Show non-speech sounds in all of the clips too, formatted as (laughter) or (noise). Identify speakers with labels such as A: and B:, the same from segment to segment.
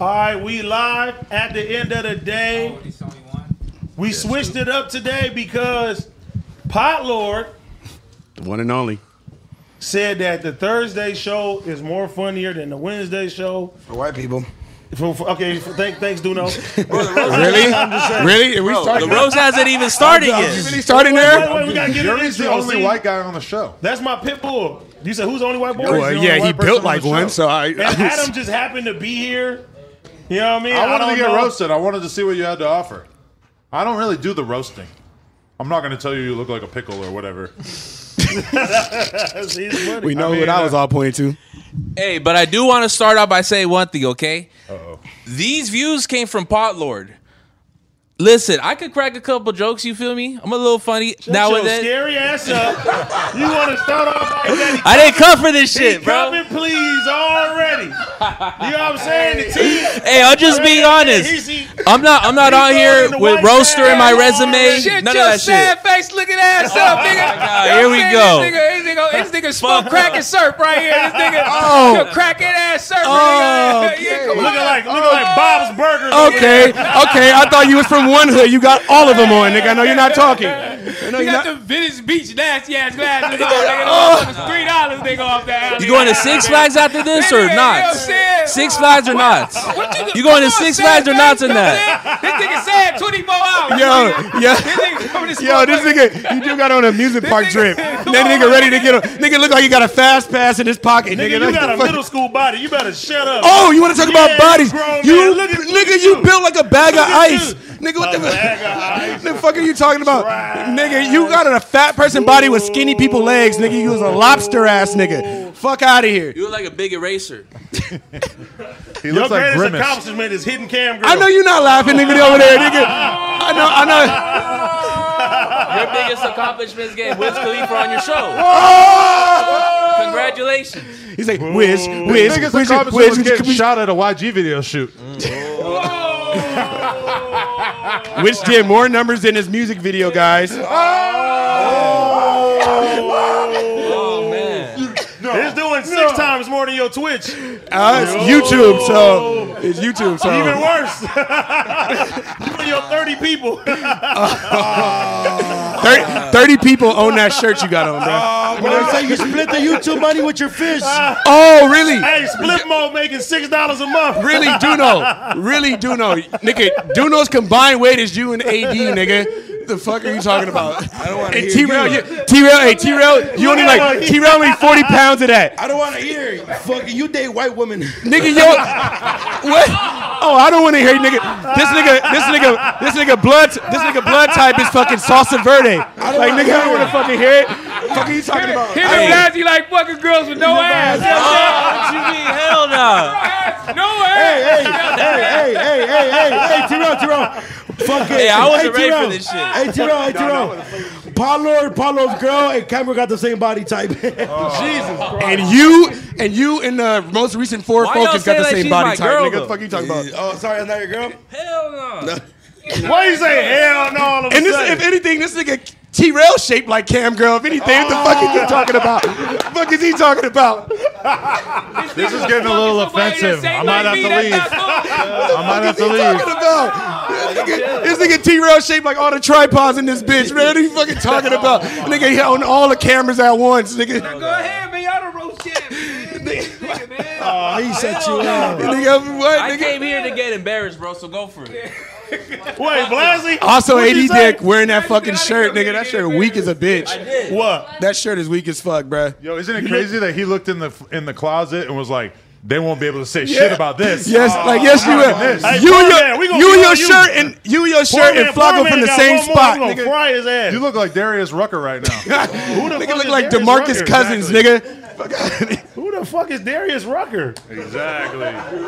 A: All right, we live. At the end of the day, we switched it up today because Pot Lord
B: The one and only.
A: said that the Thursday show is more funnier than the Wednesday show.
C: For white people.
A: For- for- okay, for, thank, thanks, Duno.
D: (laughs)
B: Really? really? Are we starting?
E: The Rose hasn't even started yet.
B: Really starting
A: Wait,
B: there?
A: wait, we gotta get
D: You're
A: an
D: the
A: intro,
D: only
A: see?
D: white guy on the show.
A: That's my pit bull. You said who's the only white boy?
B: Well,
D: only
B: yeah, he
D: white person
B: built
D: on
B: like
D: the
B: one,
D: show.
B: so I. (laughs)
A: And Adam just happened to be here. You know what I mean?
D: I wanted
A: don't
D: to get
A: know.
D: roasted. I wanted to see what you had to offer. I don't really do the roasting. I'm not going to tell you you look like a pickle or (laughs) whatever.
A: That's- he's funny.
B: we know
D: I mean,
B: what I
D: uh,
B: was all pointing to.
E: Hey, but I do want to start out by saying one thing, okay? These views came from Potlord. Listen, I could crack a couple jokes. You feel me? I'm a little funny now
A: Shut
E: and
A: your
E: then.
A: scary ass up. you want to start off like that?
E: I didn't come for this
A: He
E: shit, bro.
A: coming, please, already. You know what I'm saying? The team.
E: Hey, I'm just being honest. I'm not. I'm not
A: He's
E: on
A: going
E: here
A: in the
E: with
A: white
E: roaster in my
A: bag.
E: resume.
A: Shit,
E: None of that shit. Oh
F: face looking ass up, nigga.
E: God, here we go.
F: This nigga, this nigga, this nigga smoke crack and surf right here. This nigga, oh. crack and ass surf.
B: Oh,
F: nigga. (laughs) Yeah, come
A: Looking
F: on.
A: like looking like Bob's Burgers.
B: uh, Okay, okay. I thought you was from one hood. You got all of them on, nigga. I know you're not talking. I know
F: You
B: you're
F: got
B: not.
F: the Venice Beach nasty ass glasses on. Nigga, oh. three dollars nigga off that.
E: You going to Six Flags after this or not? Six Flags or not? You going to Six Flags or not in that?
F: This nigga said 24 hours.
B: Yo, yo,
F: This nigga coming
B: (laughs) yo,
F: to smoke
B: this
F: crack.
B: nigga, you just got on a music park
F: nigga-
B: trip. That nigga ready to get on. Nigga look like he got a fast pass in his pocket. Nigga,
A: Nigga, you
B: Like
A: got
B: the
A: a
B: fuck-
A: middle school body. You better shut up.
B: Oh, you want to talk
A: Yeah,
B: about bodies?
A: grown
B: You,
A: man, look at- look
B: nigga,
A: at
B: you
A: you.
B: built like a bag of
A: at
B: ice.
A: you.
B: Nigga, what
A: A
B: the,
A: bag of ice.
B: the fuck are you talking about?
A: Trash.
B: Nigga, you got a fat person body with skinny people legs. Nigga, you was a lobster ass nigga. Fuck out of here.
E: You look like a big eraser.
D: He
A: Your
D: looks like
A: greatest
D: Grimace.
A: accomplishment is hidden cam girl.
B: I know you're not laughing, nigga, over there, nigga. I know, I know.
E: Your biggest accomplishment is getting Wiz Khalifa on your show. Oh! Congratulations.
B: He's like, wish,
D: His
B: wish,
D: biggest
B: wish,
D: accomplishment
B: wish,
D: was getting
B: wish,
D: shot at a YG video shoot.
B: which did more numbers than his music
A: (laughs)
B: video, guys.
E: Oh man.
A: It's doing six times more than your Twitch.
B: Uh, it's YouTube, so it's YouTube, so
A: Even worse. (laughs) you and your 30 people. (laughs)
B: 30, 30 people own that shirt you got on, bro.
C: When I say you split the YouTube money with your fish.
B: Oh, really?
A: hey, Split Mode making $6 a month.
B: Really, Duno. Really, Duno. Nigga, Duno's combined weight is you and AD, nigga. The fuck are you talking about? I don't want to T Rail, T Rail, hey, T Rail, you only like, T Rail only 40 pounds of that.
C: I don't want to hear it. Fucking you date white women. (laughs)
B: Nigga, yo, what? Oh, I don't want to hear you, nigga. This nigga, this nigga, this nigga blood, this nigga blood type is fucking salsa verde. Like, nigga, I don't want to fucking hear it. Fuck are you talking about?
F: Him and Lazzy like fucking girls with no ass.
E: What you mean? Hell no.
F: No ass.
C: hey, hey, hey, hey, hey, hey, hey, Tyrell, Tyrell. Fuck it.
E: Hey, I wasn't ready for
C: hey, Tyrell.
E: this shit.
C: Hey, Tyrell, hey, Tyrell. Paolo, Paolo's girl, and Cameron got the same body type. (laughs)
B: And you, and you, and the most recent four
E: Why y'all
B: focus got
E: say
B: the
E: like
B: same
E: she's
B: body
E: my
B: type,
E: girl,
B: nigga.
E: though?
B: Fuck you talking about?
C: oh, sorry, that's not your girl?
E: Hell no.
A: Why you say hell no all of a
B: And this,
A: sudden?
B: if anything, this nigga T Rail shaped like Cam Girl. If anything, what the fuck
E: Ah.
B: is he talking about? the fuck is he talking about?
D: This is getting a little offensive. I might have to leave. I might have
B: What is
D: to
B: he
D: leave.
B: talking about? This nigga, this nigga T Rail shaped like all the tripods in this bitch, man. What are you fucking talking about? Nigga, he on all the cameras at once, nigga.
F: Go ahead, man. Y'all the roast champ. man. This nigga, man.
C: Oh, he set you up.
B: Nigga, what,
E: I
B: nigga?
E: came here to get embarrassed, bro. So go for it.
A: Wait, Blasey?
B: Also,
A: What'd
B: AD
A: you say?
B: Dick wearing that fucking shirt, nigga. That shirt weak as a bitch.
E: did.
A: What?
B: That shirt is weak as fuck, bruh.
D: Yo, isn't it crazy that he looked in the in the closet and was like, "They won't be able to say shit about this." (laughs) Uh,
B: Yes, like yes, you
D: this.
B: will.
A: Oh, Hey,
B: You
A: poor
B: and
A: man, we gonna be
B: your, you and your
A: on you.
B: shirt and you and your shirt and
A: Flacco
B: Flacco from the same spot,
A: More, we
B: nigga.
A: gonna fry his ass.
D: You look like Darius Rucker right now.
A: Who the
B: Nigga
A: fuck
B: look
A: is
B: like
A: Darius
B: Demarcus
A: Rucker?
B: Cousins,
A: Exactly.
B: nigga.
A: Who the fuck is Darius Rucker?
D: (laughs) exactly.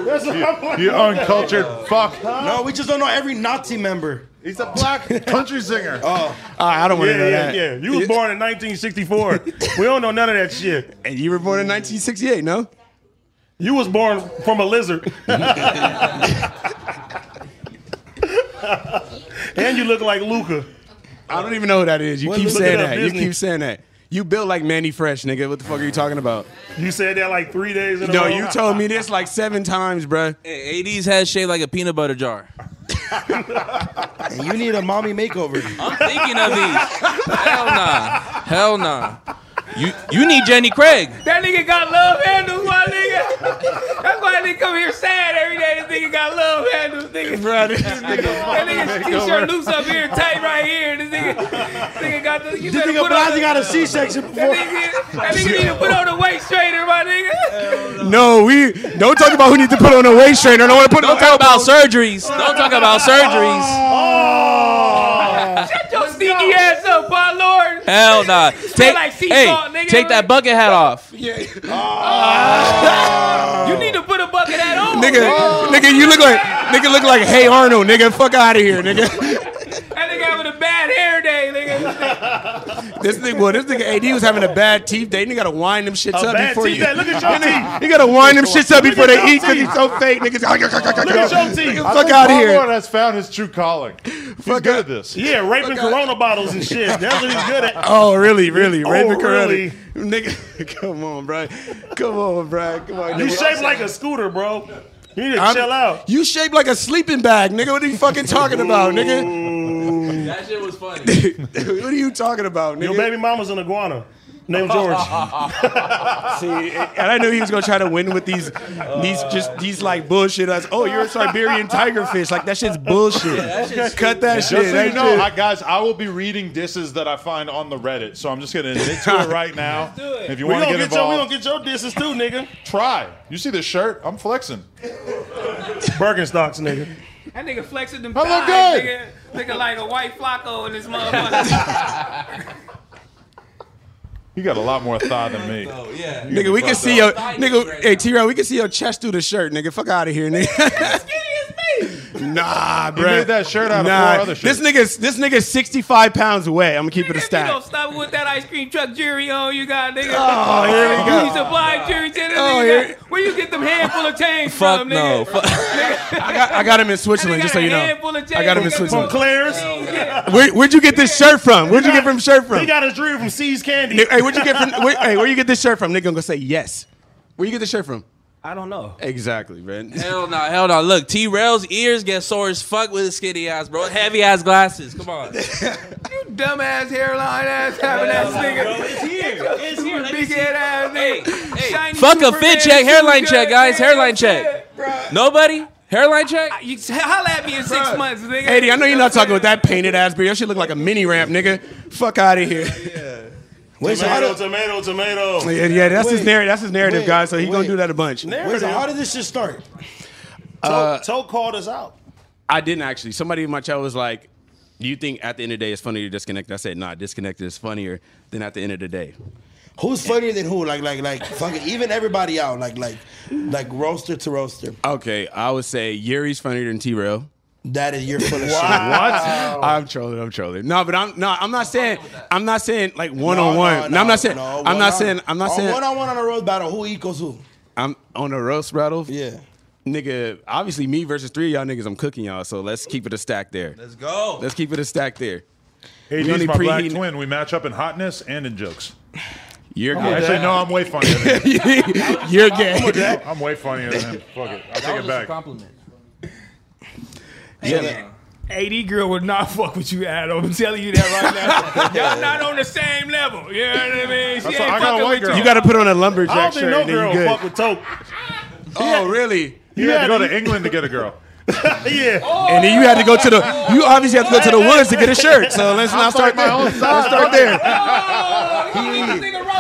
A: That's what I'm like.
D: You uncultured fuck.
C: No, we just don't know (laughs) every Nazi member.
D: He's a black country singer.
B: Ah, I don't want to
A: Yeah,
B: know
A: yeah,
B: that.
A: yeah. You was born in 1964. we don't know none of that shit.
B: And you were born in 1968, no?
A: You was born from a lizard. (laughs) and you look like Luca.
B: I don't even know who that is. You keep
A: look it
B: saying
A: up,
B: that. You
A: Disney.
B: keep saying that. You built like Manny Fresh, nigga. What the fuck are you talking about?
A: You said that like three days in a
B: No,
A: row.
B: you told me this like seven times, bruh.
E: Hey, AD's head shaped like a peanut butter jar.
G: (laughs) And you need a mommy makeover.
E: I'm thinking of these. Hell nah. Hell nah. You you need Jenny Craig.
F: That nigga got love handles, my nigga. That's why they come here sad every day. This nigga got love handles, nigga. That nigga's t-shirt loose up here, tight right here. This nigga, this nigga got the. You
C: This
F: better
C: nigga
F: put on.
C: Blasi got a C-section
F: that
C: before.
F: nigga, that nigga need to put on a waist trainer, my nigga.
B: No, we don't talk about who needs to put on a waist trainer. I don't want to put
E: Don't talk about surgeries.
F: Oh.
E: Don't talk about surgeries.
F: Shut your sneaky ass up, my lord.
E: Hell nah. Take,
F: like sea salt,
E: hey,
F: nigga.
E: take that bucket hat off.
F: You need to put a bucket hat on.
B: nigga. Nigga, you look like nigga look like Hey Arnold, nigga. Fuck out of here, nigga. (laughs)
F: That nigga having a bad hair day, nigga.
B: This nigga, well, this nigga AD was having a bad teeth day. Nigga gotta wind them shits
A: A
B: up
A: bad
B: before
A: teeth.
B: you.
A: Look at your teeth.
B: You gotta wind them shits up before
A: at
B: they
A: your
B: eat because
A: teeth.
B: he's so fake, niggas.
A: Look at your teeth.
B: Fuck
D: I think
B: outta
D: Paul
B: here.
D: Lord has found his true calling. He's good at this.
A: Yeah, raping Corona bottles and shit. That's what he's good
B: (laughs)
A: at.
B: Oh, really, really,
A: Oh,
B: Raymond
A: really?
B: Corelli, nigga. (laughs) Come on, bro. Come on, bro. Come on.
A: You
B: nigga.
A: shaped like a scooter, bro. You need to
B: I'm-
A: chill out.
B: You shaped like a sleeping bag, nigga. What are you fucking talking about, nigga?
E: That shit was funny.
B: (laughs) what are you talking about, nigga?
A: Your baby mama's an iguana. Named George.
B: See, and I knew he was gonna try to win with these, these just these like bullshit. Us, oh, you're a Siberian tiger fish. Like that shit's bullshit. Cut that
D: Just
B: shit.
D: so you
B: That
D: know,
B: shit-
D: I, guys, I will be reading disses that I find on the Reddit, so I'm just gonna admit to
A: (laughs)
D: it right now. If you
A: we
D: want
A: gonna
D: to get,
A: get, your we gonna
D: involved,
A: get your disses too, nigga.
D: try. You see this shirt? I'm flexing.
A: Birkenstocks, nigga.
F: That nigga flexing them
D: I
F: thighs,
D: look
F: nigga. Nigga like a white flaco in his motherfucker. (laughs)
D: You got a lot more thigh than me.
E: Oh,
F: (laughs)
E: yeah.
B: Nigga, we can see your nigga. Hey, T. we can see your chest through the shirt, nigga. Fuck out of here, nigga. nah, bro.
D: made that shirt out of four other
B: this
D: shirts.
B: nigga's this nigga's 65 pounds away. I'm gonna keep it a
F: If you
B: stack.
F: don't stop with that ice cream truck jury on, you got nigga.
B: Oh, here we go.
F: You supply jury to the
B: Oh,
F: nigga.
B: here-
F: Where you get them handful
B: (laughs)
F: of change
E: Fuck
F: from,
E: no.
F: nigga?
E: Fuck.
B: I got, I got him in Switzerland, just so you know. I got him in Switzerland.
A: Claire's.
B: Where, where'd you get this shirt from? Where'd you get from shirt
A: He
B: from?
A: got his dream from C's Candy.
B: Ni- Hey, where'd you get from? Where, hey, where you get this shirt from? Nigga, I'm gonna say yes. Where you get this shirt from?
F: I don't know.
B: Exactly, man.
E: Hell no, hell no. Look, T Rail's ears get sore as fuck with his skinny ass, bro. Heavy ass glasses. Come on.
F: You (laughs) dumbass hairline ass having ass nigga. It's here. It's here. Big head ass nigga. Shiny
E: Fuck a
F: Superman
E: fit check, hairline
F: suit,
E: check, guys.
F: goddamn
E: Hairline
F: shit.
E: check. Nobody? Hairline check?
F: You holla at me in six months, nigga.
B: Hey, I know you're not talking with that painted ass beard. That shit look like a mini ramp, nigga. Fuck out of here.
G: Wait, so how
A: Tomato,
G: did,
A: tomato, tomato.
B: (laughs) Yeah, yeah, that's his
G: Wait,
B: narrative. That's his narrative,
G: wait,
B: guys. So he gonna
G: wait.
B: do that a bunch.
G: wait, so how did this shit start?
A: Toe called us out.
B: I didn't actually. Somebody in my chat was like, "Do you think at the end of the day it's funny to disconnect?" I said, "Nah, disconnected is funnier than at the end of the day."
G: Who's funnier than who? Like, like, like, fucking even everybody out. Like, like, like roaster to roaster.
B: Okay, I would say Yuri's funnier than T Rail.
G: That is your full of shit.
B: I'm trolling. I'm trolling. No, but I'm no. I'm not saying. I'm not saying like one on one. No, I'm not saying. I'm not saying. I'm not saying.
G: One on one on a road battle, who equals who?
B: I'm on a roast battle.
G: Yeah.
B: Nigga, obviously me versus three of y'all niggas. I'm cooking y'all. So let's keep it a stack there.
E: Let's go.
B: Let's keep it a stack there.
D: Hey,
B: only
D: he's my black
B: preheat-
D: twin. We match up in hotness and in jokes.
B: You're
D: Actually, no, I'm way funnier.
A: (laughs)
D: Than him.
B: gay. (laughs) You're gay.
D: I'm way funnier than him. Fuck it, I take it back.
E: compliment.
B: Yeah.
F: AD girl would not fuck with you, Adam. I'm telling you that right (laughs) now. Y'all not on the same level. You know what I mean? She ain't
D: why I got
F: fucking
D: a white
F: with
D: girl.
B: You got to put on a
A: I don't
B: lumberjack
A: think
B: shirt
A: no
B: and then
A: girl
B: you good.
A: fuck with Tope.
B: Oh, really?
D: You had to
A: Yeah,
D: go to England to get a girl.
A: Yeah.
B: And then you had to go to the. You obviously had to go to the woods to get a shirt. So let's not start
D: my
B: there.
D: own
B: Let's start there.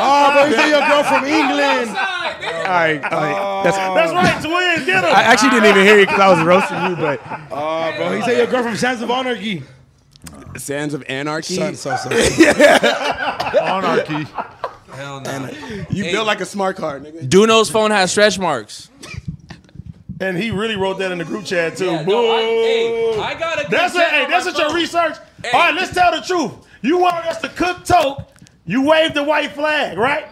G: Oh, but you say your girl
B: (laughs)
G: from England.
B: All right, all right. That's,
A: That's right, twins. Get
B: I
A: him.
B: actually didn't even hear you because I was roasting you, but Oh,
C: Bro, he said your girl from Sons of Anarchy.
B: Sands of Anarchy.
G: Son, son, son.
A: (laughs)
D: Anarchy.
E: Hell no.
B: (laughs) You built like a smart car, nigga.
E: Duno's phone has stretch marks.
A: And he really wrote that in the group chat too. Boo.
E: I got a
A: that's it. Hey, that's what your research. All right, let's tell the truth. You wanted us to cook Tope. You waved the white flag, right?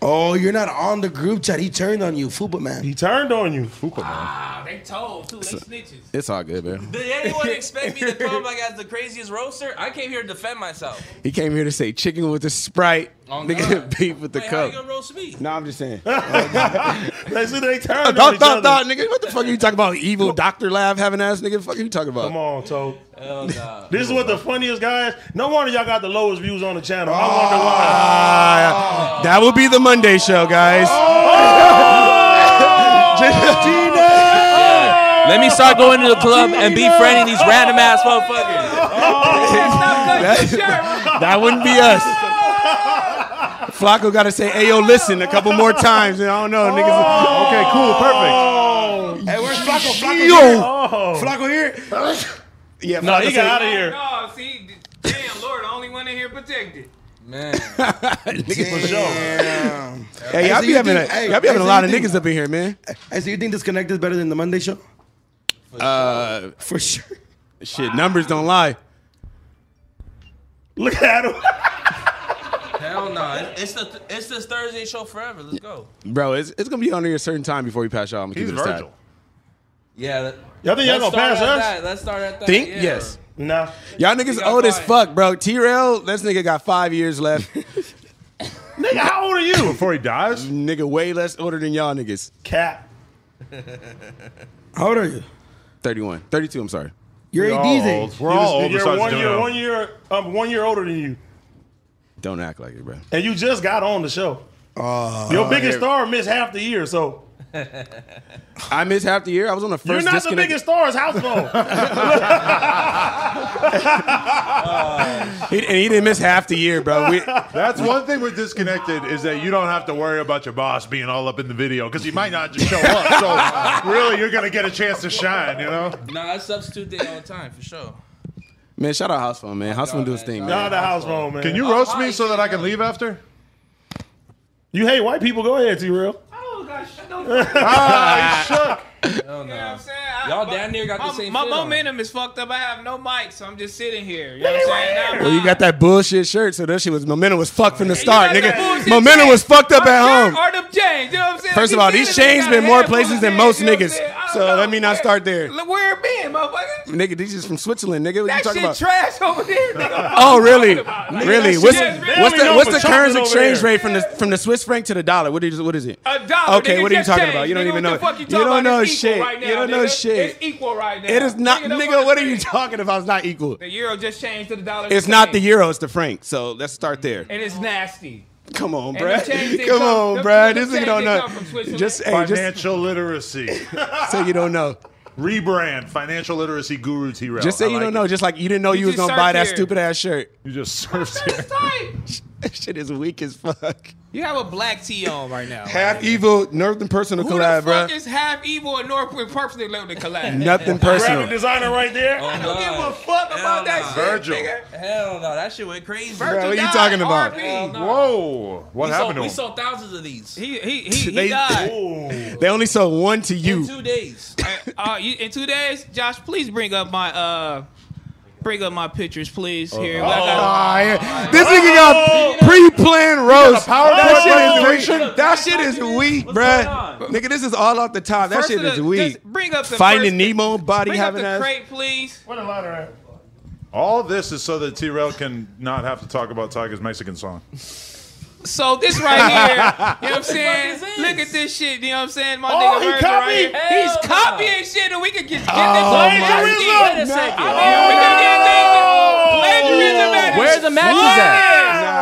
G: Oh, you're not on the group chat. He turned on you, Fupa man.
A: He turned on you.
F: Ah, they told too. They snitches.
B: It's all good, man.
E: Did anyone expect me to come like as the craziest roaster? I came here to defend myself.
B: He came here to say chicken with the sprite,
E: Oh, God.
B: nigga (laughs) beef with the
E: Wait, how you
B: cup.
E: gonna roast me?
B: No, I'm just saying.
A: (laughs) They said they turned on
B: Dot,
A: each
B: dot, dot,
A: other.
B: nigga. What the fuck are you talking about? Evil doctor laugh having ass, nigga. fuck are you talking about?
A: Come on, Tote.
E: Oh god.
A: This is what the funniest guys. No wonder y'all got the lowest views on the channel. I wonder why.
B: Ah, That will be the Monday show, guys. (laughs)
E: Let me start going to the club and befriending these random ass motherfuckers.
B: that wouldn't be us. Flacco got to say, "Hey, yo, listen," a couple more times, and I don't know, niggas. Okay, cool, perfect.
G: Hey, where's Flacco? Flacco here.
B: Yo,
A: Oh,
G: Flacco here.
B: yeah,
A: no,
B: Flacco
A: he got out of here.
F: No, see, damn Lord, only one in here protected.
E: Man.
B: (laughs)
G: Damn.
B: said- Hey, y'all
G: Hey, so
B: be
G: you
B: having,
G: think-
B: a,
G: hey,
B: y'all be having a
G: hey, so
B: lot
G: you
B: of
G: think-
B: niggas up in here, man.
G: Hey, so you think Disconnect is better than the Monday show?
B: Uh,
G: For sure.
B: shit, numbers don't lie.
A: Look at him.
E: Hell no. It's the it's this Thursday show forever. Let's go.
B: Bro, it's, it's gonna be on here a certain time before we pass y'all. I'm gonna
D: He's
B: keep it a stat.
D: Virgil.
E: Yeah. Let,
A: Y'all think y'all
E: let's
A: gonna pass
E: start at
A: us?
E: That. Let's start at that.
B: Think
E: yeah.
B: yes.
A: Nah.
B: Y'all niggas
E: got
B: old as
E: quiet.
B: fuck, bro. T-Rail, this nigga got five years
A: (laughs)
B: left.
A: Nigga, how old are you?
D: Before he dies,
B: nigga, way less older than y'all niggas.
A: Cap.
G: How old are you?
B: 31, 32. I'm sorry.
G: You're
D: we're all old.
G: 80s.
D: We're all old
A: You're
D: besides
A: one year,
D: Dono.
A: one year, um, one year older than you,
B: Don't act like it, bro.
A: and you just got on the show. Your biggest star missed half the year, so
B: I missed half the year. I was on the 1st
A: you you're not the
B: disconnect-
A: biggest star. It's house phone.
B: He, and he didn't miss half the year, bro.
A: (laughs)
B: We,
D: that's one thing with disconnected is that you don't have to worry about your boss being all up in the video because he might not just show up.
B: (laughs)
D: So really, you're gonna get a chance to shine. You know,
E: Nah, I substitute day all the time for sure.
B: man, shout out House Phone, man. House Phone do his thing, man.
A: Not the house phone, man.
D: can you roast me so that I can leave after?
A: You hate white people? Go ahead, T real.
F: Oh gosh,
D: (laughs)
F: don't. You know what
D: Ah, he shook.
E: Hell no.
F: I'm saying? I-
E: Y'all
F: my-
E: down there got the
F: my,
E: same
F: My
E: fit on.
F: momentum is fucked up. I have no mic, so I'm just sitting here. You know what I'm saying?
B: Well, Oh, you got that bullshit shirt, so that shit was momentum was fucked from the start,
F: got that
B: nigga.
F: bullshit
B: Momentum
F: shirt.
B: was fucked up at home.
F: Or them chains, you know what I'm saying?
B: First of
F: Keep
B: all, these
F: saying it,
B: chains
F: they
B: been
F: got a
B: more
F: handful of
B: places than
F: chains,
B: most
F: you know what I'm
B: niggas.
F: saying? I don't
B: So
F: know.
B: let me not
F: Where-
B: start there.
F: Look where it been, motherfucker.
B: Nigga, these is from Switzerland, nigga. What
F: That
B: you
F: shit
B: talking about?
F: trash over there. Nigga.
B: Oh, really?
F: Like,
B: Really?
F: that
B: What's,
F: shit is really
B: what's the
A: known
B: what's
A: for
B: the
A: chocolate
B: current
A: over
B: exchange
A: there.
B: rate from the from the Swiss franc to the dollar? What is what is it?
F: A dollar.
B: Okay,
F: nigga,
B: what are you
F: just
B: talking
F: change,
B: about? You don't
F: nigga.
B: even know
F: What
B: it.
F: the fuck you
B: You
F: talking
B: don't
F: about?
B: know
F: It's equal
B: shit.
F: Right now,
B: You don't know
F: nigga.
B: shit.
F: It's equal right now.
B: It is not,
F: that's
B: nigga. What are
F: I'm
B: you
F: saying.
B: talking about? It's not equal.
F: The euro just changed to the dollar.
B: It's
F: the
B: not the
F: same.
B: euro. It's the franc. So let's start there.
F: And it's nasty.
B: Come on,
F: And
B: bruh.
F: the change they
B: (laughs) Come
F: come-
B: on,
F: the-
B: bruh.
F: the
B: This nigga
F: change
B: don't
F: they
B: know.
F: come from Switzerland.
B: Just, hey, just
D: Financial literacy.
B: say you don't know.
D: Rebrand. Financial literacy guru T Rail.
B: Just say
D: I
B: you
D: like
B: don't know.
D: it.
B: Just like you didn't know you,
F: You
B: was
F: just
B: gonna buy
F: search
B: that
F: here.
B: stupid ass shirt. (laughs)
D: You just surfed
F: That's
D: it.
F: tight.
B: That shit is weak as fuck.
F: You have a black tee on right now.
B: Half evil, nothing personal
F: Who
B: collab,
F: the fuck
B: bruh.
F: is half evil and Northwood purposely let to collab?
B: Nothing
A: Graphic
B: personal.
A: designer right there.
F: I don't give a
E: God.
F: fuck about that
E: nah.
F: shit.
D: Virgil.
F: Nigga.
E: Hell no. That shit went crazy.
F: Virgil
B: what you
F: died,
B: talking about?
F: R.I.P.
E: Hell no.
D: Whoa! What
E: We
D: happened
E: sold, we
D: to him?
E: sold thousands of these
F: He he
B: (laughs)
F: he,
B: They-
F: he died.
A: Ooh.
B: They only sold one to
E: in
B: you.
E: two days.
F: Uh, you, in two days, Josh, please bring up my uh, bring up my pictures, please. Here, I Oh! got-
B: Aw, yeah. This nigga got pre-planned roast. That shit is weak. That shit is weak, bruh. Nigga, this is all off the top. That
F: first
B: shit
F: of
B: is
F: the-
B: weak.
F: just Bring up the
B: Finding
F: first-
B: Nemo, body
F: Bring up the
B: having ass.
F: crate, please.
A: What a lot of
D: All this is so that T Rail can not have to talk about Tiger's Mexican song.
E: Oh,
F: So
B: (laughs)
F: this right here, you know what I'm saying?
E: is this?
F: Look at this shit, you know what I'm saying? My
A: Oh,
F: nigga
A: he
F: Virgil
A: copied?
F: right here. He's
E: Hell no.
F: copying shit and we could get, get
B: Oh,
F: this
A: my
F: plagiarism.
E: Wait a second.
F: We could get this plagiarism at
E: Where the matches at?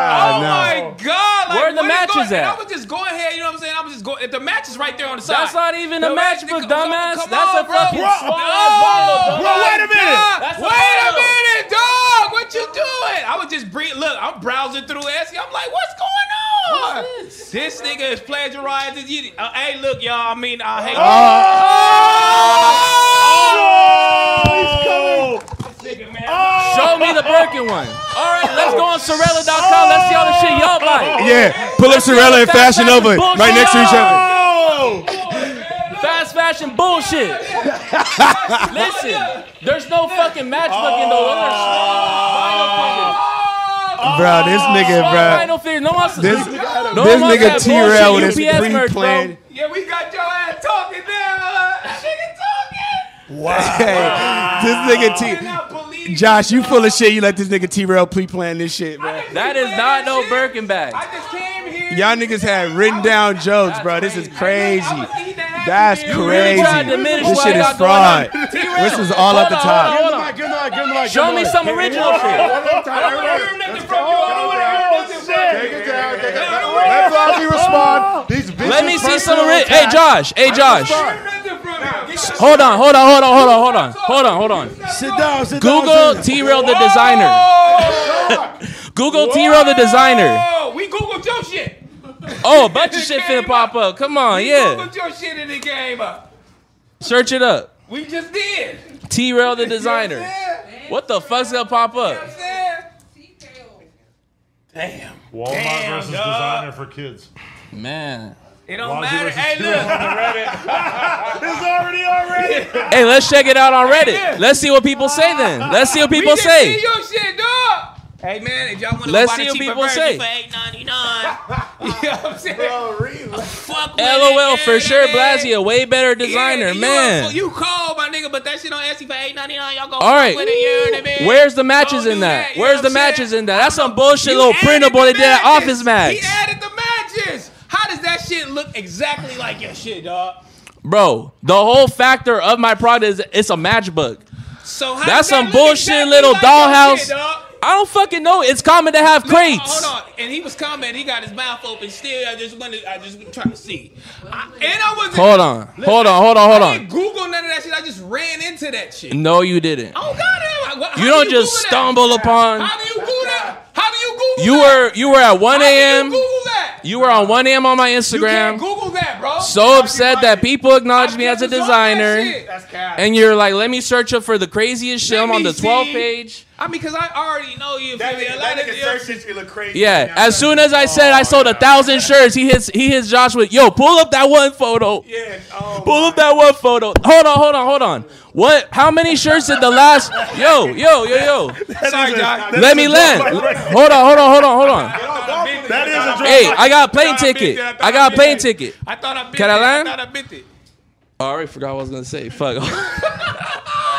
F: Oh my god! Like,
E: Where the
F: what is
E: matches
F: going-
E: at?
F: and I was just going ahead, you know what I'm saying? I was just going. The match is right there on the side.
E: That's not even a
F: The
E: matchbook,
F: come on,
E: dumbass.
F: come
E: That's
F: on,
E: a
F: bro.
E: fucking
F: Bro,
E: small-ass bottle,
F: bro,
A: dumbass.
F: wait a minute!
E: That's a
F: wait a
E: bottle.
F: minute, dog! What you doing? I was just bre- look. I'm browsing through SE. I'm like, what's going on?
E: What's
F: this? nigga is plagiarizing. You, uh, hey, look, y'all. I mean, I hate.
A: Oh,
F: this nigga, man.
E: Show me the broken one. All right, let's go on Sorella.com. Let's see all the shit y'all like.
B: Yeah, pull up Sorella and Fashion Nova right next to each other.
A: oh,
E: Fast fashion (laughs) bullshit. Oh. Listen, there's no fucking matchbook in the world.
H: bro, this nigga,
F: Oh! Right,
H: bro.
F: no fear. No one's
H: This,
F: no
H: this
F: one's
H: nigga
F: got
H: T-Rail with
F: bullshit
H: his
F: UPS merch, bro.
H: pre-planned.
F: Yeah, we got your ass talking now. Uh, Chicken
H: Hey,
F: talking.
H: this nigga
F: Cannot believe
H: T.
F: it,
H: Josh, you
F: dog.
H: full of shit. You let this nigga T-Rail pre-plan this shit,
F: I
H: man.
F: didn't
E: That is
F: plan
E: not
F: that
E: no
F: shit.
E: Birkin bag.
F: I just came here.
H: Y'all niggas had written down jokes, bro. This is crazy.
F: I was eating the happy
H: That's
F: meal. You
H: crazy.
E: really tried to diminish
H: This
E: what
H: shit
E: I
H: is
E: got
H: fraud.
E: going on. T-Rail.
H: This is all at the top.
E: Hold on, hold on, hold
C: give him the mic, give him the
E: on.
C: mic,
E: Show
C: give him
E: me
C: the mic.
E: some original shit.
F: I don't hear nothing from you. I don't wanna hear
A: Oh,
F: nothing from you.
D: Take it down. Take it down. Let Flossie respond. These bitches
E: Let me see some
D: personal
E: original. Hey,
D: attacks.
E: Josh. Hey, Josh.
F: I don't hear nothing from you. Get your
E: Hold on, hold on, hold on, hold on, hold on, hold on, hold on.
G: Sit down, sit down.
E: Google
G: sit down.
E: T Rail the designer. Google T Rail the designer.
F: Oh, we googled your shit.
E: Oh, a bunch of shit finna pop up. Come on, yeah.
F: Googled your shit in the game up.
E: Search it up.
F: We just did.
E: T Rail the
F: You know
E: designer.
F: what I'm saying?
E: What the fuck's gonna pop
F: You know
E: up?
F: what I'm saying?
D: Walmart versus designer for kids.
E: Man.
F: It don't
D: Lonzo
F: matter.
D: versus
F: Hey,
D: Stewart
F: look.
A: It's already already.
E: Hey, let's check it out on Reddit. Let's see what people say then. Let's see what people
F: we just
E: say.
F: did your shit, dog. Hey man, if y'all want to
E: Let's
F: buy
E: see
F: the
E: what
F: cheaper
E: people
F: version
E: say.
F: for eight ninety nine, (laughs) you know what I'm saying? Fuck with it,
E: LOL for
F: man.
E: sure.
F: That
E: Blasio, way better
F: Yeah,
E: designer,
F: you a-
E: man.
F: You cold, my nigga, but that shit on Etsy for eight ninety nine. Y'all go
E: All right,
F: with it, you know what I mean?
E: where's the matches
F: Don't
E: in
F: do
E: that?
F: that, you
E: Where's
F: know
E: the
F: what I'm
E: matches
F: saying?
E: in that? That's some bullshit
F: You
E: little
F: added
E: printable
F: the
E: they did at
F: matches.
E: Office
F: He
E: Max,
F: added the matches. How does that shit look exactly like your shit, dog?
E: bro. The whole factor of my product is it's a matchbook.
F: So
E: That's
F: how does that
E: some
F: look
E: bullshit
F: exactly
E: little
F: like your
E: dollhouse.
F: shit, dog?
E: I don't fucking know. It's common to have crates.
F: Hold on, and he was commenting. He got his mouth open. Still, I just wanted. I just trying to see. I, and I wasn't.
E: Hold on, hold on, hold on, hold
F: I
E: on.
F: didn't Google none of that shit. I just ran into that shit.
E: No, you didn't.
F: Oh goddamn! I- what- how
E: You
F: do
E: don't just
F: Google that?
E: stumble upon.
F: How do you Google that? How do you Google
E: You
F: that?
E: were you were at 1
F: How do you
E: a.m.
F: Google that.
E: You were on 1 a.m. on my
F: You can't
E: Instagram.
F: Google that, bro.
E: So upset that people acknowledge
F: I
E: me as a
F: couldn't solve that
E: designer.
F: shit. That's cap.
E: And you're like, let me search up for the craziest shit.
F: Let
E: I'm on
F: me
E: the 12th
F: see.
E: page.
F: I mean, cause I already know you. That me? A lot of your-
D: history look crazy.
E: Yeah. As soon as I said
F: Oh,
E: I sold a thousand shirts, he hits he hits Josh with, yo, pull up that one photo.
F: Yeah, oh,
E: Pull up that one photo. Hold on, hold on, hold on. What? How many shirts did the last? Yo, yo, yo, yo.
F: sorry, Doc.
E: Let me land. Hold on, hold on, hold on, hold (laughs) on.
D: that is a
E: Hey, I got a plane ticket. I got a plane ticket.
F: I thought I bit
E: Can
F: it.
E: I land?
F: I thought I bit it.
E: I already forgot what I was gonna say. Fuck. (laughs)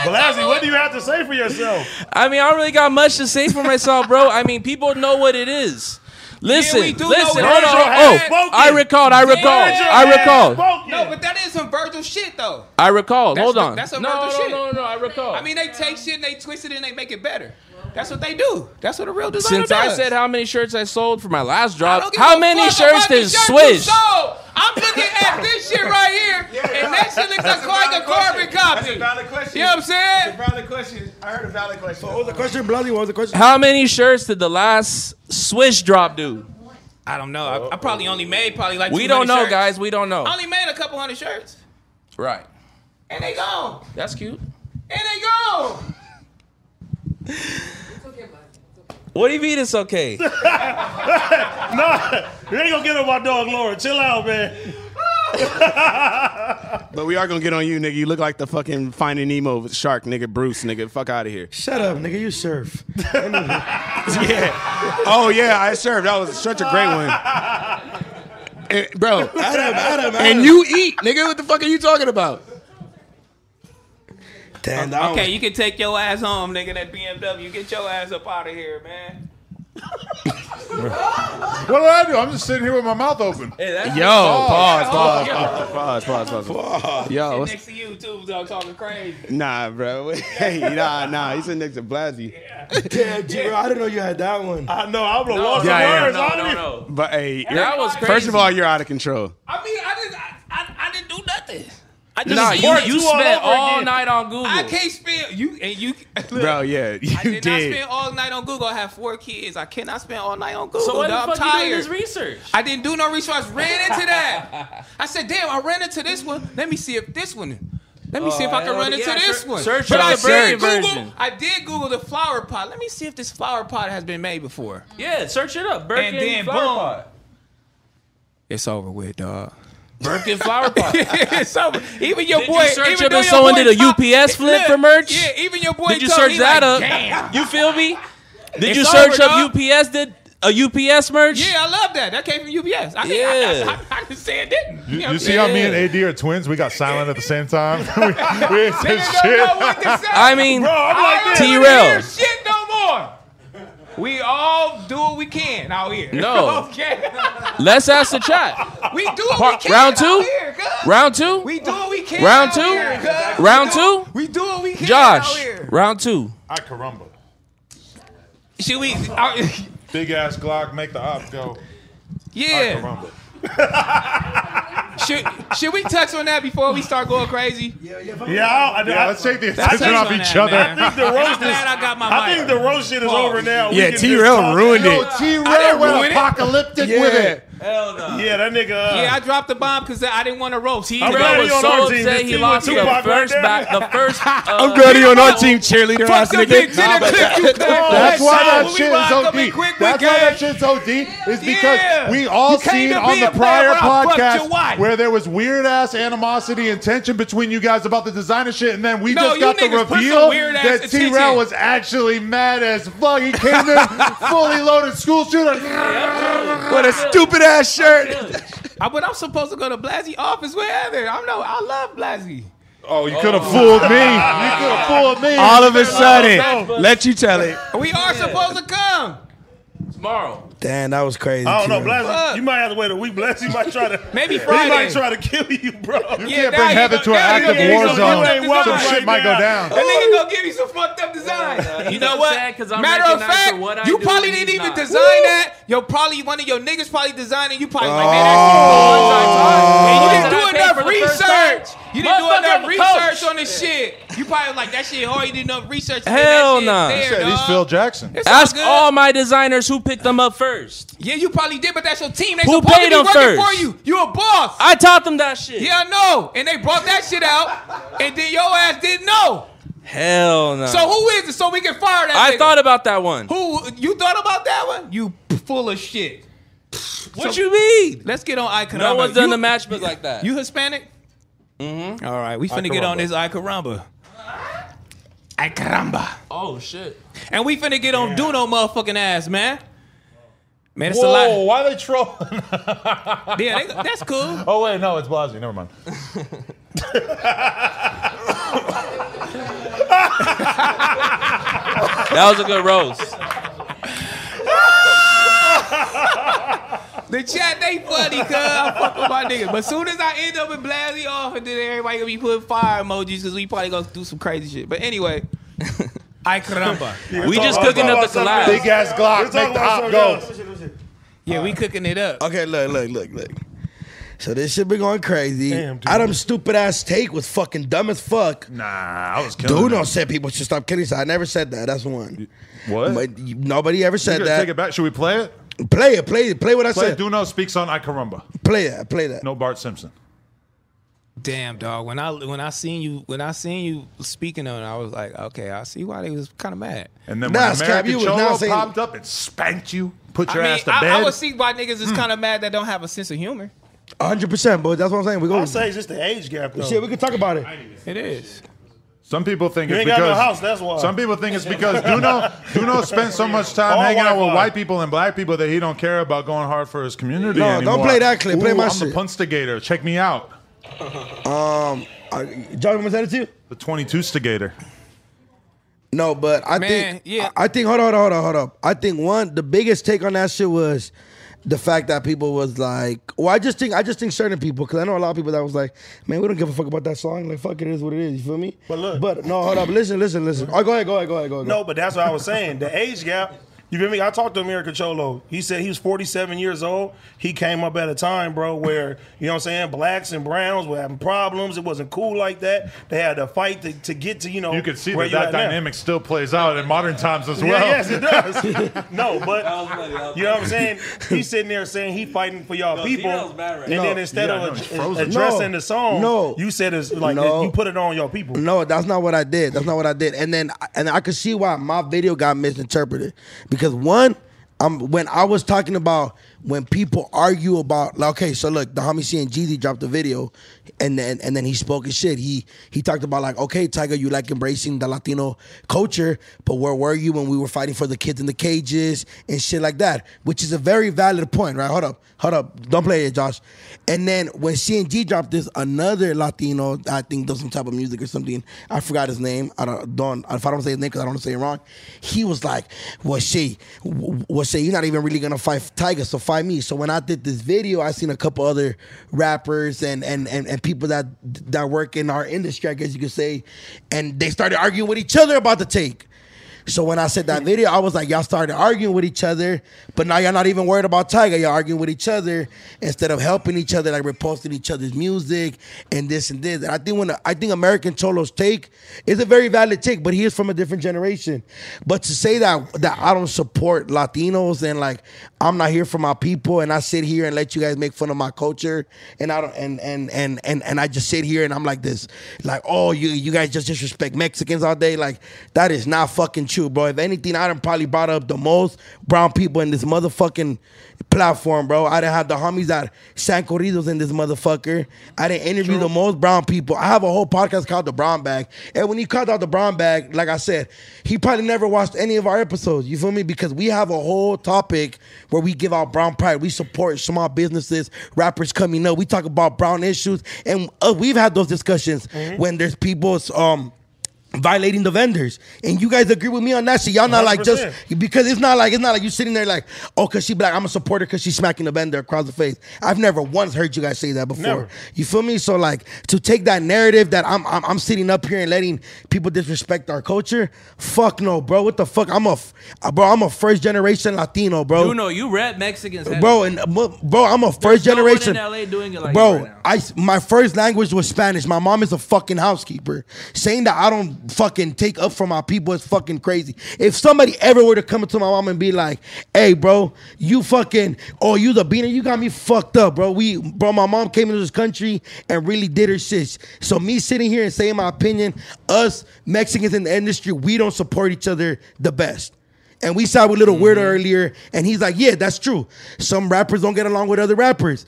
A: Blasi, what do you have to say for yourself?
E: I mean, I don't really got much to say for myself, bro. I mean, people know what it is. Listen,
F: Yeah, we do know
E: listen, hold
F: what it is.
E: on.
F: Your
E: Oh,
F: ass
A: spoken.
E: I recalled, I recalled, I recalled,
F: No, but that is some Virgil shit though.
E: I recalled.
F: That's
E: Hold
F: the-
E: on.
F: that's a
E: no,
F: Virgil
E: no,
F: shit.
E: no, no, I recall.
F: I mean, they take shit and they twist it and they make it better. That's what they do. That's what a real designer
E: since I
F: does.
E: said how many shirts I sold for my last
F: I
E: drop,
F: don't give
E: how
F: a
E: many
F: fuck
E: shirts
F: about the
E: did
F: shirt you
E: Swiss?
F: sold. I'm looking at this shit right (laughs) here, and that shit looks like like a carbon copy.
I: question.
F: You know what I'm saying?
I: valid question. I heard a valid question.
C: What was the question, Bloody? What was the question?
E: How many shirts did the last Swiss drop do?
F: I don't know. I, I probably only made probably like
E: We
F: 200
E: don't know,
F: shirts.
E: guys. We don't know.
F: I only made a couple hundred shirts,
E: Right.
F: and they gone.
E: That's cute.
F: And they gone.
E: What do you mean it's
F: (laughs)
E: okay?
A: You ain't gonna get on my dog, Laura. Chill out, man.
B: But we are gonna get on you, nigga. You look like the fucking Finding Nemo with shark, nigga. Bruce, nigga. Fuck out of here.
H: Shut up, nigga. You
G: (laughs)
H: surf.
B: Oh yeah, I served. That was such a great one, (laughs) And- Eh, bro.
G: Adam, Adam, Adam.
B: And you eat, nigga. What the fuck are you talking about?
G: Damn, that (laughs)
F: Okay, you can take your ass home, nigga. That BMW. Get your ass up out of here, man.
D: What did I do? I'm just sitting here with my mouth open.
B: Yo, pause, pause, pause, pause, pause, pause, pause. Yo, what's-
F: Next to you too, dog. Talking crazy.
B: nah, bro. (laughs) Hey, nah, nah. He's sitting next to Blasey.
G: Damn, G-Bro, I didn't know you had that one.
A: I know. I'm gonna lost
B: Yeah,
A: the
B: yeah.
A: words.
E: No,
A: I
E: no,
A: don't even.
E: no.
B: But hey, you're-
E: That was
B: first
E: crazy.
B: of all, you're out of control.
F: I mean, I didn't. I, I, I didn't do nothing. I just.
E: Nah, Ah, you,
A: part
E: you
A: two all
E: spent
A: over
E: all
A: again.
E: night on Google.
F: I can't spend you and you. (laughs)
B: Bro, yeah, you
F: I did,
B: did.
F: not spend all night on Google. I have four kids. I cannot spend all night on Google.
E: So what
F: dog.
E: the fuck
F: I'm
E: you
F: tired.
E: doing this research?
F: I didn't do no research.
E: (laughs)
F: Ran into that. I said, "Damn, I ran into this one. Let me see if this one. Let me see if I can
E: hell
F: run
E: Uh, yeah.
F: into
E: Search-
F: this one."
E: search
F: but
E: on
F: I
E: the Barry
F: did Google.
E: version.
F: I did Google the flower pot. Let me see if this flower pot has been made before.
E: Yeah, search it up. Birkin
F: And then
E: flower
F: boom.
E: pot.
F: It's over
E: (laughs)
F: with, dog.
E: Birkin flower pot.
F: it's over. Even your
E: Did you
F: boy.
E: search
F: even
E: up
F: though
E: if
F: your
E: someone
F: boy
E: did a
F: Tom-
E: UPS flip
F: Look,
E: for merch?
F: Yeah, even your boy.
E: Did (laughs) you
F: Tom,
E: search
F: he
E: that
F: like,
E: up?
F: Damn.
E: You feel me? Did
F: It's
E: you
F: over,
E: search
F: dog.
E: up UPS? Did uh, a UPS merch?
F: Yeah, I love that. That came from UBS. I, yeah.
E: Yeah.
F: I, I, I, can say it didn't.
D: You,
F: know
D: you
F: what
D: see
F: I'm
D: how me and AD are twins? We got silent at the same time. (laughs) we,
F: (laughs)
D: we ain't said
F: saying? Niggas don't know
D: shit.
F: what to say.
E: (laughs) I mean,
F: I don't
E: T-Rail.
F: wanna hear shit no more. We all do what we can out here.
E: No.
F: (laughs) Okay.
E: let's ask the chat.
F: we do what
E: Part-
F: we can.
E: round
F: out
E: two?
F: Here, cuz.
E: Round two.
F: we do what we can.
E: Round
F: out
E: two?
F: Here, cuz.
E: Round
F: We do-
E: two?
F: We do what we can. Out
E: Josh,
F: here.
E: round two.
D: I carumba.
F: Should we? uh, I-
D: Big ass Glock, make the op go. I
F: (laughs) yeah.
D: carumba.
F: Should Should we touch on that before we start going crazy?
A: Yeah, I, I,
D: Yeah,
A: I,
D: let's take the
F: That's
D: attention
F: how
D: off
F: you
D: each
F: on that,
D: other.
F: man.
A: think the roast is.
F: Glad I got my
A: I
F: mic.
A: think the roast shit is over now. We
B: Yeah,
A: can just
B: T-Rail
A: talk.
B: ruined it.
D: T-Rail
F: ruin
D: went
F: it.
D: apocalyptic with
B: Yeah.
D: it.
A: Yeah, that nigga. Uh,
F: Yeah, I dropped the bomb because I didn't want to roast. He
A: I'm
E: Bro
A: glad
F: roast.
A: he
E: was
A: on
E: so
A: our team. His
E: upset he
A: team
E: lost
A: with
E: the
A: Tupac right
E: first
A: there.
E: back. The first. Uh,
B: I'm glad he on our team cheerleader
F: Fuck
B: ass
F: them big
B: nigga.
F: dinner
B: (laughs)
F: clip, you clown.
D: That's why
F: So
D: that
F: when we
D: shit
F: rock
D: is
F: up
D: OD.
F: in quick, we
D: That's why
F: gang.
D: that shit's OD is because
F: Yeah.
D: we all
F: You came
D: seen
F: to
D: on
F: be
D: the
F: a
D: prior
F: player, I fucked your
D: podcast
F: wife.
D: where there was weird ass animosity and tension between you guys about the designer shit, and then we
F: No,
D: just
F: you
D: got the
F: niggas put some
D: reveal
F: weird-ass
D: that T. Rail
F: attention.
D: was actually mad as fuck. He came in
F: (laughs)
D: fully loaded school shooter.
B: What a stupid ass shirt.
F: I, but I'm supposed to go to Blasey office wherever. I'm no, I love Blasey.
D: Oh, you could have fooled me. You could
F: (laughs)
D: have fooled me.
B: All of a sudden, let you tell it.
F: We are supposed to come.
E: (laughs) tomorrow.
G: Damn, that was crazy.
A: I don't know,
G: T-Rail.
A: Blasi.
F: Fuck.
A: You might have to wait a week. Blasi might try to.
F: Maybe
A: He might
F: Friday.
A: try to kill you, bro.
F: Yeah,
D: Can't
F: nah,
D: bring
F: he
D: heaven
F: go-
D: to an
F: yeah, he
D: active
F: gonna
D: war
F: give
A: you
D: zone.
F: some
A: ain't welcome
D: Some
F: design.
D: shit
A: right
D: might go
A: now.
D: down.
F: That nigga gonna give you some fucked up design.
E: You
F: You
E: know
F: know
E: sad, 'cause
F: what?
E: I'm
F: Matter of
E: recognized
F: fact,
E: for what I
F: you
E: do
F: probably
E: and
F: didn't
E: he's
F: even
E: not.
F: design that. Yo, probably one of your niggas probably designed it. You probably like, man, that's too
E: Oh.
F: hard. And you
E: That I paid
F: didn't
E: for
F: do
E: the first
F: enough research.
E: time.
F: You didn't do
E: Motherfucker, I'm
F: enough
E: a
F: research
E: coach.
F: on this shit. You probably like that shit hard. You did enough research.
E: Hell nah.
F: no.
E: He
D: Shit, He's Phil Jackson.
E: Ask
F: good.
E: all my designers who picked them up first.
F: Yeah, you probably did, but that's your team. They
E: Who
F: supposed
E: paid
F: to be
E: them
F: working
E: first?
F: for you. You a boss.
E: I taught them that shit.
F: yeah, I know. And they brought that shit out, and then your ass didn't know.
E: Hell no.
F: So who is it? So we can fire that.
E: I
F: nigga?
E: thought about that one.
F: Who you thought about that one? You full of shit.
E: What you mean?
F: Let's get on Icaramba.
E: No one's done
F: you,
E: the matchbook like that.
F: You Hispanic? Mm-hmm. All right, we finna get on this Icaramba. Icaramba.
E: oh shit.
F: And we finna get on Duno motherfucking ass, man. Man, it's a
D: why are they trolling?
F: lot. Yeah, they, that's cool.
D: (laughs) Oh wait, no, it's Blasi. Never mind.
E: That was a good roast.
F: The chat, they funny, cuz. I fuck with my nigga. But soon as I end up with Blasey off, and then everybody gonna be putting fire emojis, because we probably gonna do some crazy shit.
E: (laughs)
F: But anyway, Icaramba.
E: We just
A: talking
E: cooking up the
A: about
E: collab.
D: Big ass Glock,
A: talking
D: make the
A: about
D: op
A: something
D: go.
A: else.
F: Yeah, we cooking it up.
G: Okay, look, look, look, look. So this shit been going crazy.
A: Damn, dude.
G: Adam's stupid ass take was fucking dumb as fuck.
D: Nah, I was killing.
G: Dude,
D: it.
G: no said people should stop killing. So I never said that. That's one.
D: What?
G: But you- nobody ever
D: You
G: said
D: gonna
G: that.
D: Take it back. Should we play it?
G: Play it, play it, play what I
D: Play
G: said.
D: Duno speaks on Icarumba.
G: Play that, play that.
D: No Bart Simpson.
F: Damn dog, when I when I seen you when I seen you speaking on it, I was like, okay, I see why they was kind of mad.
D: And then
G: Nah,
D: when
G: Scab,
D: American
G: you was
D: Cholo
G: not saying-
D: popped up and spanked you, put
F: I
D: your
F: mean,
D: ass to bed.
F: I, I would see why niggas is kind of mad that don't have a sense of humor.
G: hundred percent, but that's what I'm saying. We go.
A: I'll say it's just the age gap though.
G: Shit, we can talk about it.
F: It is.
D: some people think
A: You
D: it's
A: ain't got
D: because
A: no house, that's why.
D: some people think it's because Duno Duno spends so much time
A: All
D: hanging out with
A: Wi-Fi.
D: white people and black people that he don't care about going hard for his community.
G: No, don't
D: anymore.
G: play that clip. Play
D: Ooh,
G: my
D: I'm
G: shit.
D: the punstigator. Check me out.
G: Uh, John, want to send it to you?
D: The 22 stigator.
G: No, but I
F: Man,
G: think
F: yeah.
G: I I think hold on, hold on, hold up. I think one the biggest take on that shit was the fact that people was like, well, I just think I just think certain people because I know a lot of people that was like, man, we don't give a fuck about that song. Like, fuck it is what it is. You feel me?
A: But look-
G: but no, hold up, listen, listen, listen. Oh, go ahead, go ahead, go ahead, go ahead.
A: No, but that's what I was saying. The age gap. You feel me? I talked to America Cholo. He said he was 47 years old. He came up at a time, bro, where, you know what I'm saying, blacks and browns were having problems. It wasn't cool like that. They had to fight to, to get to, you know,
D: You can see
A: where
D: that
A: you
D: that
A: at now.
D: dynamic still plays out in modern times as
A: Yeah,
D: well.
A: yes, it
D: (laughs)
A: does. no, but you know what I'm saying? He's sitting there saying he fighting for y'all people,
E: T-Rail's bad right
A: and
G: now.
A: then
G: No.
A: instead
D: Yeah, I know,
A: of
D: he's
A: ad-
D: frozen.
A: addressing
G: No.
A: the song,
G: No.
A: you said it's like
G: No.
A: you put it on your people.
G: No, that's not what I did. That's not what I did. And then and I could see why my video got misinterpreted because one, um, when I was talking about when people argue about like, okay, so look, the homie C and Jeezy dropped the video, and then and then he spoke his shit. He he talked about like, okay, Tiger, you like embracing the Latino culture, but where were you when we were fighting for the kids in the cages and shit like that? Which is a very valid point, right? Hold up, hold up, don't play it, Josh. And then when C and G dropped this, another Latino, I think does some type of music or something. I forgot his name. I don't, don't if I don't say his name because I don't want to say it wrong. He was like, well, she, well, she, you're not even really gonna fight Tiger, so fight me. So when I did this video, I seen a couple other rappers and and and, and people that that work in our industry, I guess you could say, and they started arguing with each other about the take. So when I said that video, I was like, y'all started arguing with each other, but now y'all not even worried about Tiger. Y'all arguing with each other instead of helping each other, like reposting each other's music and this and this. And I think when I think American Cholo's take is a very valid take, but he is from a different generation. But to say that that I don't support Latinos and like I'm not here for my people and I sit here and let you guys make fun of my culture and I don't and and and and, and I just sit here and I'm like this, like oh you you guys just disrespect Mexicans all day. Like that is not fucking true, bro. If anything, I done probably brought up the most brown people in this motherfucking platform, bro. I done have the homies that sang corridos in this motherfucker. I didn't interview the most brown people. I have a whole podcast called The Brown Bag. And when he called out The Brown Bag, like I said, he probably never watched any of our episodes. You feel me? Because we have a whole topic where we give out brown pride. We support small businesses, rappers coming up. We talk about brown issues. And uh, we've had those discussions when there's people's, um, violating the vendors. And you guys agree with me on that shit. Y'all not like just
A: 100%.
G: because it's not like it's not like you sitting there like, oh, cause she black, I'm a supporter cause she's smacking the vendor across the face. I've never once heard you guys say that before.
A: Never.
G: You feel me? So like to take that narrative that I'm, I'm I'm sitting up here and letting people disrespect our culture, fuck no, bro. What the fuck? I'm a f- bro, I'm a first generation Latino, bro.
E: You know, you rap Mexicans, heavy.
G: Bro, and mo- bro, I'm a first
E: There's no one in
G: generation.
E: LA doing it like
G: bro,
E: you right now.
G: I s- my first language was Spanish. My mom is a fucking housekeeper. Saying that I don't fucking take up for my people is fucking crazy. If somebody ever were to come to my mom and be like, "Hey, bro, you fucking oh you the beaner, you got me fucked up, bro." We bro, my mom came into this country and really did her shit. So me sitting here and saying my opinion, us Mexicans in the industry, we don't support each other the best. And we saw with Little Weirdo
D: Mm-hmm.
G: earlier, and he's like, "Yeah, that's true. Some rappers don't get along with other rappers."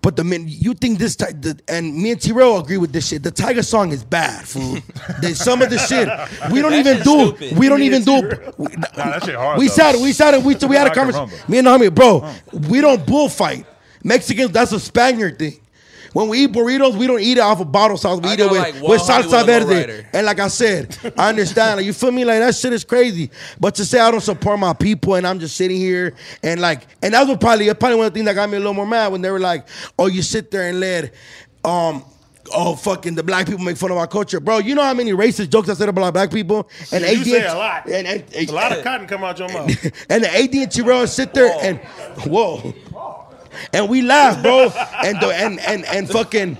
G: But the min you think this, ti- the, and me and Tyrell agree with this shit. The Tiger song is bad,
D: (laughs)
G: fool. Then some of the shit we don't even
E: shit's
G: do.
E: stupid.
G: We don't even do. We,
D: Nah, that shit hard.
G: we
D: though.
G: sat, we sat, we we
D: Rock
G: had a
D: and
G: conversation.
D: rumble.
G: Me and the homie, bro, we don't bullfight. Mexicans, that's a Spaniard thing. When we eat burritos, we don't eat it off a bottle sauce. We
E: I
G: eat it
E: got
G: with,
E: like one
G: with
E: homie with
G: salsa
E: a low
G: verde.
E: rider.
G: And like I said, I understand. Like, you feel me? Like that shit is crazy. But to say I don't support my people and I'm just sitting here and like, and that was probably probably one of the things that got me a little more mad when they were like, "Oh, you sit there and let, um." Oh fucking! The black people make fun of our culture, bro. You know how many racist jokes I said about black people and
A: You say
G: ADH
A: a lot.
G: and, and-
A: A lot of cotton come out your mouth.
G: (laughs) and the AD and Terrell sit there and whoa, and we laugh, bro, and the, and and and fucking.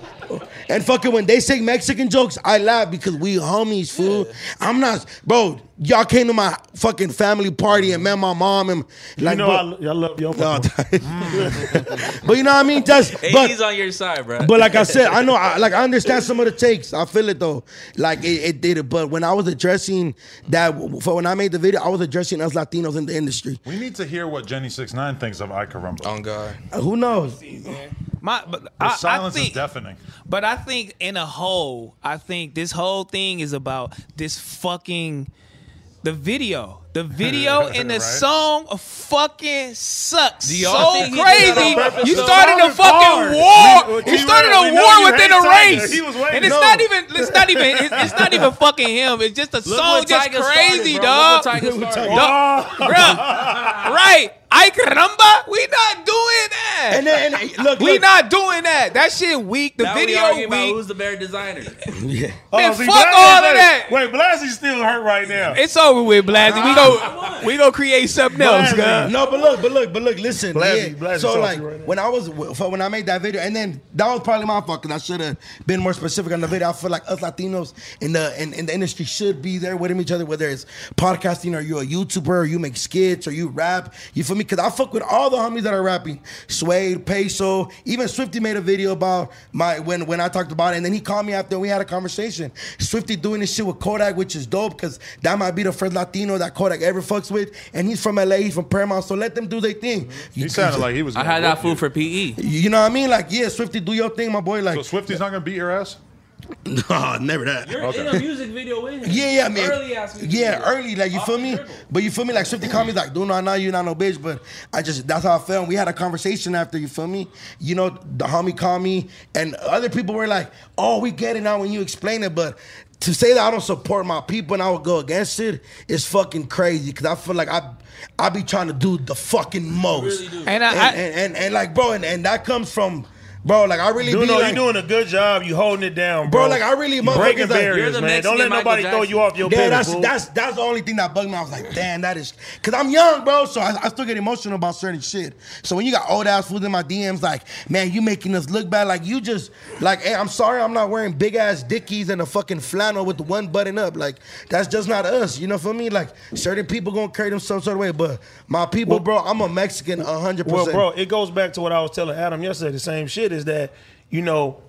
G: And fucking when they say Mexican jokes, I laugh because we homies, fool. I'm not, bro. Y'all came to my fucking family party and met my mom and like,
A: You know,
G: bro- (laughs)
A: I, lo- I love your
G: No,
A: fucking-
G: but you know what I mean. Just but
E: 80s on your side, bro.
A: (laughs)
G: but like I said, I know, I, like I understand some of the takes. I feel it though. Like it, it did it. But when I was addressing that, for when I made the video, I was addressing us Latinos in the industry.
D: We need to hear what Jenny Six Nine thinks of Ike Rumble.
E: on God.
G: Who knows?
F: My, but
D: the
F: I,
D: silence
F: I think,
D: is deafening.
F: But I think in a whole, I think this whole thing is about this fucking the video. The video and the
D: Right.
F: song fucking sucks.
E: Do
F: So
E: y'all think he did that on
F: crazy.
E: purpose,
F: You
E: though?
F: started a
A: That was
F: fucking
A: hard.
F: war.
A: We-
F: You
A: we- we
F: started a
A: know
F: war
A: you hate
F: within a
A: Tiger.
F: race.
A: He was waiting.
F: And it's
A: No.
F: not even it's not even it's, it's
A: (laughs)
F: not even fucking him. It's just a song just crazy, dog. Bruh, right. I caramba, we not doing that.
G: And then and, look,
F: we
G: look,
F: not doing that. That shit weak. The
E: Now we
F: video
E: arguing
F: weak.
E: about who's the better designer.
F: Man,
A: Oh, see,
F: fuck
A: Blassie-
F: all
A: wait,
F: of that.
A: Wait, Blassie's still hurt right now.
F: It's over with, Blasi. We go, we go create something else,
A: Blasi.
F: girl.
G: Uh, No, but look, but look, but look. Listen,
A: Blasi-
G: yeah.
A: Blasi
G: so
A: talking
G: like
A: right now.
G: when I was for when I made that video, and then that was probably my fault because I should have been more specific on the video. I feel like us Latinos in the in, in the industry should be there with each other, whether it's podcasting or you're a YouTuber or you make skits or you rap. You feel me? Because I fuck with all the homies that are rapping. So Wade, Peso, even Swifty made a video about my when when I talked about it, and then he called me after and we had a conversation. Swifty doing this shit with Kodak, which is dope because that might be the first Latino that Kodak ever fucks with, and he's from LA, he's from Paramount, so let them do their thing. You,
D: Mm-hmm. He sounded like he was.
E: I
D: gonna
E: had that
D: whoop you.
E: food for
F: E.
E: PE.
G: you know what I mean? Like yeah, Swifty, do your thing, my boy. Like
D: So (laughs) Swifty's not gonna beat your ass.
G: nah, never that.
F: You're in a music video with him.
G: Yeah, yeah, I mean,
F: Early ass music
G: yeah,
F: video.
G: early, like you
F: Off
G: feel
F: the
G: me.
F: dribble.
G: But you feel me, like Swifty called me like, "Dude, no, I know you not no bitch," but I just that's how I felt. We had a conversation after, you feel me? You know, the homie called me, and other people were like, "Oh, we get it now when you explain it," but. To say that I don't support my people and I would go against it is fucking crazy because I feel like I I be trying to do the fucking most.
F: And I-
G: and,
F: I-
G: and, and, and, like bro, and, and that comes from bro, like I really
A: Dude,
G: be
A: no,
G: like,
A: you doing a good job. You holding it down,
G: Bro,
A: bro.
G: like, I really-
A: You
G: motherfuckers,
A: breaking
G: like, you're
A: barriers,
E: the
A: man.
E: Mexican
A: Don't let
E: Michael
A: nobody throw
E: Jackson.
A: you off your
G: Yeah,
A: pivot,
G: that's
A: fool.
G: that's that's the only thing that bugged me. I was like, damn, that is because I'm young, bro. So I, I still get emotional about certain shit. So when you got old ass fools in my DMs, like, man, you making us look bad. Like you just like, hey, I'm sorry, I'm not wearing big ass dickies and a fucking flannel with the one button up. Like that's just not us. You know for me? Like certain people gonna carry themselves sort of way, but my people, bro, I'm a Mexican, hundred
A: Well,
G: percent.
A: bro, it goes back to what I was telling Adam yesterday. The same shit is that, you know,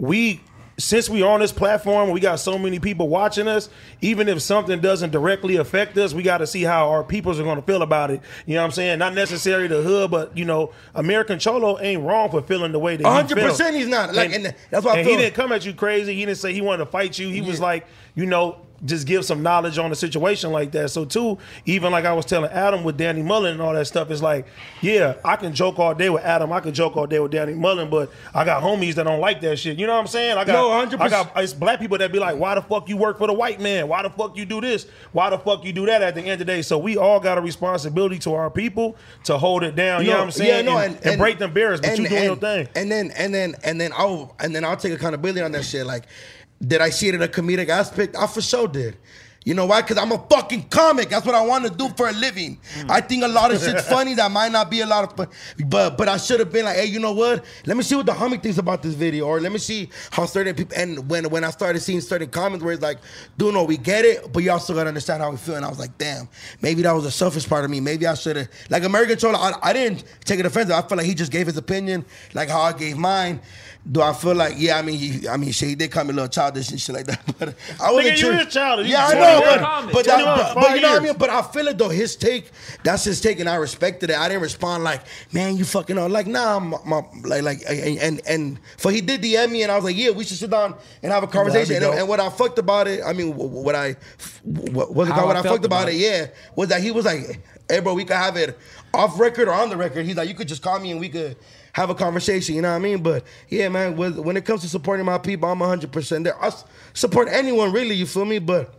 A: we since we on this platform, we got so many people watching us. Even if something doesn't directly affect us, we got to see how our peoples are going to feel about it. You know what I'm saying? Not necessarily the hood, but you know, American Cholo ain't wrong for feeling the way that he
G: 100%
A: felt.
G: he's not. Like, and that's why I
A: and he
G: feel-
A: didn't come at you crazy. He didn't say he wanted to fight you. He was like, you know, just give some knowledge on a situation like that. So too, even like I was telling Adam with Danny Mullen and all that stuff, it's like, yeah, I can joke all day with Adam. I can joke all day with Danny Mullen, but I got homies that don't like that shit. You know what I'm saying? I got,
G: No, 100%.
A: I got it's black people that be like, why the fuck you work for the white man? Why the fuck you do this? Why the fuck you do that? At the end of the day, so we all got a responsibility to our people to hold it down. you know
G: No,
A: what I'm saying? and, and break them barriers, but
G: and-
A: you doing
G: and-
A: your thing.
G: And then and then and then I'll and then I'll take accountability on that shit. Like, did I see it in a comedic aspect? I for sure did. You know why? Because I'm a fucking comic. That's what I want to do for a living.
A: Hmm.
G: I think a lot
A: (laughs)
G: of shit's funny that might not be a lot of fun, but but I should have been like, hey, you know what? Let me see what the homie thinks about this video, or let me see how certain people. And when when I started seeing certain comments where it's like, dude, no, we get it, but you also gotta understand how we feel. And I was like, damn, maybe that was a selfish part of me. Maybe I should have like American Troll. I, I didn't take it offensive. I feel like he just gave his opinion, like how I gave mine. Do I feel like yeah? I mean, he, I mean, shit, he did call me a little childish and shit like that. (laughs) But I was
A: Nigga, you is childish. You
G: Yeah, I
A: 21.
G: know, but but, that,
A: Twenty-one,
G: but, but you know what
A: five
G: I
A: years.
G: mean. But I feel it though. His take, that's his take, and I respected it. I didn't respond like, man, you fucking are like, nah, I'm, I'm- like like and, and and for he did DM me, and I was like, yeah, we should sit down and have a conversation. And,
C: dope.
G: and what I fucked about it, I mean, wh- wh- what I what was it
F: How
G: called? What
F: I
G: I
F: felt
G: fucked about
F: about
G: it, yeah, was that he was like, hey, bro, we could have it off record or on the record. He's like, you could just call me and we could. Have a conversation, you know what I mean? But yeah, man, with, when it comes to supporting my people, I'm 100% there. I s- support anyone, really, you feel me? But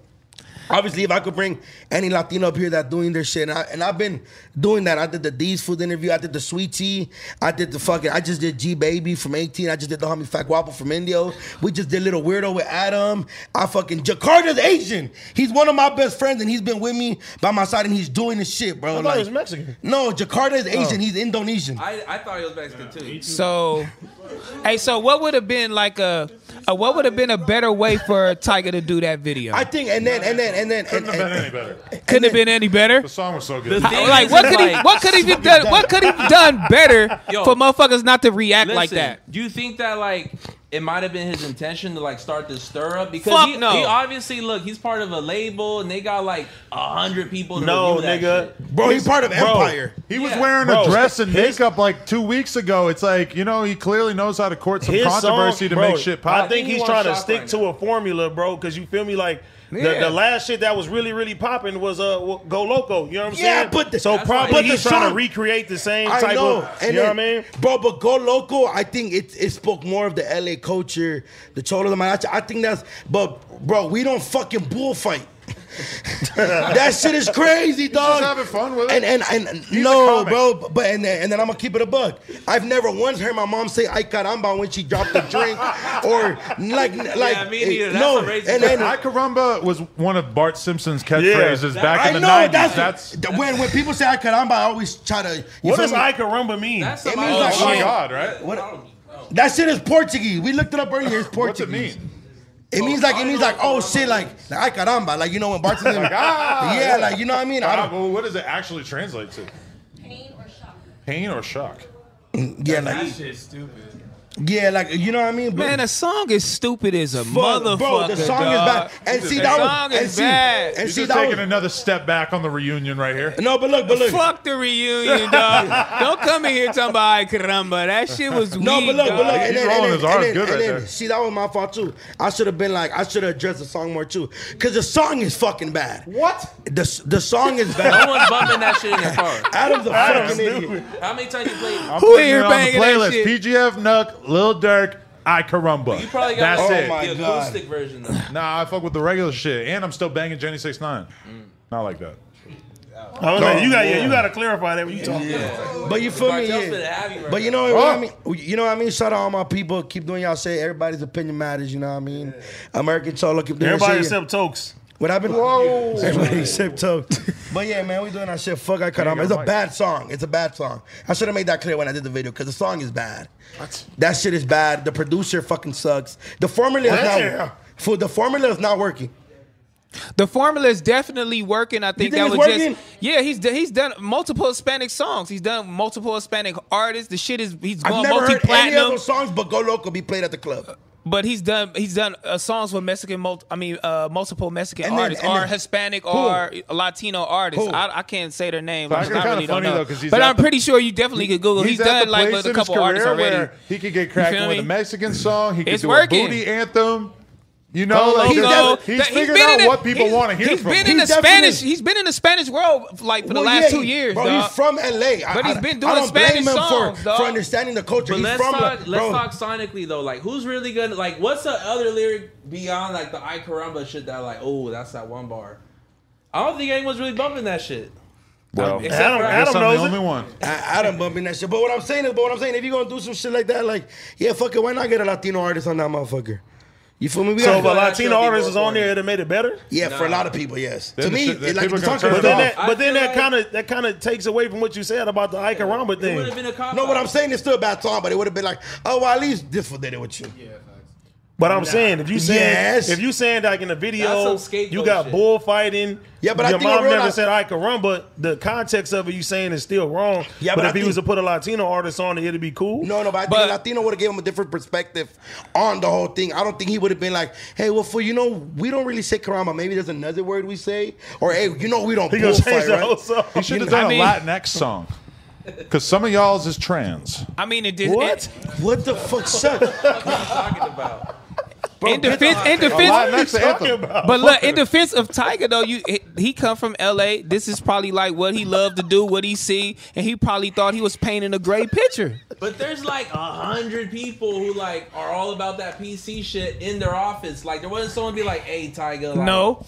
G: Obviously, if I could bring any Latino up here that doing their shit, and, I, and I've been doing that. I did the D's food interview. I did the sweet tea. I did the fucking. I just did G Baby from 18. I just did the homie Fat Guapo from Indio. We just did Little Weirdo with Adam. I fucking Jakarta's Asian. He's one of my best friends, and he's been with me by my side, and he's doing this shit, bro.
A: I thought he was Mexican.
G: No, Jakarta is Asian. He's Indonesian.
E: I, I thought he was Mexican too.
F: So, hey, so what would have been like a, a what would have been a better way for Tiger to do that video?
G: I think, and then, and then, and then, and,
D: Couldn't have been
G: and,
D: any better.
F: Couldn't have been any better.
D: The song was so good.
E: The thing
F: Like
E: is,
F: what
E: is
F: could he
E: like-
F: what could he have done what could he have done (laughs) better
E: Yo.
F: for motherfuckers not to react
E: Listen,
F: like that?
E: Do you think that like it might have been his intention to like start the stir up? Because
F: Fuck
E: he,
F: no.
E: he obviously look, he's part of a label and they got like a hundred people. To
A: No,
E: review that
A: nigga.
E: shit.
G: bro, he's part of
A: Bro.
G: Empire.
D: He was
E: Yeah.
D: wearing
A: Bro,
D: a dress and
A: his-
D: makeup like two weeks ago. It's like you know he clearly knows how to court some
A: His
D: controversy
A: song-
D: to
A: bro,
D: make shit
A: I
D: pop.
A: think
E: He
A: he's
E: wants
A: trying to
E: shots
A: stick
E: right
A: to a formula, bro. Because you feel me, like
F: Yeah.
A: the, the last shit that was really really popping was uh w- Go Loco. You know what I'm
G: Yeah,
A: saying?
G: but the-
A: so
G: That's
A: probably
G: why- but
A: he's
G: the
A: trying
G: song-
A: to recreate the same
G: I
A: type
G: know.
A: of.
G: And
A: you know
G: then-
A: what I mean?
G: Bro, but go local, I think it it spoke more of the LA culture, the cholo, the mariachi. I think that's but bro, we don't fucking bullfight. (laughs) that shit is crazy, dog.
D: having fun with it.
G: And and, and
D: a
G: no,
D: comic.
G: bro, but and then, and then I'm gonna keep it a buck. I've never once heard my mom say "ay caramba" when she dropped a drink, or like like
E: me neither.
G: eh,
E: That's
G: no.
E: a racist
G: and then
D: I Caramba was one of Bart Simpson's catchphrases back
G: I
D: in the
G: know
D: nineties.
G: that's,
D: That's,
G: the- when when people say "ay caramba," I always try to. you
A: What
G: feel
A: does
G: me?
A: I Carumba mean?
E: That's
G: It
E: some
G: means
E: old
G: like-
D: oh my
E: shit.
D: god, right?
G: What-
F: Oh.
G: That shit is Portuguese. We looked it up earlier. It's
D: What's it
G: Portuguese.
D: mean?
G: It means like it means like oh shit like like ay caramba like you know when bartenders
D: ah,
G: yeah like you know what I mean I
D: Ah,
G: don't,
D: well, what does it actually translate to?
J: Pain or shock?
D: Pain or shock?
G: Yeah, like
F: That shit's stupid.
G: yeah, like you know what I mean. But
F: Man, the song is stupid as a
G: fuck,
F: motherfucker.
G: bro, the song is
F: dog.
G: bad. And see
F: The
G: that was
F: song
G: and
F: is
G: see,
F: bad.
G: And
D: You're
G: see
D: just
G: that
D: taking
G: was,
D: another step back on the reunion right here.
G: no, but look, but look,
F: Fuck the reunion, dog. Don't come in here talking about "Ay, caramba. That shit was
G: No,
F: weak.
G: but look, but look,
F: dog.
G: and
D: He's
G: then,
D: rolling
G: and then,
D: his R's
G: and then,
D: good
G: and
D: right
G: then-
D: there.
G: see, that was my fault too. I should have been like, I should have addressed the song more too, because the song is fucking bad.
I: What?
G: The the song is
D: (laughs)
E: No
G: bad.
E: one's bumping that shit in the car.
G: Adam's a fucking idiot.
E: How many times you played? it?
F: Who in
D: You're
F: here
D: on the
F: banging that
D: playlist.
F: shit?
D: PGF, Nuck, Lil Durk, I Carumba.
E: You probably got
D: That's
G: Oh
D: it.
G: my
E: the
G: God.
E: acoustic version. Though.
D: Nah, I fuck with the regular shit, and I'm still banging Jenny Six Nine.
F: Mm.
D: Not like that.
A: I was like, you got yeah, you got to clarify that when you talk.
G: But you feel me?
E: Bartel's finna
G: Yeah.
E: have you right
G: But you know what I mean? You know what I mean? Shout out all my people. Keep doing y'all shit. Everybody's opinion matters. You know what I mean? American Solo. Keep doing
A: Everybody
G: your shit.
A: except Tokes.
G: What happened? Whoa. (laughs) Everybody except Toe. But yeah, man, we doing that shit. Fuck, I cut off. It's a bad song. It's a bad song. I should have made that clear when I did the video because the song is bad. That shit is bad. The producer fucking sucks. The formula is not.
A: Yeah.
G: For the formula is not working.
F: The formula is definitely working. I think,
G: think
F: that
G: it's
F: was
G: working?
F: just yeah. He's d- he's done multiple Hispanic songs. He's done multiple Hispanic artists. The shit is he's
G: I've
F: gone
G: never
F: multi
G: heard any of
F: platinum.
G: those songs, but Go Loco be played at the club.
F: But he's done he's done uh, songs with Mexican multi, I mean uh, multiple Mexican
G: And then-
F: artists
G: and
F: or
G: then-
F: Hispanic
G: Who?
F: or Latino artists.
G: Who?
F: I, I can't say their name.
D: But
F: I,
D: it's kinda
F: really don't
D: funny,
F: know.
D: though, 'cause he's
F: but
D: at
F: I'm
D: the-
F: pretty sure you definitely could Google. He's,
D: at
F: done
D: the
F: like
D: place
F: with a
D: in his
F: couple artists
D: career
F: already.
D: where He could get
F: You
D: cracking
F: feel
D: with a
F: me?
D: Mexican song. He could
F: It's
D: do
F: working.
D: a booty anthem. You know,
F: Polo
D: like
F: Loco.
D: there's-
F: That-
D: he's figured
F: been
D: out
F: in the-
D: what people
F: he's-
D: want to hear
F: He's
D: from.
F: been
D: him.
F: in
G: He
F: the
G: definitely-
F: Spanish. He's been in the Spanish world like for the
G: Well,
F: last
G: yeah,
F: two years.
G: bro.
F: dog.
G: He's from LA,
F: But
G: I-
F: he's
G: I-
F: been doing
G: I don't
F: Spanish
G: blame him
F: songs,
G: for,
F: dog.
G: for understanding the culture.
E: But
G: He's
E: let's
G: from
E: talk.
G: La-
E: let's
G: bro.
E: talk sonically though. Like, who's really gonna like? What's the other lyric beyond like the "I Caramba" shit that like? Oh, that's that one bar. I don't think anyone's really bumping that shit.
D: Well,
E: Except
A: Adam,
E: for-
A: Adam
D: I'm the
A: knows
D: only
A: it.
D: one.
G: I, I done bumping that shit. But what I'm saying is, but what I'm saying, if you're gonna do some shit like that, like, yeah, fuck it, why not get a Latino artist on that motherfucker? You feel me? We
A: So
G: gotta
A: if a
E: Well, that's
A: Latino
E: gonna be
A: artist
E: more
A: is on
E: funny.
A: there, it made it better.
G: Yeah, for a lot of people, yes.
D: Then
G: to me,
D: the shit- the
G: it, like
D: people
G: the
D: gonna
G: song
A: But
D: turn
G: comes
D: it
A: then
D: off.
A: that,
G: off.
A: but
E: I
A: then that
E: feel like-
A: kind of that kind of takes away from what you said about the Ike Ramba
E: It would have
A: thing.
E: been a cop.
G: No, what I'm saying is still a bad song, but it would have been like, oh, well, at least this one did it with you.
A: But I'm saying if you saying
G: Yes.
A: if you saying like in the video
E: That's some scapegoat
A: you got
E: shit.
A: bullfighting.
G: Yeah, but I
A: your
G: think I
A: mom never
G: realized-
A: said I could run, but the context of it you saying is still wrong.
G: Yeah,
A: but, if
G: but I
A: he
G: think-
A: was to put a Latino artist on it, it'd be cool.
G: No, no, but I think
F: But-
G: Latino would have gave him a different perspective on the whole thing. I don't think he would have been like, hey, well, for you know, we don't really say karama. Maybe there's another word we say, or hey, you know, we don't
A: he gonna change
G: bullfight,
A: the whole
G: right?
A: song.
D: He should have
F: I
D: done
F: mean-
D: a Latinx song. Because some of y'all's is trans.
F: (laughs) I mean, it did.
A: What?
G: What the fuck, shut?
E: talking about.
F: In defense,
D: A
F: in defense,
D: Latinx anthem.
F: but look, in defense of Tiger though, you he come from L.A. This is probably like what he loved to do, what he see, and he probably thought he was painting a great picture.
E: But there's like a hundred people who like are all about that PC shit in their office. Like, there wasn't someone be like, "Hey, Tiger." Like,
F: No,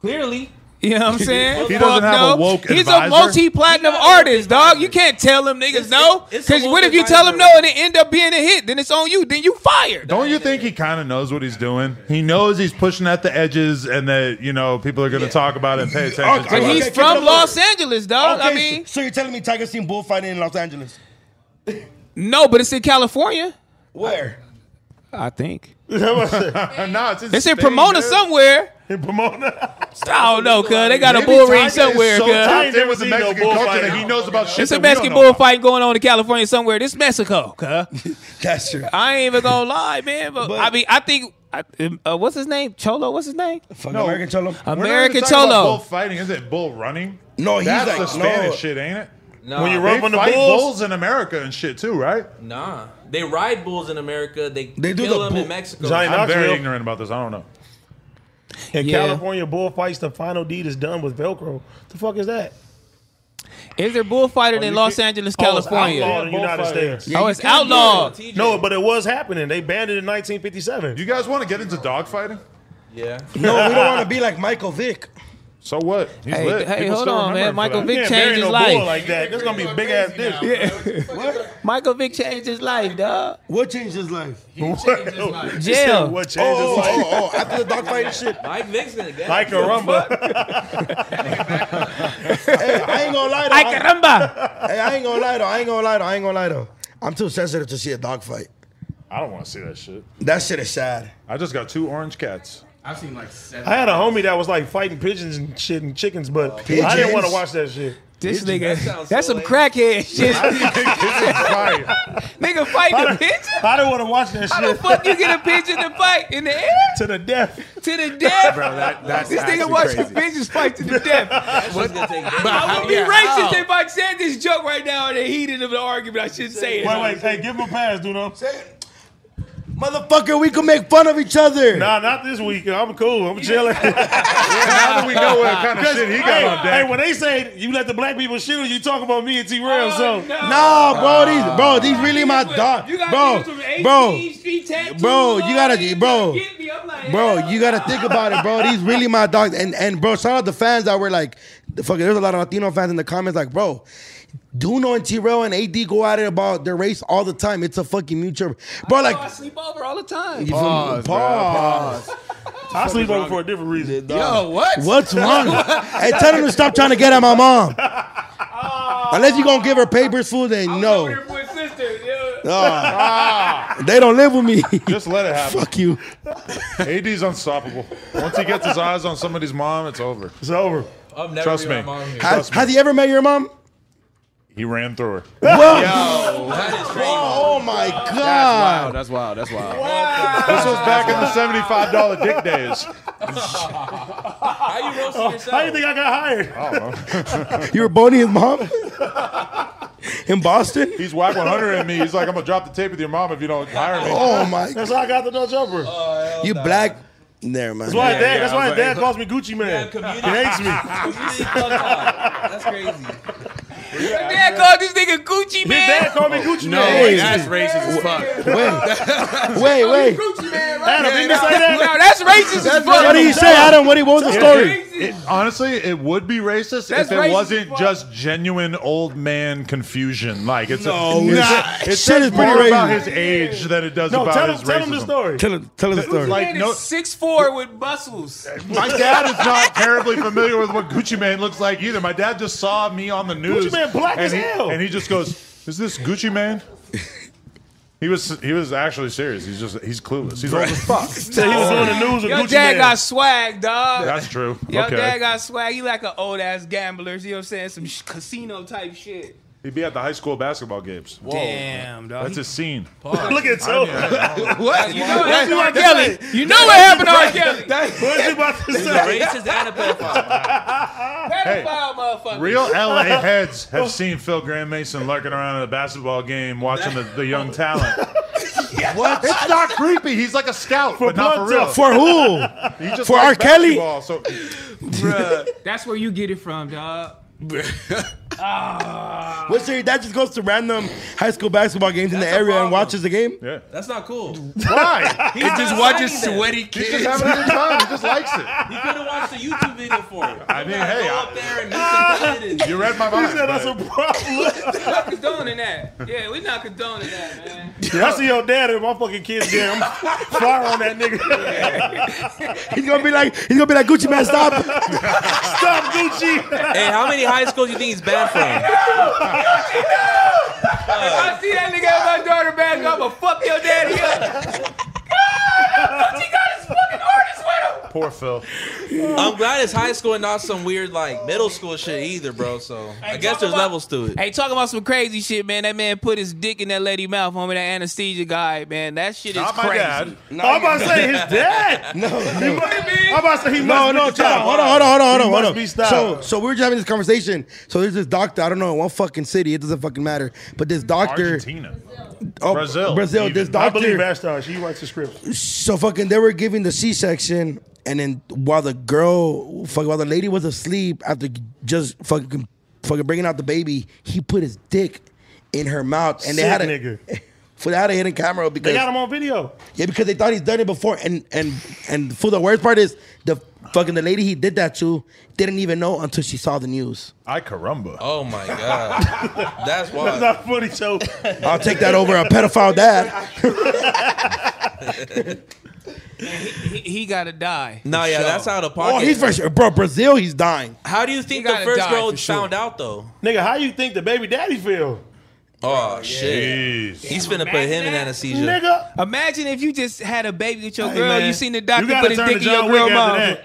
E: clearly.
F: you
D: (laughs)
F: know what I'm saying?
E: He
D: doesn't
F: Fuck
D: have
F: no.
D: a woke
F: He's a
D: advisor.
F: multi-platinum
E: He got a woke
F: artist, dog.
E: advisor.
F: You can't tell them niggas
E: It's-
F: no,
E: it's a
F: because
E: woke
F: what if you tell them no
E: advisor.
F: and it end up being a hit? Then it's on you. Then you fired.
D: Don't you think he kind of knows what he's doing? He knows he's pushing at the edges and that, you know, people are going to talk about it and pay attention
G: Okay,
D: to
F: He's
D: it. (laughs)
G: kick it up
F: from
G: a
F: Los
G: little.
F: Angeles, dog.
G: Okay,
F: I mean,
G: so, so you're telling me Tiger seen bullfighting in Los Angeles?
F: no, but it's in California.
G: Where?
F: I think
D: no, it's in,
F: it's
D: Spain,
F: in Pomona
D: dude.
F: somewhere.
A: In Pomona.
F: I don't know, cuz they got a
D: Maybe
F: bull ring
D: Tiger
F: somewhere,
D: is so
F: cuz.
D: tapped in
A: never
D: with the
A: seen no
D: Mexican culture that
A: bullfighting.
D: he knows about shit.
F: It's a
D: that we don't
F: Mexican
D: know about.
F: bullfight going on in California somewhere. This Mexico, cuz.
G: That's true.
F: I ain't even gonna lie, man. But,
G: But-
F: I mean, I think I, uh, what's his name? Cholo. What's his name?
G: Fuck
D: No.
G: American Cholo.
D: We're not even
F: American
D: talking about
F: Cholo.
D: Bullfighting is it bull running?
G: No, Oh, he's
D: That's
G: like
D: the Spanish
G: no.
D: shit, ain't it?
E: No.
A: When you
D: They
A: run from the
D: fight
A: bulls,
D: bulls in America and shit too, right?
E: Nah, they ride bulls in America. They,
G: They do
E: kill
G: the
E: them
G: bull-
E: in Mexico.
A: Giant-
D: I'm very
A: Knoxville.
D: ignorant about this. I don't know.
A: in
F: Yeah.
A: California bullfights, the final deed is done with Velcro. The fuck is that?
F: Is there bullfighter in
D: you
F: Los
D: can't-
F: Angeles,
A: Oh, it's
F: California?
A: outlawed in the United
D: Bullfighting.
A: States.
F: Oh, it's
E: Yeah,
F: outlawed.
E: TJ.
A: No, but it was happening. They banned it in 1957.
D: You guys want to get into dogfighting?
E: yeah.
G: No, we don't
D: (laughs)
G: want to be like Michael Vick.
D: So what? He's
F: Hey,
D: lit.
F: hey,
D: People
F: hold
D: still
F: on,
D: remember him
F: man.
D: for
F: Michael
D: that.
A: You
F: Vick
A: can't
F: changed
A: bury
F: his
A: no bull
F: life.
A: like that. That's gonna be big ass dick.
F: Michael Vick changed his life, dog.
G: What changed his life?
A: What?
F: Jail.
A: What changes
G: Oh, oh,
A: life?
G: oh, oh, after the dogfight and shit.
E: Mike Vick's gonna get
A: Like a rumba.
G: Hey, I ain't gonna lie though.
F: Ay,
G: I,
F: caramba.
G: (laughs) hey, I ain't gonna lie though. I ain't gonna lie though. I ain't gonna lie though. I'm too sensitive to see a dogfight.
D: I don't want to see that shit.
G: That shit is sad.
D: I just got two orange cats. (laughs)
I: I've seen like seven.
A: I had a homie that was like fighting pigeons and shit and chickens, but I didn't
G: Pigeons?
A: want to watch that shit.
F: This nigga,
E: sounds
F: that's
E: so
F: some
E: lame.
F: crackhead shit.
D: Fire.
F: nigga fighting a bitch.
A: I don't want to watch that
F: How the
A: shit
F: fuck you get a bitch in the fight in the air
A: to the death.
F: to the death?
B: that, that's
F: this nigga
B: actually
F: watching
B: crazy.
F: bitches fight to the death. I would be racist
G: Oh.
F: if I said this joke right now in the heat of the argument. I shouldn't say it.
A: Wait, wait, hey, give him a pass, dude. Nah,
G: Motherfucker, we can make fun of each other.
A: not this week. I'm cool. I'm chilling.
D: Now that we know what kind of shit he got
A: hey,
D: on deck.
A: hey, when they say you let the black people shoot, you talk about me and T. Rail.
F: Oh,
A: so
G: No, bro, these bro, these really my
F: But
G: dog.
F: You got
G: Bro,
F: niggas from 18
G: bro,
F: street tattoos
G: bro, you
F: on,
G: gotta-
F: nigga,
G: bro,
F: get me. I'm like,
G: bro,
F: hell
G: you gotta think about
F: (laughs)
G: it, bro. These really my dogs. And and bro, shout out the fans that were like, the fucking there's a lot of Latino fans in the comments, like, bro. Duno and T-Rail and AD go at it about their race all the time. It's a fucking mutual, bro. Like,
F: no, I sleep over all the time.
G: you feel
B: Pause,
G: me?
B: bro,
G: Pause.
A: I sleep over for a different reason.
F: Oh,
E: Yo, what?
G: (laughs) What's wrong? hey, tell them to stop trying to get at
F: (laughs)
G: my mom. Unless you gonna give her papers, fool, then
F: Over
G: no.
F: there with sister, yeah.
G: They don't live with me. (laughs)
D: Just let
A: (laughs)
D: it happen.
G: Fuck you.
D: AD's unstoppable. Once he gets his eyes on somebody's mom, it's over.
A: It's over.
E: I'm never
D: Trust
E: be
D: me.
E: my mom here.
G: Has, has he ever met your mom?
D: He ran through her.
A: (laughs)
G: Oh my god.
B: Wow, that's wild. That's wild.
D: This was back in the seventy-five dollar dick days.
E: How you roasting yourself?
A: How do you think I got hired?
G: You were boning his mom? In Boston?
D: He's whack one hundred at me. He's like, I'm gonna drop the tape with your mom if you don't hire me.
G: Oh my god.
A: That's how I got the Dutch Upper. That's
G: You black. Never mind.
A: why dad.
B: yeah,
A: that's
B: I
A: why
B: was
A: dad
B: like-
A: calls me Gucci man.
E: Damn
A: He
E: community.
A: hates me.
E: Community club talk. That's crazy.
F: Your dad called this nigga Gucci
A: His
F: man.
A: dad called me Gucci
B: No,
A: man.
B: wait, that's racist as fuck.
G: Wait. Wait, wait.
A: Adam, didn't you say that?
F: Now that's racist as
G: What
F: fuck.
G: did he say, Adam? What, he, what was the story?
D: It- honestly, it would be racist
F: That's
D: if it
F: racist as
D: wasn't
F: fuck.
D: just genuine old man confusion. Like it's
G: No,
D: a, it's
G: nah,
D: it
G: shit
D: says
G: is pretty
D: more about
G: racist.
D: his age than it does
A: No,
D: about
A: tell him,
D: his
A: tell
D: racism.
A: him the story.
G: Tell him, tell him the story.
D: Like
F: Man
D: no,
F: is six four with bustles.
D: my dad is not terribly familiar with what Gucci Man looks like either. My dad just saw me on the news.
A: Gucci Man black
D: and
A: as
D: he,
A: hell.
D: and he just goes, "Is this Gucci Man?" He was he was actually serious. He's just he's clueless. He's old as fuck.
A: Said he was on the news with
F: Your
A: Gucci
F: dad
A: man.
F: got swag, dog.
D: That's true.
F: Your
D: okay.
F: dad got swag. He like an old ass gambler. You know what I'm saying? Some sh- casino type shit.
D: He'd be at the high school basketball games.
F: Damn, dog.
D: That's his scene.
A: Look at so.
F: what? You know that's R. Kelly. You know what happened to R. Kelly.
A: What is (laughs) he about to say?
E: Racist and a pedophile.
F: Pedophile motherfucker.
D: Real LA heads have seen Phil Graham Mason lurking around at a basketball game watching the, the young talent. What? It's not creepy. He's like a scout, but not for
A: blood
D: real.
A: test.
G: For who?
D: He just
G: for
D: likes
G: R. Kelly?
D: basketball, So
F: That's where you get it from, (laughs) dog. Ah.
G: What's your dad just goes to random high school basketball games in the
E: That's a
G: area and
E: problem.
G: watches the game?
D: yeah.
E: That's not cool. (laughs)
D: Why?
B: He just watches sweaty
D: He's just
B: kids.
D: having a good time. He just likes it.
E: You could have watched a YouTube video for it.
D: I mean, hey,
E: Go
D: I-
E: up there and listen to it.
D: you read my mind.
A: He said
D: but-
A: that's a problem.
F: Not condoning that. Yeah, we're not condoning that, man.
A: I see your dad and my fucking kids there. I'm fire on that
G: (laughs)
A: nigga.
G: He's gonna be like, he's gonna be like, Gucci man, stop.
A: Stop Gucci.
E: Hey, how many high schools do you think he's banned (laughs) from?
F: If I see that nigga at my daughter bag, I'ma fuck your daddy (laughs) up. God, I thought you got his fucking artist with him.
D: Poor Phil.
E: I'm glad it's high school and not some weird like middle school shit either, bro. So I guess
F: talk
E: there's
F: about-
E: levels to it.
F: Hey, talking about some crazy shit, man. That man put his dick in that lady mouth, homie. That anesthesia guy, man. That shit
A: Oh
D: Not
F: is
D: my
F: crazy.
D: dad.
A: I'm about to say his
G: (laughs)
A: dad. No, I'm about to say he must be
G: No, no, chill out.
A: stopped.
G: Hold on, hold on, hold on,
A: He
G: hold
A: must
G: on.
A: be
G: so,
A: stopped.
G: so we were just having this conversation. So there's this doctor. I don't know what fucking city. It doesn't fucking matter. But this doctor,
D: Argentina.
G: oh,
D: Brazil,
G: Brazil.
D: even.
G: This
D: I
A: I
G: doctor.
A: believe Ashtar. She writes the scripts.
G: So fucking, they were giving the C-section, and then while the girl, fuck, while the lady was asleep, after just fucking, fucking bringing out the baby, he put his dick in her mouth, and they
A: Sick
G: had a
A: nigga.
G: (laughs) For that, a hidden camera because
A: They got him on video.
G: yeah, because they thought he's done it before, and and and for the worst part is the fucking the lady he did that to didn't even know until she saw the news.
D: I caramba.
E: Oh my god, that's
A: That's
E: wild.
A: not funny. So
G: I'll take that over a pedophile dad.
F: He, he gotta die.
E: No, yeah, that's out of pocket.
G: Oh, he's for sure, bro. Brazil, he's dying.
E: How do you think
F: You
E: the
F: gotta
E: first
F: die
E: girl
F: for sure.
E: found out though?
A: nigga, how you think the baby daddy feel?
E: Oh shit,
D: Jeez.
E: he's finna put him in anesthesia.
A: Nigga,
F: Imagine if you just had a baby with your
A: Hey,
F: girl.
A: man.
F: You seen the doctor
A: you gotta
F: put his
A: turn to
F: dick in your
A: John Wick
F: girl
A: after
F: mouth.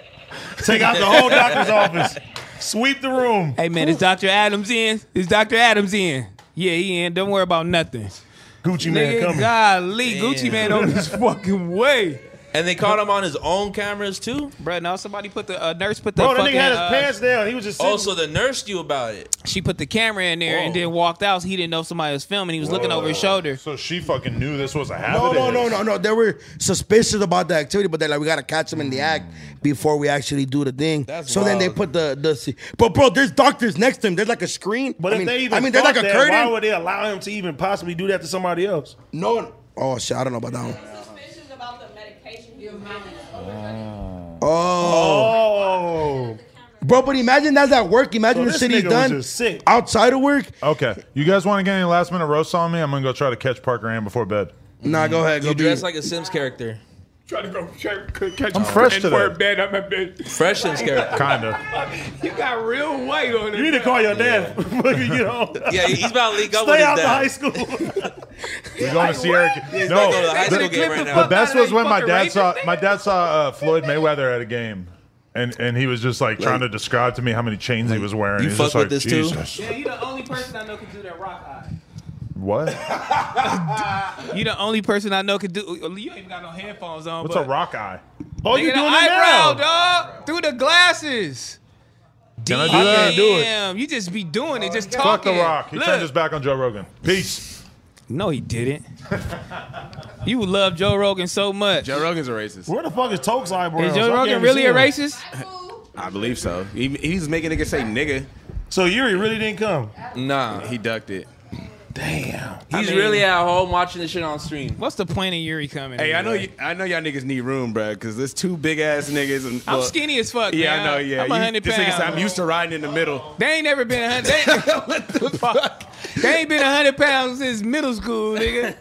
A: that. Take out the whole doctor's office. Sweep the room.
F: Hey man, is Dr. Adams in? Is Dr. Adams in? Yeah, he in. Don't worry about nothing.
A: Gucci man
F: Nigga,
A: coming.
F: golly, Gucci
E: Damn.
F: man on
A: (laughs)
F: his fucking way.
E: And they caught him on his own cameras too.
F: Bro, no, somebody put the uh, nurse put the
A: Bro, that
F: fucking,
A: nigga had his
F: uh,
A: pants down. He was just sitting.
E: Oh, so the nurse knew about it.
F: she put the camera in there and
E: Whoa.
F: then walked out. He didn't know somebody was filming. He was looking over his shoulder.
D: So she fucking knew this was a habit.
G: No, no,
D: of
G: no,
D: his.
G: no, no. They were suspicious about the activity, but they're like, we gotta catch them in the act before we actually do the thing.
E: That's
G: so then they
E: wild.
G: put the the. se- But bro, there's doctors next to him. There's like a screen.
A: but
G: I
A: if
G: mean,
A: they even
G: I mean, there's like a
A: thought that,
G: curtain.
A: Why would they allow him to even possibly do that to somebody else?
G: No one. Oh shit, I don't know about that one.
J: suspicious about the medication he was on.
G: Oh,
A: Oh,
G: bro, but imagine that's at work. Imagine
A: So
G: the
A: this
G: shit he's
A: nigga was
G: done
A: just sick.
G: outside of work.
D: Okay, you guys want to get any last minute roasts on me? I'm gonna go try to catch Parker Ann before bed.
G: Nah, go ahead, go
E: You
G: be.
E: dressed like a Sims character,
F: Trying to go catch
D: I'm fresh today.
F: bed. I'm a bitch.
E: fresh Sims character.
D: Kinda.
F: You got real white on it.
A: you need to call your dad. (laughs) Fucking, you
G: (laughs)
A: know,
E: Yeah, he's about to leak up with
A: stay
E: his
A: out of
E: dad.
A: high school. Oh,
D: We're going to Sierra.
E: not going to the
D: No,
E: high
D: the-
E: school game right
D: the
E: now.
D: best
F: Fuck outta
D: was when my
F: here,
D: dad
F: you fucking
D: saw my dad saw uh, Floyd Mayweather at a game. And, and he was just like, trying to describe to me how many chains he was wearing.
E: you
D: He's
E: fuck
D: just
E: with
D: like,
E: this too?
D: Jesus.
F: Yeah, you the only person I know can do that rock eye.
D: What?
F: You the only person I know can do. You ain't even got no headphones on.
D: What's
F: but,
D: a rock eye?
A: Oh,
F: Nigga,
A: you
F: the
A: doing it now?
F: eyebrow, dog. Through the glasses.
D: Can I do that?
F: Damn, you just be doing Oh, it, just
D: Fuck
F: talking.
D: the rock. He
F: Look.
D: turned his back on Joe Rogan. Peace.
F: No, he didn't. you would love (laughs) Joe Rogan so much.
B: Joe Rogan's a racist.
A: Where the fuck is Tokes eyebrows?
F: Is
A: I
F: Joe
A: can't
F: Rogan
A: even
F: really
A: see
F: a
A: him.
F: racist?
G: Oh.
B: I believe so. He, he's making niggas say nigga.
A: So Yuri really didn't come.
E: Nah,
B: He ducked it.
E: he's
F: mean-
E: really at home watching this shit on stream.
F: What's the point of Yuri coming?
B: Hey, I know,
F: anyway?
B: y- I know y'all niggas need room, bruh, because there's two big ass niggas. And,
F: I'm
B: well,
F: skinny as fuck.
B: Yeah,
F: man.
B: I know. Yeah,
F: I'm
B: You-
F: 100
B: this nigga
F: pounds.
B: said, I'm used to riding in the middle.
F: They ain't never been a hundred. They, (laughs) what the fuck? They ain't been a hundred pounds since middle school, nigga.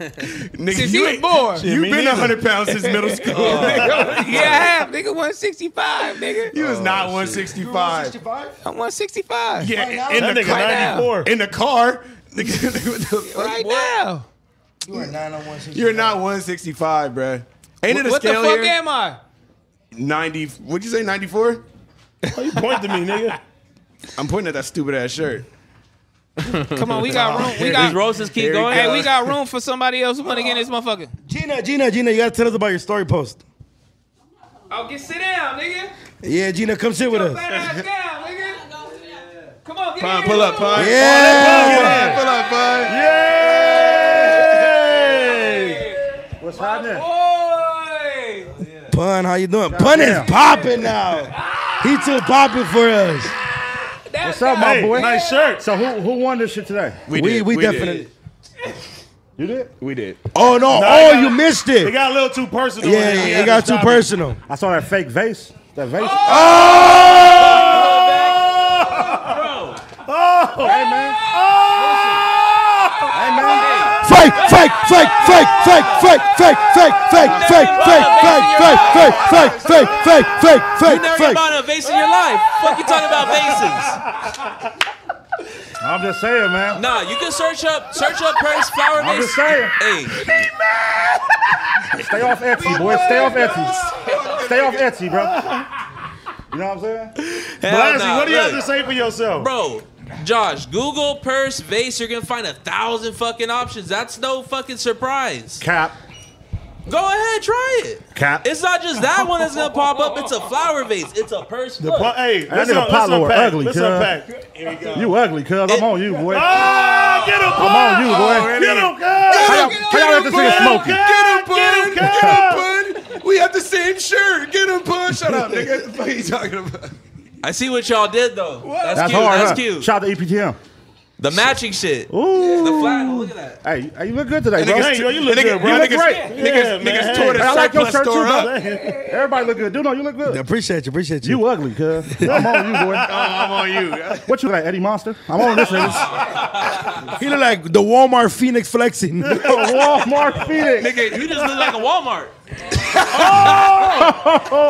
B: Nigga,
F: Since
B: you
F: you
B: ain't
F: ain't born.
A: Yeah,
B: You've
A: me
B: been
A: neither. Oh,
B: 100 pounds since
A: (laughs)
B: middle school. nigga.
F: yeah, I have, nigga. 165, nigga.
B: You was not 165.
F: I'm 165.
B: Yeah, in
A: That
B: the
A: nigga
B: car.
F: now.
A: 94.
B: In the car. (laughs) Nigga, what the fuck?
F: Right now.
G: You are nine on one.
B: You're not 165, bruh. Ain't it a
F: What the
B: scale
F: fuck
B: here?
F: am I?
B: 90. What'd you say? 94?
A: Why you pointing to me,
F: (laughs)
A: nigga?
B: I'm pointing at that stupid ass shirt.
F: Come on, we got room. We
E: These
F: got.
E: roasts keep
B: Here he
E: going.
F: Hey, we got room for somebody else who want to get in this motherfucker.
G: Gina, Gina, Gina, you gotta tell us about your story post.
F: Oh, get sit down, nigga.
G: Yeah, Gina, come sit with
F: Sit
G: us.
F: ass down, nigga. Come on, get
B: Pun, pull up,
A: Oh,
B: pun.
G: Yeah.
B: Pull up, pull up, pun.
D: What's happening?
F: Boy.
G: Pun, how you doing? Pun is popping now. He too popping for us.
F: What's
A: my boy? Nice shirt.
D: So who who won this shit today?
G: We we,
B: did, we did.
G: definitely.
D: You did?
B: We did.
G: Oh no!
A: Nah,
G: oh,
A: it got-
G: you missed
A: It
G: it.
A: got a little too personal.
G: yeah,
A: He
G: yeah,
A: had
G: it got
A: to
G: too
A: stop
G: personal.
D: I saw that fake vase. That vase.
G: Fake, fake, fake, fake, fake, fake, fake, fake, fake, fake, fake, fake, fake, fake, fake, fake, fake,
E: You
G: fake, fake,
E: never
G: fake.
E: bought a vase in your life. Fuck you talking about vases?
D: I'm just saying, man.
E: Nah, you can search up, search up Paris flower vase.
D: I'm just saying.
E: Hey,
D: Stay off Etsy, boy. Stay off Etsy. Stay off Etsy, bro. You know what I'm saying?
E: hell
A: Blassie,
F: Oh,
E: nah,
A: what do you
E: look.
A: have to say for yourself?
E: bro? Josh, Google purse vase. You're gonna find a thousand fucking options. That's no fucking surprise.
D: Cap.
E: Go ahead, try it.
D: Cap.
E: It's not just that one that's gonna pop up. It's a flower vase. It's a purse. Look.
A: Well, hey, let's, un-
D: nigga
A: let's
D: Apollo are
A: unpack.
D: ugly,
A: let's
D: cuz.
A: unpack.
D: You ugly, cuz. I'm on you, boy.
A: Ah, get him,
D: I'm
A: Pun.
D: on you, boy.
A: Get him, (laughs)
G: (laughs)
A: cuz.
D: How y'all- how y'all let this nigga smoke you?
A: Get him, cuz.
B: Pun, we have the same shirt. Get him, pun. Shut up, nigga. What the fuck are you talking about?
E: I see what y'all did though. That's,
D: That's
E: cute.
D: hard,
E: that's
D: huh?
E: cute.
D: Shout out to E EPTM.
E: The matching shit.
D: Ooh.
E: The flat. oh, Look at that.
D: Hey, hey, you look good today, bro.
A: Hey, yo, you look
B: Nigga,
A: good, bro.
B: you look great.
A: Yeah,
B: Niggas,
A: man.
B: niggas
A: Hey.
B: tore the
D: I like your
B: surplus
D: shirt, too,
B: store up.
D: bro. Everybody look good. Dude, no, you look good.
G: Appreciate you, appreciate you.
D: You ugly,
C: (laughs)
D: cuz. I'm on you,
B: (laughs) Oh,
D: boy. I'm on you. What you like, Eddie Monster? I'm on this nigga.
G: He look like the Walmart Phoenix flexing.
D: (laughs) Walmart Phoenix.
E: You just look like a Walmart.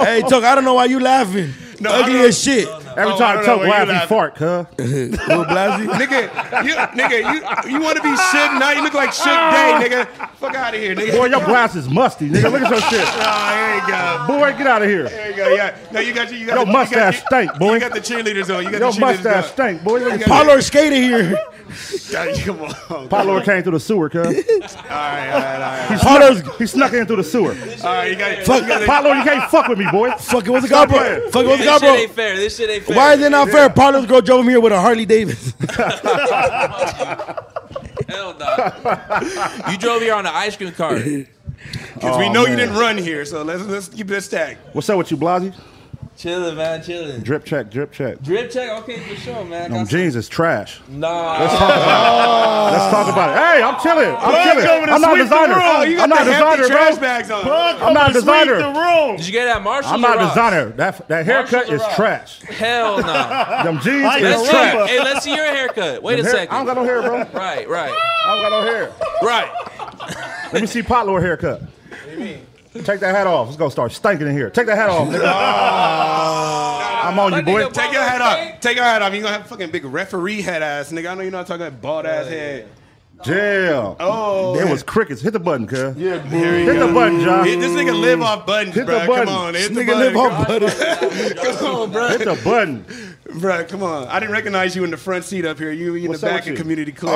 G: hey, Tuck, I don't know why you laughing.
B: No, I
G: Ugly
B: don't-
G: as shit.
C: Every
D: Oh, I
C: time
D: don't know
C: Tuck
D: where you
C: laughs, he
D: laughing.
C: fart, huh?
G: Lil Blasey.
B: nigga, you, nigga, you, you want to be Suge Knight? You look like Suge Day, nigga. Fuck out of here, nigga.
C: Boy, your glass is musty, nigga. Look at your
B: (laughs)
C: shit.
B: Nah, ain't got.
C: Boy, get out of here.
B: There you go. Yeah. No, you got your. You got
C: Your
B: the,
C: mustache
B: you got, you-
C: stink, boy.
B: You got the cheerleaders on. You got the
C: Your
B: cheerleaders
C: mustache
B: on.
C: stink, boy. Look at-
G: Parlor skater here.
B: (laughs) Come on. All right,
C: Potlow came through the sewer, cuz.
B: (laughs) all right, all right.
C: He snuck, he snuck in through the sewer.
B: All right, you got it.
G: Fuck,
C: Potlow, you can't fuck with me, boy.
G: fuck it. What's the guy, bro? Fuck it. What's the guy,
F: This shit
G: bro?
F: ain't fair. This shit ain't fair.
G: Why is it not fair? Parlor's girl drove him here with a
D: (laughs)
G: Harley Davidson.
E: Hell no. you drove here on an ice cream car.
B: Because we know you didn't run here, so let's let's keep this stack.
C: What's up with you, Blasey?
F: Chilling, man, chilling.
C: Drip check, drip check.
F: Drip check, okay, for sure, man.
C: Them jeans is trash.
F: Nah,
B: Uh,
C: Let's talk about it. Hey, I'm chilling. I'm
D: coming
C: chilling.
D: to
C: I'm not a
D: sweep the
C: designer.
D: room.
B: Oh, you got
C: I'm not a
B: the hefty
C: designer,
B: trash
C: bro.
B: bags on.
C: I'm not a designer.
D: The room.
E: Did you get it at Marshall?
C: I'm not a designer. That that haircut
E: Marshalls
C: is
E: or Ross?
C: trash.
E: Hell no. (laughs)
C: Them jeans
E: let's
C: is
E: see,
C: trash.
E: hey, let's see your haircut. Wait a
C: Hair-
E: second.
C: I don't got no hair, bro.
E: right,
C: (laughs)
E: right,
C: I don't got
E: (laughs)
C: no hair.
E: right.
C: Let me see Potlow haircut. Take that hat off. It's gonna start stinking in here. Take that hat off. nigga.
B: Ah.
C: I'm on you, boy.
B: Take your hat off. Take your hat off. You're going to have fucking big referee head ass, nigga. I know you're not talking about bald ass head.
C: Jail.
B: Oh.
C: It was crickets. Hit the button, cuz. Yeah,
B: Here he
C: Hit the
B: go.
C: button, John.
B: Hit- This nigga live off buttons,
C: Hit the
B: bro.
C: button.
B: Come on. Hit the
G: Nigga live
B: button.
G: off butter.
B: (laughs) Come on, bro.
C: Hit the button.
B: Bro, come on. I didn't recognize you in the front seat up here. You in
C: What's
B: the
C: up
B: back
C: with
B: of
C: you? Oh!
B: community club.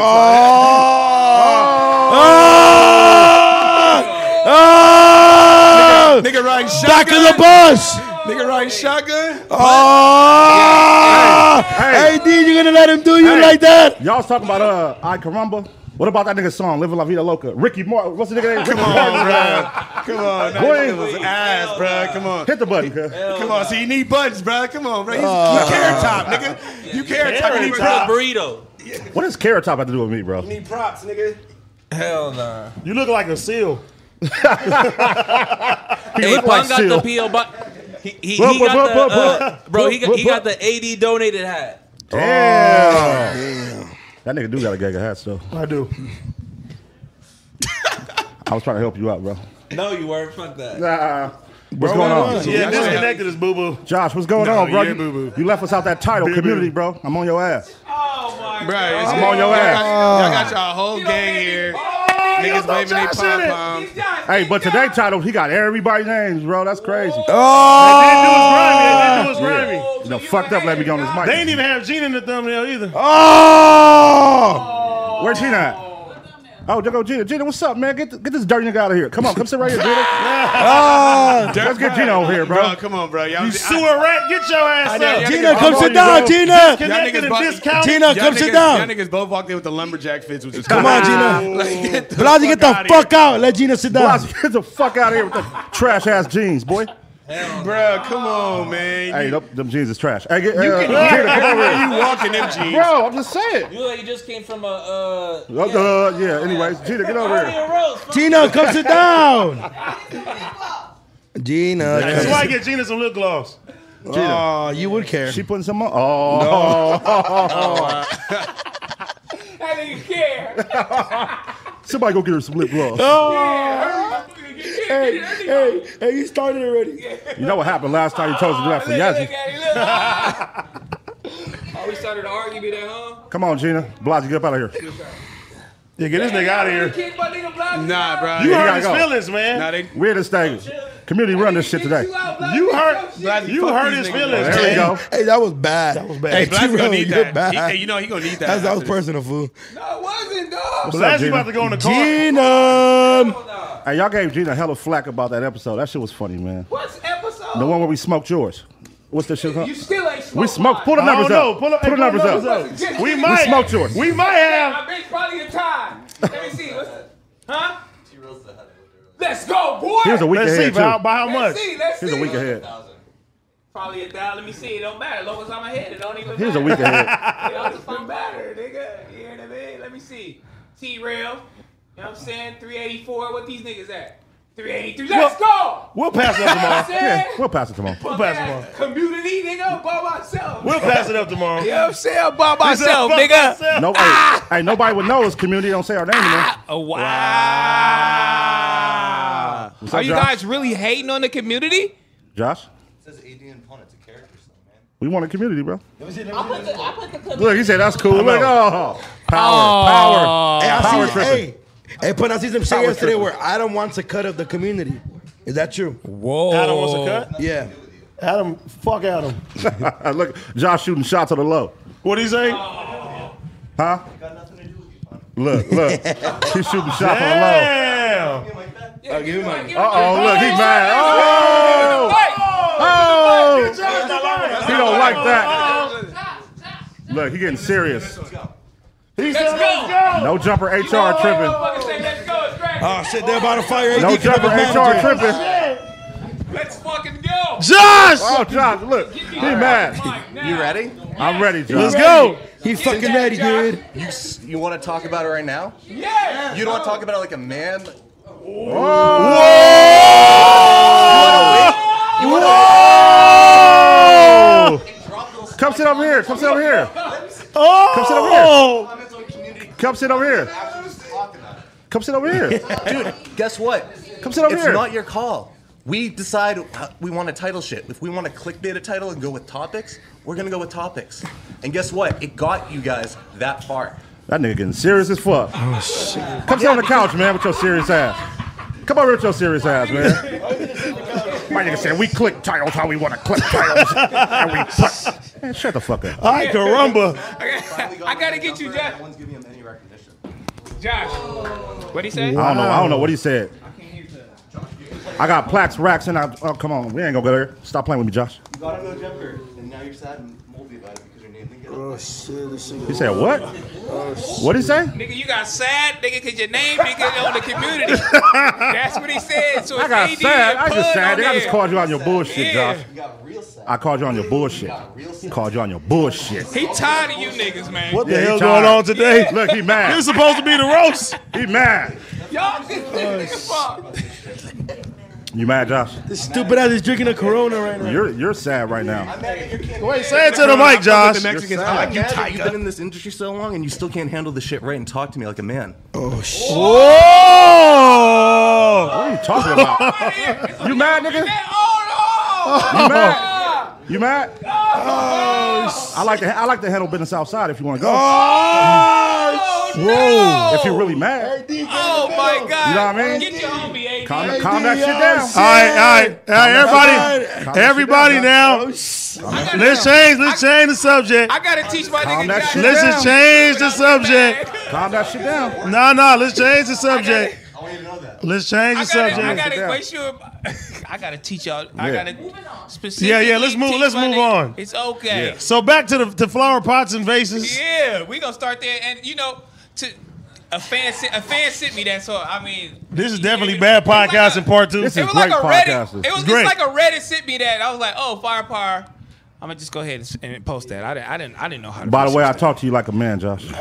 G: (laughs) Oh!
B: Nigga riding shotgun.
G: Back of the bus.
B: Nigga riding shotgun.
G: Oh!
C: Hey.
G: Hey, D, you gonna let him do you
C: Hey.
G: like that?
C: Y'all was talking about uh I Caramba. What about that nigga song, Living La Vida Loca? Ricky Martin. What's the nigga name? Ricky
B: Come on,
C: Martin.
B: bro. Come on. That
C: Boy.
B: nigga was ass, bro. Come on.
C: Hit the Oh. button, cuz.
B: Come on, so you need buttons, bro. Come on, bro. You, you carrot top, nigga. You carrot top. You need
E: Where's
B: props.
E: the burrito?
C: What does Carrot Top have to do with me, bro?
B: You need props, nigga.
F: hell nah.
A: You look like a seal.
E: Hey,
C: look
E: Pun
C: like
E: got
C: Seal.
E: the PO box. He, he, he
C: Bro, bro,
E: got
C: bro,
E: the
C: bro,
E: uh,
C: bro.
E: bro. He got, he
C: Bro,
E: got the AD donated hat.
C: Damn. That nigga do got a gag of hats, though.
A: I do.
C: I was trying to help you out, bro.
F: No, you weren't. Fuck that.
C: Nah. What's going on?
A: Yeah, disconnected is boo boo.
C: Josh, what's going
D: No,
C: on, bro?
D: yeah,
C: You,
D: boo-boo.
C: you left us out that title, community, bro. I'm on your ass.
F: Oh my
B: Bro,
F: god.
B: it's-
C: I'm on your
B: y'all
C: ass.
B: Got, y'all got y'all whole
F: You
B: gang
F: don't make
B: here.
F: me-
B: Niggas waving their pom
F: Oh,
B: pom.
F: he's done.
C: Hey,
F: He's
C: but
F: done.
C: today title, he got everybody's names, bro. That's crazy.
G: Oh,
A: They didn't do us grimy. They didn't do us grimy.
C: You know, fucked up. Let me get on this mic.
A: They didn't even have Gene in the thumbnail either.
C: Oh! Where's Gina at? Oh, there go Gina. Gina, what's up, man? Get, th- get this dirty nigga out of here. Come on, come sit right here, Gina. oh, let's get Gina over here,
B: Bro,
C: bro.
B: come on, bro. Y'all,
A: You
B: I-
A: sewer rat, get your ass
B: know,
A: up.
B: yeah.
G: Tina, come
C: I'm on
G: sit
C: you,
G: down,
C: bro.
G: Tina.
A: Connected
B: Y'all
A: and
B: niggas bu-
A: discounted.
G: Tina,
B: y'all
G: come
B: niggas,
G: sit down.
B: Y'all niggas both walked in with the lumberjack fits, which is
C: Come
G: Come on,
B: crazy.
G: Gina.
B: (laughs) Like, get the
G: Blasi, get the
B: outta
G: fuck out. Let Gina sit down.
C: Blasi, get the fuck out of here with the trash ass jeans, boy.
B: here. Bro, come on, man.
C: Hey,
B: you,
C: them, them jeans is trash. Hey, get, uh, Gina, come over
B: everywhere (laughs)
C: here.
B: you walk in them jeans.
C: Bro, I'm just saying.
E: You look like you just came from a uh.
C: Uh, uh, yeah, anyways, Gina, get over
E: Party
C: here.
E: and roast, fuck.
G: Gina, come sit down. Gina, come
A: That's why I get Gina some lip gloss.
G: Oh, you would care.
C: She putting some on. Oh,
F: I didn't care.
C: somebody go get her some lip gloss.
F: hey, hey.
G: Hey, you started already.
C: You know what happened last time you chose to do that for
F: Look, look at
C: Yazzie?
F: him, look. Ah.
C: (laughs)
F: (laughs) Oh, we started an argument at home.
C: Come on, Gina. Blasi, get up out of here.
A: Yeah, get this nigga out of
F: You
A: here.
F: kicked my nigga Blasi
B: Nah,
F: out.
B: bro.
A: You
C: Yeah,
A: hurt
C: gotta
A: his
C: go.
A: feelings,
B: Nah,
A: man.
B: they.
C: We're this thing. Community run this shit
F: Kicked
C: today.
F: you out, Blasi.
A: You
F: Fuck
A: hurt-
F: shit.
B: Blasi,
A: You
B: fuck
A: hurt
B: these
A: his
B: niggas,
A: feelings,
B: bro.
C: There we go.
G: Hey, that was bad. That
A: was bad.
G: Hey,
A: Hey,
B: Blasi
G: T-Row,
B: gonna need
G: you're
B: that.
G: bad.
B: He- hey, you know he gonna need that.
G: That's, that was
B: after this.
G: personal, fool.
F: No, it wasn't, dog.
C: What's up,
A: Blasi
C: Gina?
A: about to go in the car.
G: Gina.
C: Hey, y'all gave Gina hella flack about that episode. That shit was funny, man.
F: What's episode?
C: The one where we smoked yours. What's that shit called?
F: You still ain't smoked.
C: We smoked. Pull the
A: I
C: numbers
A: don't know.
C: up.
A: Oh, Pull, up, hey,
C: the numbers up.
A: numbers
F: up.
A: We
F: We
A: might.
C: smoked yours.
A: We might have.
F: My bitch probably a tie. Let me see. What's Huh? Let's go, boy.
C: He was a week
A: Let's see
C: ahead,
A: by how,
C: too.
A: by how much.
F: Let's see. Let's
C: He was
F: see.
C: a week ahead.
F: Probably a thousand. Let me see. It don't matter. As long as I'm ahead, it don't even matter.
C: He was a week
A: (laughs)
C: ahead.
F: It don't even matter, nigga. You hear what I mean? Let me see. T Rail. You know what I'm saying? 384. What these niggas at? 383. Let's go.
A: We'll pass it up
F: You know what I'm
A: tomorrow.
F: saying?
C: We'll pass it tomorrow.
F: Fuck
A: pass
F: ass Community, nigga. By myself.
A: We'll pass it up tomorrow.
F: You know what I'm saying? By
A: He said,
F: myself,
A: "Fuck
F: nigga.
A: myself."
C: No, hey, hey, nobody would know. It's community. Don't say our name anymore.
F: Oh, wow.
C: What's
F: Are
C: up,
F: you
C: Josh?
F: guys really hating on the community?
C: Josh?
I: It says AD and opponent to characters, though, man.
C: We want a community, bro.
J: I put the I put the clip.
C: Look, he said that's cool. Look, oh,
E: Oh.
G: Hey,
C: power, power,
G: I
C: power
G: see,
C: tripping.
G: hey, hey, but I see some shit
C: Power
G: yesterday
C: tripping.
G: where Adam wants a cut of the community. Is that true?
E: Whoa.
A: Adam wants a cut.
G: Yeah.
A: Adam, fuck Adam.
C: oh. (laughs) Look, Josh shooting shots to the low.
A: What do you say?
C: Huh? Look, look. He's shooting shots on the low.
A: Damn.
C: Uh-oh, look, he mad. Oh! Oh! He don't like that. Look, he getting serious.
F: Let's go.
C: No jumper HR tripping.
F: Motherfucker say, let's go. It's crack.
G: Ah.
H: Oh shit, they're about to fire AD.
C: No jumper HR tripping.
F: Let's fucking go.
C: Oh, Josh, look. He mad.
I: You ready?
C: I'm ready, Josh.
A: go.
G: He fucking ready, dude.
I: You s- you want to talk about it right now?
F: Yeah.
I: You don't want to talk about it like a man.
C: Come sit over here. Come sit over here.
A: Oh.
C: Come sit over here. Come sit over here. Come sit over here.
I: (laughs) Dude, guess what?
C: Come sit over
I: it's
C: here.
I: not your call. We decide how- we want to title shit. If we want to clickbait a title and go with topics, we're gonna go with topics. And guess what? It got you guys that far.
C: That nigga getting serious as fuck. Come sit on the couch, man, with your serious ass. Come over here with your serious ass, man. My nigga said we click titles how we want to click titles, and we put. (laughs) Man, shut the fuck up.
A: Ay, caramba.
F: (laughs) I gotta get you, Josh.
I: one's giving him any recognition.
F: Josh, what'd he say?
C: I don't know. I don't know what he said. I got plaques, racks, and I. Oh, come on. We ain't gonna go there. Stop playing with me, Josh.
I: You got no jumper, and now you're sad and moldy about it because your name didn't get
H: Oh shit, this shit.
C: He said what? What did he say?
F: Nigga, you got sad, nigga, because your name didn't get on the
C: (laughs)
F: community. That's what he said. So it's
C: I got
F: AD
C: sad.
F: and
C: I just
F: Pun
C: sad.
F: on
C: I just
F: there.
C: called you on your bullshit,
F: Yeah.
C: Josh.
I: You got real sad.
C: I called you on your bullshit. Called you on your bullshit.
F: He tired of you niggas, man.
A: What the
C: Yeah, he
A: hell
C: tired.
A: going on today?
C: Look, he
A: This
C: mad.
A: is supposed to be the roast.
C: He mad.
F: Y'all just niggas fuck.
C: You mad, Josh?
G: This stupid ass is drinking a Corona right now.
C: You're you're sad right now.
A: Wait, say it to the mic, Josh.
H: Mexicans.
I: I'm like, mad that you've been in this industry so long and you still can't handle the shit right and talk to me like a man.
G: Oh shit.
A: Whoa!
C: What are you talking about? (laughs) you mad, nigga?
F: Oh
C: You mad?
F: no!
C: You mad? I like to I like to handle business outside if you want to go.
F: Oh no!
C: If you're really mad,
F: Oh my god!
C: You know what I mean?
F: Get your homie, AD.
C: calm, calm that shit down.
A: All right, all right, all right, everybody,
C: Calm that
A: everybody
C: shit
A: now.
F: I
A: Let's
F: gotta,
A: change, let's change the subject.
F: I gotta teach my
C: Calm
F: nigga
C: that
F: Josh.
C: shit
A: Let's just change the subject.
C: Calm that shit down.
A: No, no, let's change the subject. Let's change
F: I
A: the
F: gotta, I
A: subject.
F: gotta
C: down.
F: make sure. I gotta teach y'all. I
C: Yeah.
F: gotta specifically.
A: Yeah, yeah, let's move-
F: teach
A: let's
F: my
A: move
F: nigga.
A: on.
F: It's okay.
A: So back to the to flower pots and vases.
F: Yeah, we gonna start there, and you know, to a fan, sent- a fan sent me that, so I mean,
A: This is definitely bad
C: Oh
F: It was like
A: podcasting
F: a-
A: part two.
C: This
F: It
C: is
F: was like a Reddit.
C: great podcasting.
F: It was
A: Great.
F: just like a Reddit sent me that. I was like, oh, firepower. I'm gonna just go ahead and- and post that. I didn't, I didn't, I didn't know how. to
C: By the way, I
F: research
C: talk to you like a man, Josh.
F: that.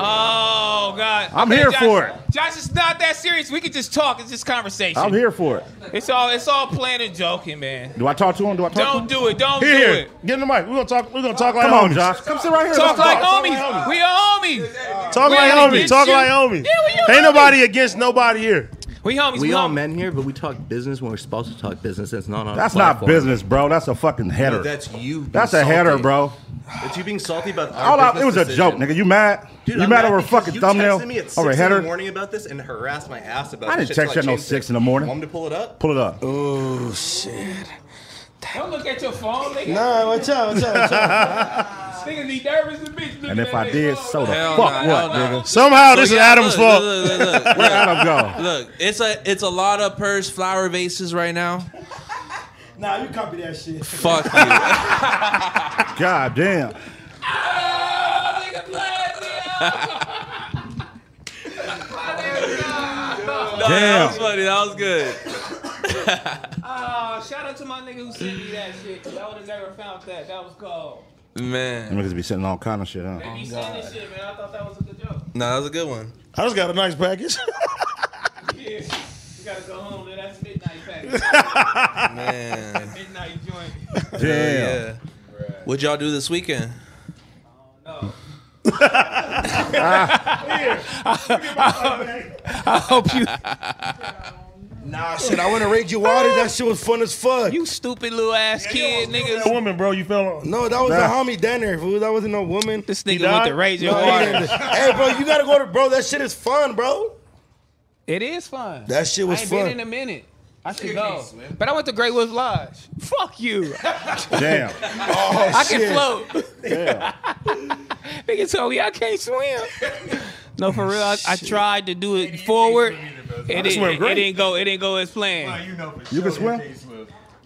F: Oh God,
C: I'm here
F: Josh,
C: for it.
F: Josh, it's not that serious. We can just talk. It's just conversation.
C: I'm here for it.
F: It's all, it's all planned and joking, man.
C: Do I talk to him? Do I talk to him?
F: Don't do it. Don't
A: Here,
F: do
A: here,
F: it.
A: get in the mic. We're gonna talk. We're gonna talk like
C: Come on,
A: homies.
C: Josh. Come sit right here.
F: Talk
C: Let's
F: like
C: talk.
F: homies. We are homies.
A: Talk
F: We
A: like
F: ain't
A: homies.
F: against
A: Talk
F: you.
A: like homies.
F: Yeah, we your
A: Ain't
F: homies.
A: nobody against nobody here.
F: We homies.
I: We all
F: homies.
I: men here, but we talk business when we're supposed to talk business. It's not on.
C: That's not business, bro. That's a fucking header.
I: that's you. being
C: That's a header,
I: salty.
C: bro.
I: It's you being salty about our
C: All I,
I: business
C: it was a
I: decision.
C: joke, nigga. You mad?
I: Dude,
C: you
I: I'm
C: mad over a
I: because
C: fucking
I: you
C: thumbnail?
I: texted me at six
C: Over a
I: in
C: header?
I: the morning about this and harassed my ass about.
C: I
I: this
C: didn't
I: shit till
C: text you at no
I: changed
C: six
I: it.
C: in the morning.
I: Want me to pull it up?
C: Pull it up.
H: Oh shit.
F: Don't look at your phone, nigga.
G: Nah, watch out, watch out, watch out.
F: Niggas be nervous as bitch. looking
C: And if
F: at
C: I
F: this.
C: did, so the
E: Hell
C: fuck
E: nah,
C: what,
E: hell nah.
C: nigga?
A: Somehow this is
E: yeah,
A: Adam's
E: look,
A: fault.
E: Look, look,
C: (laughs)
E: look, look,
C: Where
E: look.
C: Adam go?
E: Look, it's a it's a lot of purse flower vases right now.
G: Nah, you copy that shit.
E: Fuck (laughs) you.
C: God damn.
F: Ah, nigga, blast me. My nigga, ah.
E: That
C: Damn.
E: was funny. That was good.
F: Ah, Shout out to my nigga who sent me that shit. 'cause I would have never found that. That was cold.
E: Man,
C: Niggas be sitting all kind of shit, huh?
F: He sent this shit, man. I thought that was a good joke.
E: no, that was a good one.
A: I just got a nice package. (laughs)
F: Yeah. We gotta go home. dude. That's midnight pack.
E: Man,
F: midnight joint.
C: Damn.
E: yeah. (laughs) What'd y'all do this weekend?
F: No.
C: Ah,
F: I hope you.
H: Nah, shit, I went to Rage You Water. That shit was fun as fuck.
E: You stupid little ass kid, niggas.
A: That woman, bro, you fell on.
G: No, that was
A: Nah.
G: a homie dinner, fool. That wasn't no woman.
E: This
A: He
E: nigga
A: died?
E: went to raise your
G: No,
E: water.
G: (laughs) hey, bro, you gotta go to bro. That shit is fun, bro.
F: It is fun.
G: That shit was
F: I ain't
G: fun.
F: been in a minute. I should go. But I went to Great Woods Lodge. Fuck you.
C: Damn.
G: Oh,
F: I
G: shit.
F: can float. (laughs) Nigga told me I can't swim. No, for real. I, I tried to do it forward. It didn't,
C: swim
F: it,
C: great.
F: didn't go. It didn't go as planned.
C: You can swim?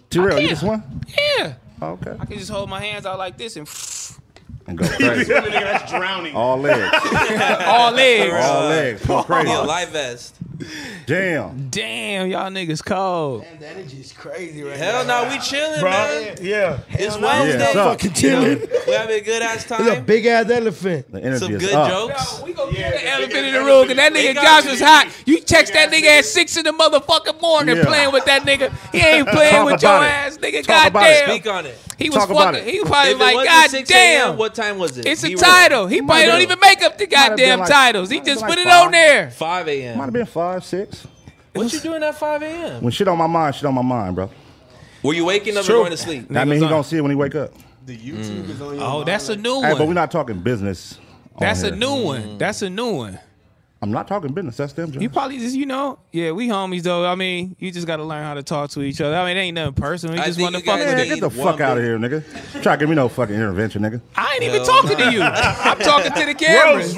C: Terrell, you can swim?
F: Yeah,
C: Oh, okay.
F: I can just hold my hands out like this and (laughs)
C: And go crazy.
K: Swimming, nigga, that's drowning.
C: All legs.
F: all legs.
C: All legs. Go crazy.
E: Yo, life vest.
C: Damn.
F: Damn, y'all niggas cold.
H: Damn, the energy is crazy right
E: Hell no, we chilling,
A: Bro,
E: man.
A: yeah.
E: It's
C: Yeah,
E: Wednesday.
C: what's up?
G: Fucking chilling.
E: We having a good ass
G: It's a
E: time.
G: big ass elephant.
C: The energy
E: Some
C: is
E: good
C: up.
E: jokes.
F: We gonna kill the elephant in the room, cause that nigga Josh was hot. You text that nigga at six in the motherfucking morning
C: Yeah.
F: playing with that nigga. He ain't playing
C: Talk
F: with your
C: about it.
F: ass, nigga.
C: Talk about it.
F: Goddamn.
E: Speak on it.
F: He was
C: Talk about
F: fucking.
C: it.
F: He was probably
E: If it
F: like,
E: wasn't
F: God
E: 6 a.m.,
F: damn.
E: What time was it?
F: It's
E: Be
F: a
E: real.
F: title. He probably
C: been
F: don't
C: like-
F: even make up the
C: have been
F: goddamn
C: like-
F: titles. He
C: might have
F: just
C: been
F: put
C: like
F: it on
C: five.
F: there.
E: 5
C: Might
E: a.m.
C: have been five, six.
E: What you doing at 5 a.m.?
C: When shit on my mind, shit on my mind, bro.
E: Were you waking up and going to sleep?
C: That mean he gonna see it when he wake up.
H: The YouTube is on your
F: Oh, that's a new
C: Hey, but we're
F: one.
C: not talking business. on
F: That's a
C: here.
F: new one. That's a new one.
C: I'm not talking business. That's them.
F: You
C: Josh.
F: probably just, you know, yeah, we homies though. I mean, you just gotta learn how to talk to each other. I mean, it ain't nothing personal. You
E: I
F: just
E: think
F: want to
E: you
F: fuck
E: guys
F: with
E: need-
C: Man,
F: me.
C: get the
E: one
C: fuck out of here, nigga. Try to give me no fucking intervention, nigga.
F: I ain't even talking
C: (laughs)
F: to you. I'm talking to the cameras.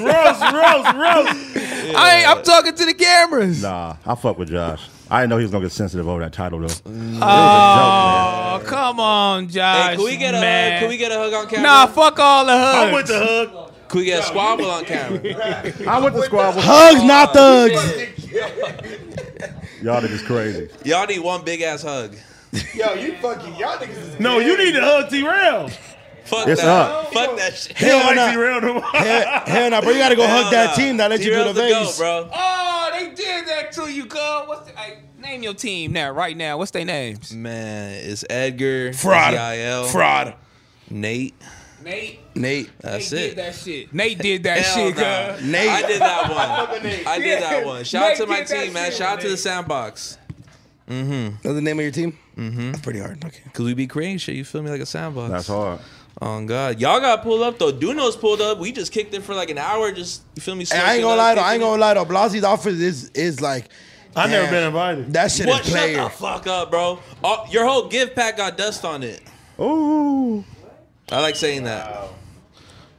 A: Rose, Rose, Rose, Rose.
F: I ain't, I'm talking to the cameras.
C: Nah, I fuck with Josh. I didn't know he was gonna get sensitive over that title though. It was a joke, man.
F: Oh, come on, Josh.
E: Hey, can we get a
F: man.
E: hug? Can we get a uh, hug on camera?
F: Nah, fuck all the hugs.
A: I went to hug.
E: Can we get a squabble on camera?
C: I went to squabble.
G: Hugs, not thugs.
C: (laughs) Y'all niggas crazy.
E: Y'all need one big ass hug.
H: Yo, you fucking, y'all niggas is
A: No, you need to hug T-Rail.
E: Fuck
C: It's
E: that.
C: up.
E: Fuck that shit.
A: Hell
G: Hell
A: like
G: no.
A: T-Rail no more.
G: Hell, hell no, bro. You gotta go hug that team that let you do the
E: T-Rail's the goat,
G: Vegas.
E: bro.
F: Oh, they did that to you, girl. What's the, hey, name your team now, right now? What's their names?
E: Man, it's Edgar,
H: fraud.
E: ZIL,
H: Fraud.
E: Nate.
F: Nate.
G: Nate.
E: That's
F: Nate
E: it.
F: did that shit. Nate did that
E: Hell
F: shit,
E: nah.
F: girl.
G: Nate.
E: I did that
G: (laughs)
E: one. I did that one. Shout out
F: Nate
E: to my
F: did that
E: team, man.
F: shit.
E: Shout out to the sandbox.
G: That's the name of your team? Mm-hmm. That's pretty hard. Okay.
E: Cause we be creating shit, you feel me, like a sandbox.
C: That's hard.
E: Oh God, y'all got pulled up though. Dunos pulled up. We just kicked it for like an hour. Just you feel me?
G: And I ain't gonna
E: smoking
G: lie
E: up,
G: though. I ain't
E: kicking
G: gonna lie though. Blasi's office is is like
A: I never
G: Damn.
A: been invited.
G: that shit
E: it.
G: is
E: What?
G: player.
E: Shut the fuck up, bro. All, your whole gift pack got dust on it.
C: Ooh.
E: I like saying that.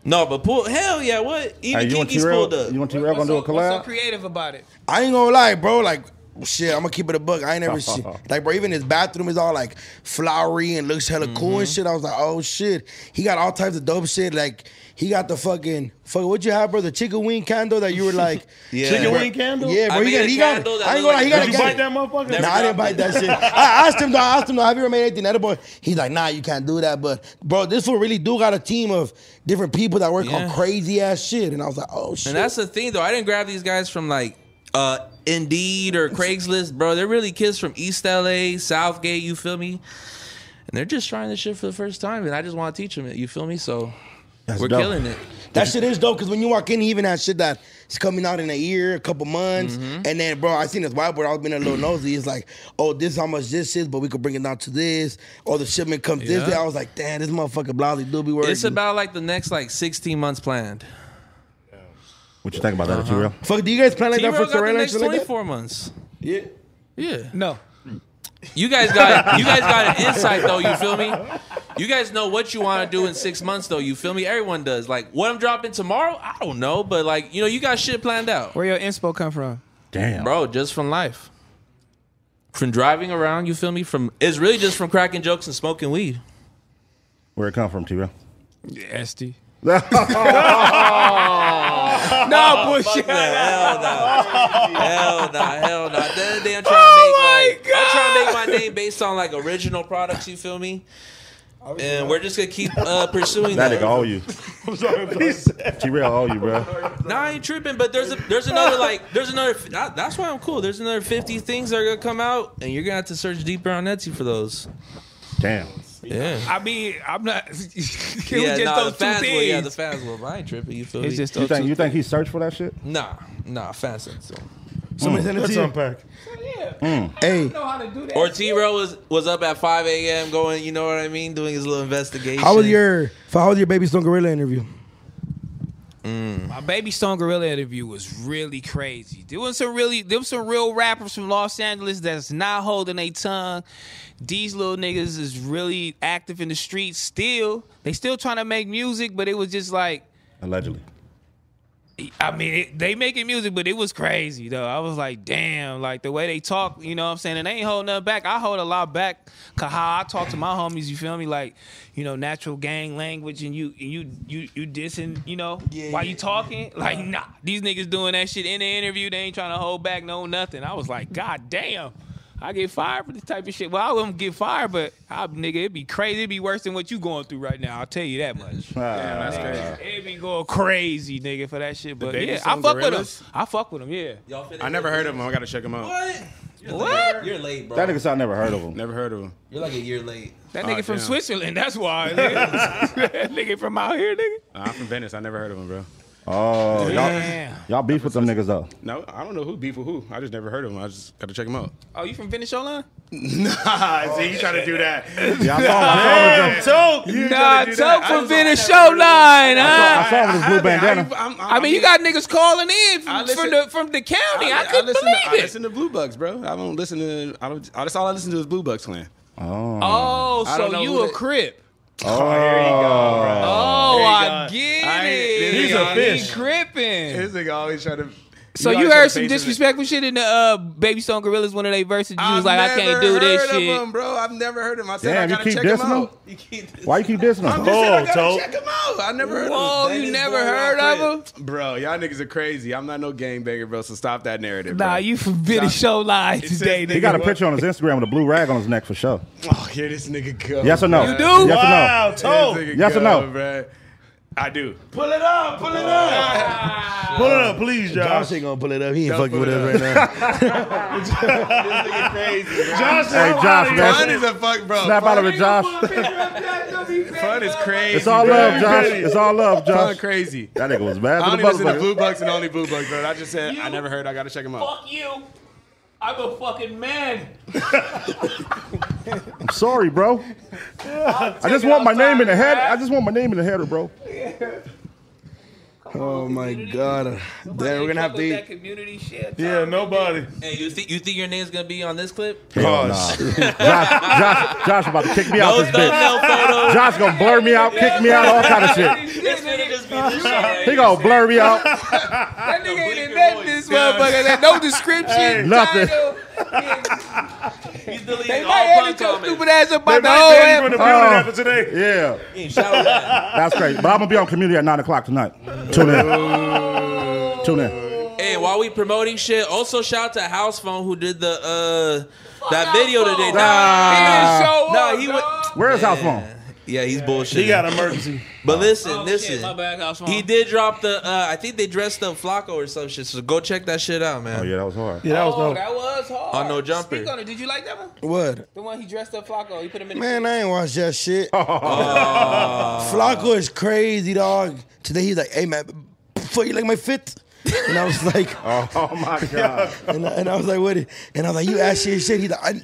E: No, but pull. Hell yeah, what? Even
C: Hey, you want
E: Kiki's
C: T-Rail?
E: pulled up.
C: You want T-Rail gonna
F: What's
C: do
F: so,
C: a
F: what's so
C: collab?
F: creative about it?
G: I ain't gonna lie, bro. Like, shit, I'm gonna keep it a book. I ain't
A: (laughs)
G: never shit. Like, bro, even his bathroom is all like flowery and looks hella cool
E: Mm-hmm.
G: and shit. I was like, oh shit. He got all types of dope shit. Like, he got the fucking fuck. What you have, bro? The chicken wing candle that you were like,
E: (laughs) Yeah.
A: Chicken
E: Bro,
A: wing candle?
G: yeah,
E: I
G: bro. He
E: made
G: got,
E: a
G: he got.
E: candle that
G: I ain't
E: look
G: gonna lie. He
E: like-
G: got.
A: Did
G: a
A: you
G: got-
A: bite that motherfucker?
E: Never
G: Nah, I didn't
E: dropped
G: bite
E: it.
G: that shit. I asked him though. I asked him though. Have you ever made anything edible? He's like, nah, you can't do that. But bro, this fool really do got a team of different people that work on
E: Yeah.
G: crazy ass shit. And I was like, oh shit.
E: And that's the thing though. I didn't grab these guys from like uh Indeed or Craigslist, bro. They're really kids from East LA, Southgate, you feel me? And they're just trying this shit for the first time, and I just want to teach them it. You feel me? So we're
C: dope.
E: killing it.
G: That shit is dope because when you walk in, he even has shit that is coming out in a year, a couple months.
E: Mm-hmm.
G: And then, bro, I seen this whiteboard. I was being a little nosy. It's like, oh, this is how much this is, but we could bring it down to this. Or the shipment comes this
E: Yeah.
G: day. I was like, damn, this motherfucker Blasi do be working.
E: It's about like the next like 16 months planned.
C: What you think about that, T-Rail?
G: Fuck, do you guys plan like
E: T-Rail
G: that for
E: got the
G: Serena and
E: next
G: shit like that?
E: 24 months.
H: Yeah.
E: Yeah.
F: No.
E: You guys got you guys got an insight though, you feel me? You guys know what you want to do in six months though, you feel me? Everyone does. Like what I'm dropping tomorrow, I don't know, but like you know, you got shit planned out.
F: Where your inspo come from?
C: Damn.
E: Bro, just from life. From driving around, you feel me? From it's really just from cracking jokes and smoking weed.
C: Where it come from, T-Rail? (laughs)
F: SD.
E: Oh,
F: No
E: Hell
F: bullshit.
E: no. hell no. Hell no. At the end of the day, I'm trying to make like, I'm trying to make my name based on like original products, you feel me? And we're just gonna keep uh, pursuing
C: That
E: that.
C: nigga owe you. (laughs) T-Rail owe you, bro.
E: Nah, I ain't tripping, but there's a, there's another like there's another that- that's why I'm cool. There's another 50 things that are gonna come out, and you're gonna have to search deeper on Etsy for those.
C: Damn.
E: Yeah.
F: I mean, I'm not. (laughs) it was just
E: yeah, nah,
F: those
E: the
F: two
E: fans will. Yeah, the
F: things.
E: fans will. But I ain't tripping. You feel
F: It's
E: me?
F: just
C: You
F: those
C: think
F: two.
C: you think he searched for that shit?
E: Nah, nah, fans. ain't so-
G: Somebody send it
A: Let's
G: to you.
A: unpack.
F: Yeah,
C: Hmm.
G: Hey,
F: know how to do that.
E: Or T Row was, was up at 5 a.m. going, you know what I mean, doing his little investigation.
G: how was your how was your Baby Stone Gorilla interview?
F: My Baby Stone Gorilla interview was really crazy. There was some really, there was some real rappers from Los Angeles that's not holding their tongue. These little niggas is really active in the streets still. They still trying to make music, but it was just like,
C: Allegedly.
F: I mean, it, they making music, but it was crazy though. I was like, damn, like the way they talk, you know what I'm saying? And they ain't holding nothing back. I hold a lot back. Cause how I talk to my homies, you feel me? Like, you know, natural gang language and you and you you you dissing, you know, while you talking. Like, nah, these niggas doing that shit in the interview, they ain't trying to hold back no nothing. I was like, God damn. I get fired for this type of shit. Well, I wouldn't get fired, but I, nigga, it'd be crazy. It'd be worse than what you going through right now. I'll tell you that much.
C: that's
B: Uh-huh.
F: It be going crazy, nigga, for that shit. But
B: Baby
F: yeah, I
B: Stone
F: fuck
B: Gorillas?
F: with him. I fuck with him. Yeah.
E: Y'all finished
B: I never
E: with
B: heard
E: this?
B: of him. I gotta check him out.
E: What? You're
F: What?
E: Late. You're late, bro.
C: That nigga said I never heard of him.
B: Never heard of him.
E: You're like a year late.
F: That
B: Oh,
F: nigga from
B: damn.
F: Switzerland.
B: (laughs)
F: That's why. Nigga. That nigga from out here, nigga.
B: Uh, I'm from Venice. I never heard of him, bro.
C: (laughs) Oh, y'all,
F: Damn.
C: y'all beef with them niggas though.
B: No, I don't know who beef with who. I just never heard of him. I just gotta check him out. (laughs)
F: Oh, you from Venezuela?
B: Nah,
H: Oh,
B: see, you trying to do that?
C: Yeah, I saw him. I saw him with them-
F: Nah,
B: do
F: Toke
B: that. I
F: from
B: was like,
F: Venezuela.
C: I
F: Huh?
C: saw him with his blue bandana.
F: I mean, you got niggas calling in from,
B: I listen-
F: from the from the county. I, couldn't
B: listen
F: believe
B: to, I
F: it.
B: listen to Blue Bugs, bro. I don't listen to. I don't. I, that's all I listen to is Blue Bugs Clan.
C: Oh,
F: oh,
B: I don't
F: so
B: know
F: you
B: who
F: a
B: that-
F: crip?
C: oh, here you go, bro.
F: Oh, I
B: go.
F: get
B: I ain't-
F: it.
B: this He's nigga- a
F: He
B: fish.
F: cripping.
B: nigga always trying to.
F: So you heard some disrespectful shit in the uh, Baby Stone Gorillas one of their verses. You was like, I can't do this
B: heard
F: shit.
B: Of him, bro. I've never heard him. I said
C: Damn,
B: I
C: you
B: gotta
C: keep
B: check him
C: dissing
B: out. (laughs)
C: him? Why you keep dissing him?
B: Just said I gotta
A: Toke.
B: check him out. I never heard
F: Whoa,
B: of him.
F: you never heard of him?
B: Bro, y'all niggas are crazy. I'm not no gangbanger, bro. So stop that narrative.
F: Nah,
B: bro.
F: you forbid a show live
B: It says
F: today,
B: nigga
C: He got a
B: what?
C: picture on his Instagram with a blue rag on his neck for sure.
B: Oh, here this nigga go.
C: Yes or no?
B: bruh.
F: You do?
C: Yes or no?
A: Wow,
B: This
A: Toke.
B: nigga
C: Yes or
B: go,
C: no?
B: bruh. I do.
A: Pull it up, please, Josh.
G: Josh ain't gonna pull it up. He ain't
B: Don't
G: fucking
B: pull
G: with
B: it
G: us right now.
A: Josh,
C: Hey, Josh,
B: Fun
C: man.
B: is a fuck, bro.
C: Snap out of
B: Fun-
C: it, Josh.
B: Fun is crazy.
C: It's all
B: bro.
C: love, Josh. It's all
B: Fun
C: love, Josh.
B: crazy.
C: That nigga was bad
B: I
C: for
B: only
C: the
B: listen to Blue
C: motherfucker.
B: Bucks and only Blue Bucks, bro. I just said I never heard. I gotta check him out.
F: Fuck you. I'm a fucking man.
C: I'm sorry, (laughs) bro. I just want my name in the head. I just want my name in the header, bro.
G: Oh my god. Damn, we're gonna have to
F: That
G: eat.
F: community shit.
A: Yeah, nobody.
E: Hey, you think you think your name's gonna be on this clip?
C: Hell nah. Josh, Josh, Josh about to kick me out
E: Oh, No
C: this bitch.
E: thumbnail (laughs) photo.
C: Josh gonna blur me out, kick me out, all kind of shit.
E: It's gonna just be this
C: He
E: shit.
C: gonna blur me out.
F: That nigga ain't in that this motherfucker. That no description,
C: Nothing. (laughs)
F: title.
E: He's
F: They
E: deleting all
F: might edit
E: punk
F: your
E: comments.
F: stupid ass up by
A: They
F: the
A: might
F: whole
A: ban you from the
F: app.
A: building
C: Oh.
A: after today.
C: Yeah,
E: Shout out that.
C: that's crazy. But I'm gonna be on community at nine o'clock tonight. Tune in. Tune in.
E: (laughs) Hey, while we promoting shit, also shout out to House Phone who did the uh that video today.
F: He
E: Nah,
F: didn't show
E: nah,
F: up,
E: he
F: dog.
E: went.
C: Where is house phone?
E: Yeah, he's bullshit.
A: He got emergency.
E: But listen,
F: Oh,
E: listen.
F: shit, my bad, House Phone.
E: He did drop the. Uh, I think they dressed up Flacco or some shit. So go check that shit out, man.
C: Oh yeah, that was hard.
A: Yeah, that was
F: Oh,
A: dope.
F: that was hard.
E: On No Jumper.
F: Speak on it. Did you like that one?
G: What?
F: The one he dressed up Flacco. He put him in.
G: Man, I ain't watched that shit. Flacco is crazy, dog. Today he's like, hey man, before you like my fifth. And I was like,
C: Oh my god. (laughs)
G: and I, and I was like, what? And I was like, you ashy as shit. He's like, I,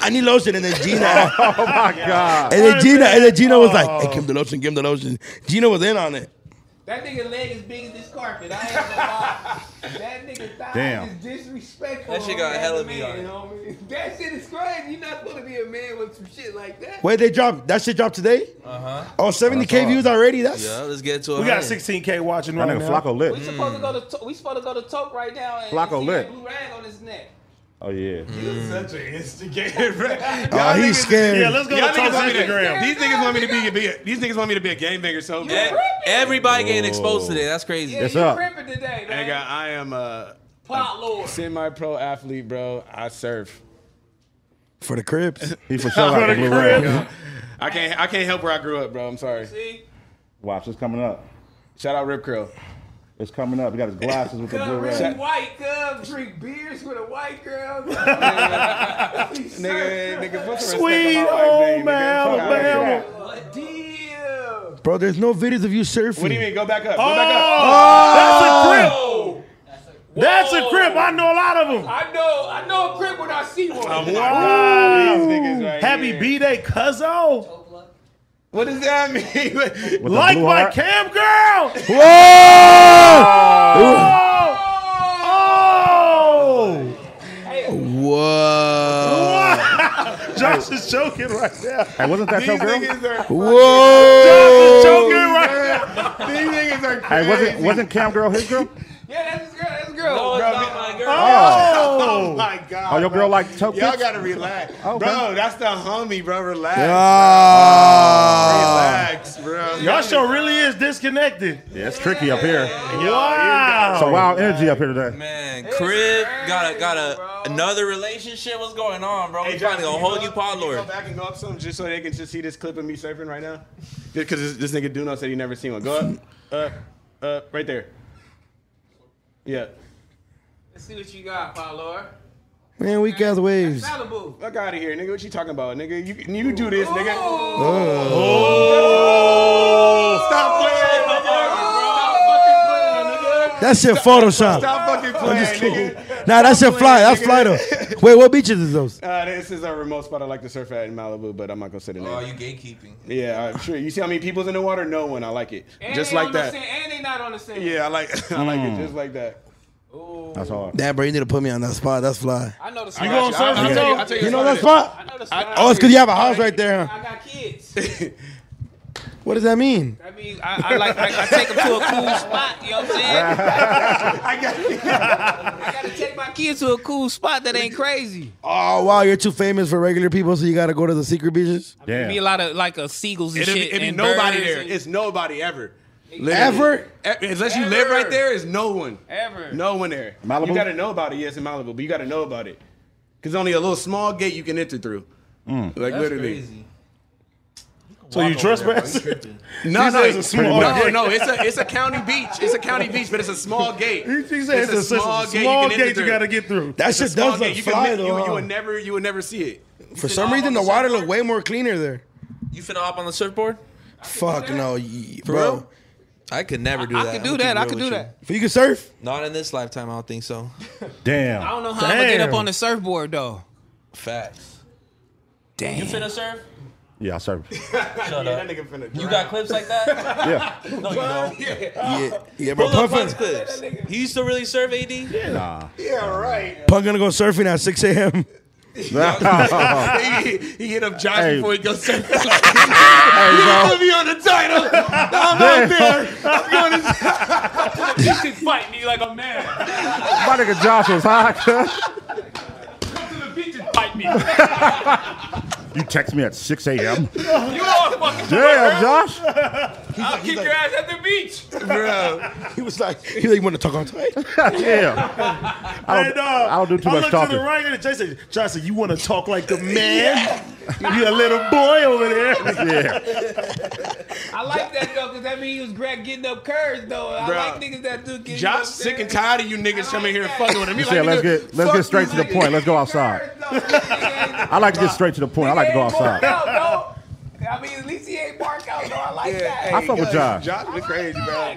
G: I need lotion. And then Gina,
C: Oh my god.
G: and then Gina, and then Gina was like, hey, give him the lotion, give him the lotion. Gina was in on it.
F: That nigga leg is big as this carpet. I ain't
C: (laughs)
F: gonna lie. That nigga thigh
C: Damn.
F: is disrespectful.
E: That shit got
F: homie, as
E: hella me
F: man, homie. That shit is crazy. You're not supposed to be a man with some shit like that.
G: Wait, they dropped that shit dropped today. Uh huh. Oh, 70k views already. That's
E: Oh, Yeah, let's get to it.
A: We got 16K watching
C: That
A: right
C: nigga
A: now.
C: Flacco
F: We
C: lit.
F: supposed to go
E: Mm.
F: to to- we supposed to go to Toke right now and,
C: Flacco
F: and see
C: lit.
F: that blue rag on his neck.
C: Oh yeah.
B: Such an instigator, (laughs) bro.
G: oh, he's scared.
A: Yeah, let's go
B: Y'all
A: to
B: niggas
A: Toke's
B: want me to,
A: Instagram.
B: these niggas want me to be, be a, these niggas want me to be a gangbanger so bad.
E: E- Everybody getting exposed today. That's crazy.
F: Yeah,
C: It's
F: you
C: up.
F: crimping today, man.
B: Nigga, I am a
F: Plot lord.
B: semi-pro athlete, bro. I surf.
G: for the cribs.
C: He for sure got the blue rag.
B: I can't I can't help where I grew up, bro. I'm sorry.
F: See?
C: Watch, it's coming up.
B: Shout out Rip Curl.
C: It's coming up. He got his glasses with the blue
F: Cub
C: rag.
F: really white, cub drink beers with a white girl.
B: (laughs) Nigga, nigga, put some
A: Sweet
B: respect on my
A: home
B: wife's name, nigga. Fuck outta here.
A: Alabama.
F: What deal?
G: Bro, there's no videos of you surfing.
B: What do you mean? Go back up. Go
A: Oh,
B: back up.
A: that's a crib. That's a crip. I know a lot of them.
F: I know, I know a crib when I see one.
A: Wow.
F: These niggas right
A: Oh. Happy
F: here.
A: B Day, cuzzo.
F: What does
B: (laughs)
F: that mean?
A: With Like my cam girl.
L: Whoa! Whoa!
A: Oh.
L: Whoa!
A: (laughs) Josh is choking right now.
C: Hey, wasn't that your
F: These
C: girl?
F: niggas are,
A: Josh is
L: Whoa!
A: choking right now.
F: these niggas are crazy.
C: Hey, wasn't wasn't Cam girl his girl?
F: yeah, that's his girl. That's his girl.
E: No, it's
F: Bro,
E: not my girl.
C: Oh.
F: Oh my god.
C: Oh, your
F: bro.
C: girl like toe
F: Y'all
C: kicks?
F: gotta relax,
C: Okay.
F: bro. That's the homie, bro. Relax.
L: Ah.
F: Relax, bro.
A: Y'all show really is disconnected.
C: Yeah, it's tricky up here.
A: Wow.
C: It's
A: Oh.
C: a wild energy up here today.
E: Man, crib got a got a another relationship. What's going on, bro? We trying to go hold you, pod
B: Go
E: lord.
B: back and go up some just so they can just see this clip of me surfing right now. Because this, this nigga Duno said he never seen one. Go up, up, up, Uh, right there. Yeah.
F: Let's see what you got, Paulor.
G: Man, weak ass waves.
F: Malibu.
B: Fuck out of here, nigga. What you talking about, nigga? You you do this, nigga.
E: Oh.
B: Oh. Stop playing,
E: Oh.
B: nigga.
G: That shit Photoshop.
B: Stop fucking playing, nigga. Stop fucking playing, nigga.
G: Nah, that shit fly. That's fly though. Wait, what beaches is those?
B: Uh, this is a remote spot I like to surf at in Malibu, but I'm not gonna say the name.
E: Oh, you gatekeeping.
B: Yeah, I'm sure. You see how many people's in the water? No one. I like it.
F: And
B: just
F: they
B: like
F: on
B: that.
F: The same, and they not on the same.
B: Yeah, I like (laughs) I like it just like that.
C: That's hard.
G: Damn, bro, you need to put me on that spot. That's fly.
F: I know the spot.
A: You going to surf
B: I'll
A: it
B: tell you-
A: though?
B: I'll tell
G: You know
B: what
G: that
B: it is.
G: spot?
F: I know the spot.
G: Oh, it's because you have a house right there. Huh?
F: I got kids.
B: (laughs)
G: What does that mean?
F: That means I, I like I, I take them to a cool spot. You know what
B: (laughs)
F: I'm saying? I got. I gotta take my kids to a cool spot that ain't crazy.
G: Oh wow, you're too famous for regular people, so you gotta go to the secret beaches.
C: Yeah.
F: Be a lot of like uh, seagulls and
B: It'd be,
F: shit.
B: it'd be
F: and
B: nobody
F: birds
B: there.
F: and-
B: It's nobody ever.
G: Ever?
B: E- Unless you live
F: Ever.
B: right there, it's no one.
F: Ever.
B: No one there.
C: Malibu?
B: You gotta know about it. Yes, in Malibu, but you gotta know about it. Cause only a little small gate you can enter through. Like literally.
A: So you trespass?
B: No, no,
A: said it's a small
B: no,
A: gate.
B: no, it's a it's a county beach. It's a county beach, but it's a small gate.
A: He said it's a small gate. Small gate you got to get through.
G: That
B: It's a
G: shit
B: small
G: does
B: gate.
G: look
B: You,
G: fly
B: can,
G: though.
B: you, you
G: huh?
B: would never you would never see it.
G: for some reason, the water looked way more cleaner there.
E: You finna hop on the surfboard?
G: Fuck no, ye- bro.
E: real? I could never do
F: I
E: that.
F: could
E: I'm
F: do
E: gonna
F: that.
E: keep
F: I
E: real
F: could
E: with
F: do
E: you.
F: that.
G: If you could surf,
E: Not in this lifetime. I don't think so.
F: I
C: Damn.
F: don't know how I'm gonna get up
A: Damn.
F: on the surfboard though.
E: Facts.
F: Damn.
E: You finna surf?
C: Yeah, I serve.
E: Shut up.
B: Nigga finna
E: You got clips like that?
C: Yeah.
E: (laughs) No, you don't.
G: yeah, yeah, bro.
E: Pull up Punk's
G: Punk, punk,
E: clips. He used to really surf AD?
C: Nah.
G: punk gonna go surfing at 6 a.m.
B: he, he hit up Josh
C: Hey.
B: before he goes surfing. Like, you put me on the title. I'm out there. I'm going to.
F: You should fight me like a man.
C: My nigga Josh was high. (laughs) cuz.
F: Come to the beach and
C: (laughs)
F: fight me. You
C: you text me at 6 a.m.
F: all fucking.
C: Damn, Josh. (laughs)
F: I'll kick your ass at the beach.
G: (laughs) he was like, he like, want to talk on tight?
C: Yeah.
A: Hey,
C: I don't,
A: dog.
C: I don't do too
A: I
C: much
A: look
C: talking.
A: to the right and Jay said, Johnson, you want to talk like
C: (laughs)
A: a man? you a little boy over there.
C: (laughs) Yeah.
F: I like that though, cause that mean he was Greg getting up curves though. I
B: Bruh.
F: like niggas that do getting up
B: Josh sick and tired of you niggas coming here and fucking with him. You
C: Yeah, let's get let's get straight to the point. Let's
F: (laughs)
C: go outside. I
F: I
C: like to get straight to the point. I like to go outside.
F: Out, though. I mean, at least he ain't bark out though. I like that.
C: I fuck with Josh.
B: Josh was crazy, bro.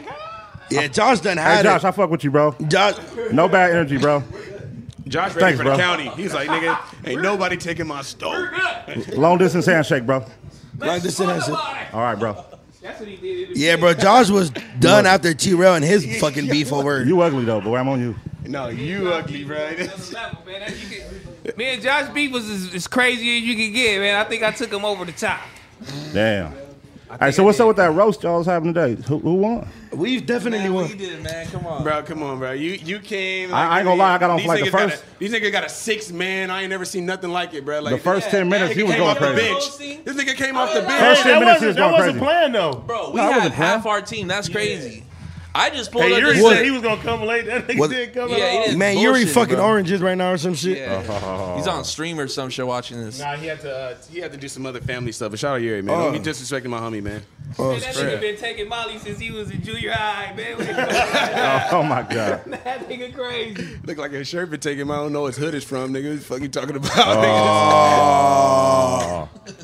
G: Yeah, Josh done
C: Hey,
G: had
C: Josh, I fuck with you, bro.
G: it. Josh,
C: No bad energy, bro.
B: Josh ready
C: Thanks,
B: for
C: bro.
B: the county. He's like, nigga, ain't nobody taking my stove.
C: Long distance handshake, bro.
G: like this and that shit.
C: All right, bro.
F: That's what he did.
G: Yeah, bro. Josh was done after T Rail and his fucking beef over.
C: You ugly though, boy. I'm on you.
B: No, you ugly, bro. (laughs) That's-
F: Level, man. That you could- Me and Josh Beef was as, as crazy as you could get, man. I think I took him over the top.
C: Damn. All right, so what's up with that roast y'all was having today? Who, who won?
G: We've definitely
E: We
G: won.
E: did it, man. Come on.
B: Bro, come on, bro. You you came.
C: I- I ain't gonna lie, I got on
B: these
C: for like the
B: niggas got
C: first-
B: a- these niggas got a six man. I ain't never seen nothing like it, bro. Like
C: The first 10 minutes, he was
B: came
C: going
B: off the
C: crazy.
B: bench. This nigga came off the
C: First
A: That
B: bench.
C: 10 minutes, he
A: wasn't,
C: was
A: that
C: going
A: wasn't
C: crazy.
A: planned, though.
E: Bro, we
C: No, I
E: had
C: wasn't playing.
E: half our team. That's crazy. I just pulled
A: Hey,
E: up.
A: Yuri
E: and
A: said
E: said-
A: he was going to come late. That nigga
G: What-
A: didn't come
E: Yeah, he
A: at all.
E: didn't-
G: Man, Yuri
E: Bullshit,
G: fucking
E: bro.
G: oranges right now or some shit.
E: Yeah. He's on stream or some shit watching this.
B: Nah, he had to uh, he had to do some other family stuff. But shout out Yuri, man.
G: Oh.
B: Don't be disrespecting my homie, man. (laughs)
G: Oh,
F: Man, that nigga been taking Molly since he was in junior high, man. (laughs)
C: Oh my god.
F: that nigga crazy.
B: Look like a shirt been taking. him. I (laughs) don't know his hood is from, nigga. What the fuck you talking about?
F: I
C: Oh.
F: mean,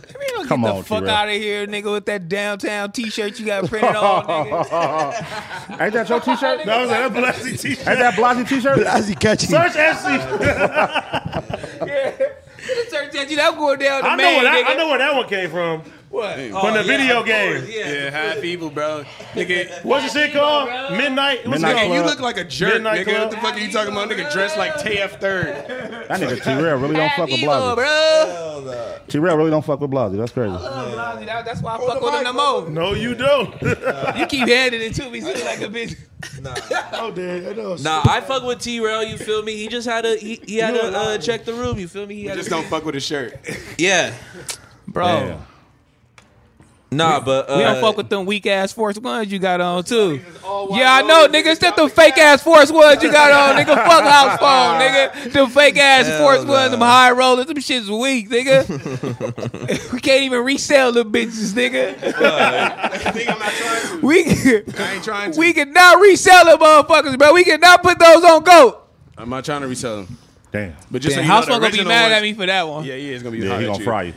C: Come
F: get
C: on,
F: the fuck
C: T-Rex.
F: out of here, nigga, with that downtown T-shirt you got
A: (laughs)
F: printed on, nigga.
C: (laughs) Ain't that your T-shirt?
A: That was that Blassie
C: Ain't
A: T-shirt.
C: (laughs) that Blasi T-shirt?
G: Blasi catching.
A: Search FC.
F: The search engine, I'm going down the
A: (laughs) I know
F: main,
A: where that,
F: nigga.
A: I know where that one came from.
F: What? Oh,
A: From the video game.
F: Yeah.
H: Yeah, half evil, bro. Nigga,
A: What's the shit called? Midnight. What's it
C: Midnight
A: called?
B: Nigga, you
C: Club.
B: look like a jerk,
A: Midnight
B: nigga.
A: Club.
B: What the fuck are you talking about? Nigga dressed like TF Third.
C: That nigga T-Rex really don't fuck with
F: Evil,
C: Blasi.
F: bro.
C: T-Rex really don't fuck with Blasi. That's crazy.
F: Oh. Blasi, that- That's why I fuck with him the most.
A: No, you don't.
C: (laughs)
F: You keep handing it to me, so like a bitch.
A: oh, dude, I know.
E: Nah, I fuck with T Rail. You feel me? He just had to he, he had to uh, check the room. You feel me? He had
H: just
E: to,
H: don't fuck with his (laughs) shirt.
E: yeah. Bro. Nah, but uh,
F: We don't fuck with them weak ass Force Ones you got on too. Yeah, I know, nigga. It's just them fake ass Force Ones you got on,
H: (laughs)
F: nigga. Fuck house phone, nigga. Them fake ass
E: Hell
F: Force
E: nah.
F: Ones, them high rollers, them shits weak, nigga.
E: (laughs)
F: (laughs) we can't even resell them bitches, nigga.
H: I think I'm not trying to.
F: We can,
H: I ain't trying to.
F: we cannot resell them motherfuckers, bro. We cannot put those on goat.
H: I'm not trying to resell them.
C: Damn.
H: But just so you know,
F: house
H: the
F: phone gonna be
H: original
F: mad
H: ones-
F: at me for that one.
H: Yeah, he is gonna be.
C: Yeah,
H: hot
C: he
H: at
C: gonna
H: you.
C: fry you.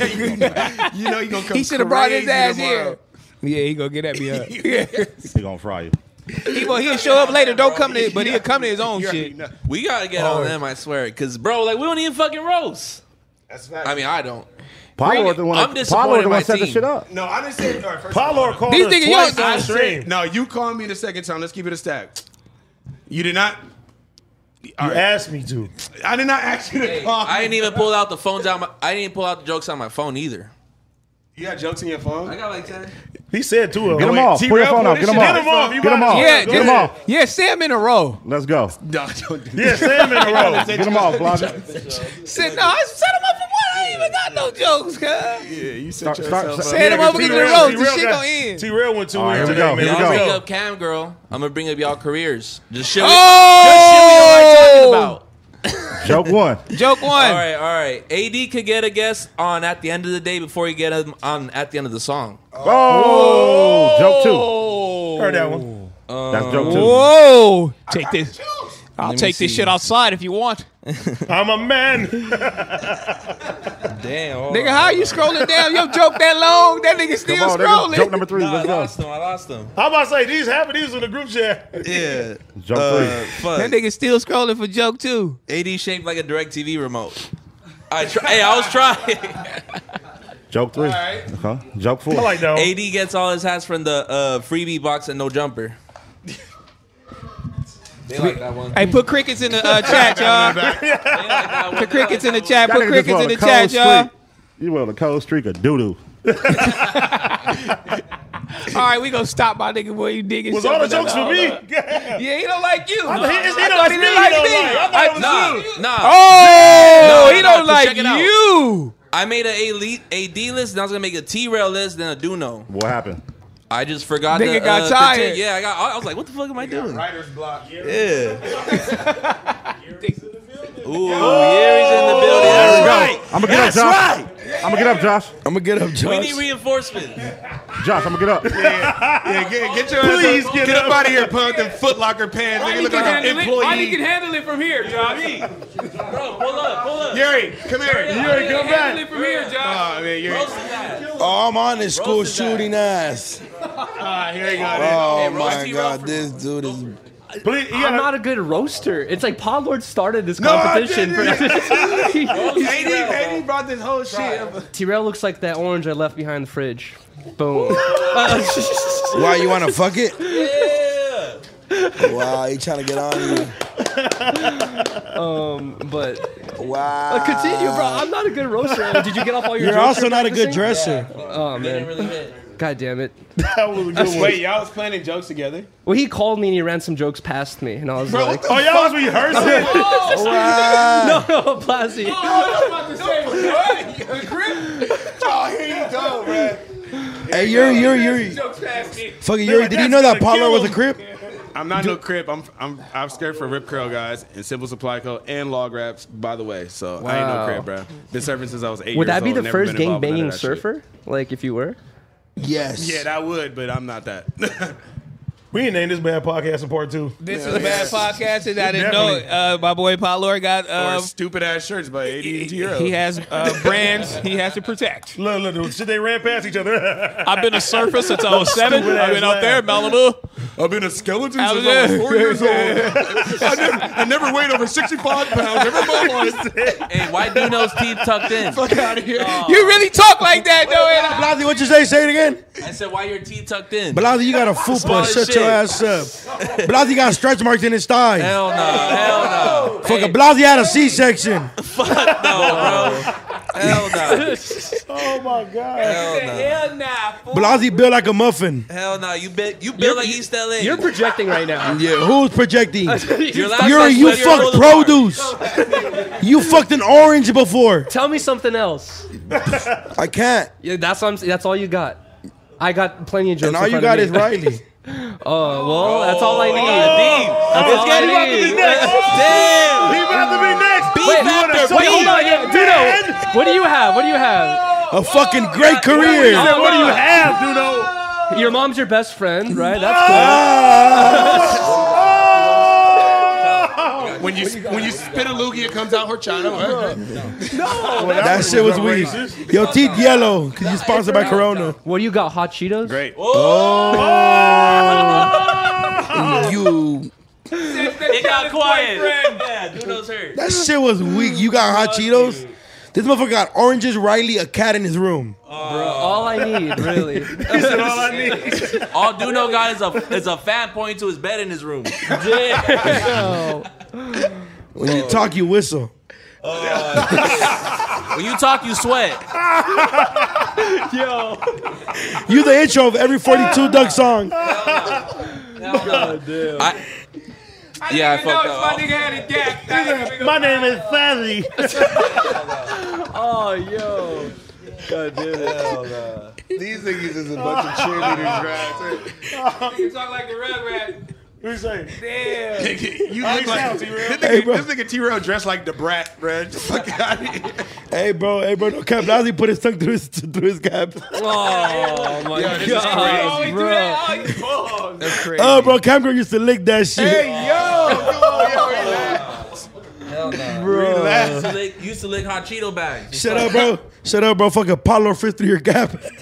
H: You know
F: (laughs)
H: he gonna come.
F: he should have brought his
H: crazy
F: ass
H: tomorrow.
F: here. Yeah, he gonna get at me. Up.
H: (laughs)
C: He gonna fry you.
F: he gonna he'll show up later. Don't come to, but he'll come to his own shit.
E: we gotta get on them. I swear, cause bro, like we don't even fucking roast.
H: That's not.
E: I mean, I don't.
C: Pablo the one.
E: I'm
C: that-
E: disappointed
C: Pablo
E: in
C: the
E: my
C: one set the
E: team.
C: shit up.
H: no, I didn't say. All right, first of all,
A: Paulo called
F: These
A: us
F: niggas-
A: twice
F: yo, I
A: on
F: said-
A: stream.
H: No, you called me the second time. Let's keep it a stack. You did not.
A: You asked me to.
H: I did not ask you to call.
E: I
H: me.
E: didn't even pull out the phones out. My, I didn't pull out the jokes on my phone either.
H: You got jokes in your phone.
E: got like ten.
A: He said two of
C: Get
A: them.
C: him off. Pull your
H: T-Rail,
C: phone
H: pull
C: off.
H: this
C: Get him
H: shit
A: Get
H: out.
A: him off.
C: off.
A: You
C: Get him
A: might-
C: off.
F: Yeah,
C: Get him
F: just,
C: off.
F: yeah, Sam in a row.
C: Let's go.
H: No, (laughs) don't do that.
A: Yeah, Sam in a row.
C: Get him off, Blasi.
F: Said no, I set him up for what? I ain't even got no jokes, cuz.
H: Yeah, you set
C: Start-
H: yourself
C: start-
H: up.
F: Set him up
A: T-Rail-
F: against the road.
A: T-Rail
F: This shit
A: got-
F: gonna end.
A: T-Rail went two
C: All right,
A: wins
C: here we
A: today,
C: go.
A: man.
C: Here
A: We
C: we
A: got-
E: I'll bring
C: go.
E: up Cam Girl. I'm gonna bring up y'all careers. Just shit. we-
F: Oh!
E: just shit we already talking about.
C: Joke one.
F: Joke one.
E: All right, all right. AD could get a guess on at the end of the day before you get him on at the end of the song.
C: Oh, joke
A: Heard that one.
C: two. That's joke two.
F: Whoa! Take this. I'll take this shit outside if you want.
A: I'm a man.
E: Damn.
F: Nigga, how you scrolling down your joke that long? That nigga still
C: Come on, nigga.
F: scrolling.
C: Joke number three.
E: Nah, I
C: Let's go.
E: lost him. I lost him.
A: I'm about to say these happen. These in the group chat.
E: Yeah. (laughs)
C: Joke
E: Uh,
C: three.
F: that
E: fuck.
F: nigga still scrolling for joke two.
E: AD shaped like a direct TV remote. I try, hey, I was trying.
C: Joke three. Okay. Joke four.
A: I like that one.
E: AD gets all his hats from the uh, freebie box and no jumper. They like that one.
F: Hey, put crickets in the uh, chat, y'all.
E: They like that one.
F: Put crickets in the chat.
C: That
F: Put
C: nigga just
F: crickets
C: wrote
F: in
C: a
F: the
C: cold
F: chat, y'all.
C: streak. You wrote a cold streak of doo doo.
F: All right, we gonna stop my nigga boy. You digging?
A: Was
F: shit
A: all the
F: for that
A: jokes for
F: long.
A: me?
F: Yeah, he don't like you.
A: thought he- he
F: I
A: don't
F: thought
A: like
F: he didn't
A: me,
F: like
A: he don't
F: me.
A: like- I thought it was
E: Nah, nah.
F: Oh,
E: No,
F: he
E: no,
F: don't
E: no,
F: like
E: check it out.
F: you.
E: I made a elite AD list, and I was gonna make a T rail list, then a Duno.
C: What happened?
E: I just forgot.
F: Nigga
E: to,
F: got
E: uh,
F: tired.
E: continue. Yeah, I got. I was like, what the fuck am I doing?
H: Writer's block.
E: Yeah. (laughs) Ooh, Yuri's in the building. That's right.
C: I'm gonna get up, Josh. I'm gonna get up, Josh.
G: I'm gonna get up,
E: We
G: Josh.
E: need reinforcements.
C: Josh, I'm gonna get up.
K: Uh,
H: Yeah, get, get your
A: Please
H: ass up.
A: get
H: get up
A: up.
H: out of here, punk. Them footlocker pants. Nigga, look like an employee.
F: handle it from here, Josh.
E: Bro, pull up, pull up.
H: Yuri, come here.
A: You ain't come back.
F: it from here, Josh.
H: Oh man, Yuri.
E: Roasted that.
G: Oh, I'm on his school
E: Roasted that.
G: shooting ass.
H: Ah, here you go.
G: Oh
E: Hey,
G: my
E: Rusty
G: god,
E: Rutherford.
G: this dude is.
A: Please, you
K: I'm
A: gotta-
K: not a good roaster. It's like Pod Lord started this
H: I
K: competition. for
H: AD, AD brought this whole shit. up.
K: T-Rail looks like that orange I left behind the fridge. Boom.
G: Why you wanna fuck it?
E: Yeah.
G: Wow, he trying to get on you.
E: (laughs) Um,
K: but
G: Wow.
K: uh, continue, bro. I'm not a good roaster.
C: (laughs)
K: Uh, Did you get off all your?
G: You're
K: jokes
G: also
K: you're
G: not a good
K: practicing?
G: dresser.
K: Oh
E: Didn't
K: man,
E: really hit.
K: god damn it.
A: that was a good one.
H: Wait, y'all was planning jokes together.
K: Well, he called me and he ran some jokes past me, and I was like, (laughs)
A: Oh, y'all was rehearsing?
F: Oh,
G: Wow.
K: No, no, Blassie.
G: Hey, Yuri, Yuri, Yuri. Fucking Yuri, did you know that
A: That's gonna
G: Paulo
A: kill
G: was a crip?
H: I'm not no crip. I'm I'm I'm scared for Rip Curl guys and Simple Supply Co. and Log Wraps. By the way, so I ain't no
K: Wow.
H: crip, bro. Been surfing since I was eight.
K: Would
H: years
K: that be
H: old,
K: the
H: never
K: first
H: been
K: gang
H: involved with none
K: banging
H: of that shit.
K: surfer? Like if you were?
G: Yes.
H: Yeah, that (laughs) would, but I'm not that.
A: We didn't name this bad podcast in part two.
F: This was bad podcasting. I didn't know
A: Definitely.
F: it. Uh, my boy Paul Lord got uh,
H: stupid ass shirts by AD Hero.
F: he has (laughs) uh, brands he has to protect.
A: Look, look, look, shit, they ran past each other. (laughs)
F: I've been a surfer since I was seven.
A: Stupid
F: I've
A: ass
F: been out there in
A: laugh.
F: Malibu.
B: I've been a skeleton
F: I
B: since
F: was
B: I was
F: there.
B: four
A: (laughs)
B: years old. I never, I never weighed over
E: (laughs)
B: 65 pounds ever in my life.
E: Hey, why Dino's teeth tucked
F: (laughs)
E: in?
B: Fuck out of here.
F: You really talk like that, though.
G: Blasi, what you say? Say it again.
E: I said, why your teeth tucked in?
G: Blasi, you got a
E: Small
G: fupa.
E: as
G: Shut
E: shit.
G: your ass up. Blasi got stretch marks in his thighs.
E: Hell no, hell no.
G: Fucking Blasi had a C-section.
E: Hell no.
A: oh my god.
E: Hell no.
F: Hell nah. fool.
G: Blasi built like a muffin.
E: Hell no. You bet you
K: You're-
E: built like East LA.
K: You're projecting right now.
G: Yeah, who's projecting?
E: Your last
G: You're
E: name
G: you
E: was
G: fucked
E: Boulevard.
G: produce. you fucked an orange before.
K: Tell me something else.
G: I can't.
K: Yeah, that's what I'm, that's all you got. I got plenty of jokes.
G: And
K: in
G: all you
K: front of
G: got
K: me.
G: is
K: (laughs)
G: Riley.
K: Oh well, that's all I need.
E: Oh,
K: That's
E: it's
K: all
E: getting
K: I
E: up to
K: need.
E: the next. Damn.
D: He about to be next.
E: Beef
K: Wait,
E: after
K: wait, hold on, yeah, Duno. What do you have? What do you have?
G: A fucking great career.
K: Oh,
A: What do you
K: no.
A: have, Dudo?
K: Your mom's your best friend, right? That's cool.
G: Ah.
B: When you when you spit a loogie, it comes out horchata.
G: That shit was weak. Your teeth yellow because you sponsored by Corona.
K: What do you got? Hot Cheetos?
H: Great.
D: Oh.
G: You.
E: It got quiet. Yeah, Duno's hurt.
G: That shit was weak. You got hot Cheetos. This motherfucker got oranges, Riley, a cat in his room.
K: All I
C: (laughs)
K: need, (laughs) really.
E: (laughs) All Duno got is a is a fan pointing to his bed in his
K: (laughs)
E: room.
K: Damn.
G: When you talk, you whistle.
E: When you talk, you sweat.
K: Yo.
G: You the intro of every 42 Duck song.
E: I, yeah, I
F: No,
E: fucked
F: my
E: up.
F: nigga had a gap. I ain't gonna-
A: My name is Fazzy.
K: Oh, yo. God damn it.
D: These niggas is a bunch of cheerleaders, right?
F: You talk like the Rugrat.
A: What you say?
F: Damn.
D: You look like this
G: Hey, bro.
D: nigga, this nigga T-Rail dressed like the brat, bro. Get the Fuck out of here.
G: Hey, bro. Hey, bro. No cap. Blasi put his tongue through his, through his cap.
E: Oh my god.
F: Oh, he do that? Oh, he- Oh,
E: That's crazy.
G: Oh, bro. Cam girl used to lick that shit.
E: Used to lick, used to lick hot Cheeto bags.
G: Shut up, bro. Shut up, bro. Fucking Apollo fist through your gap.
E: (laughs)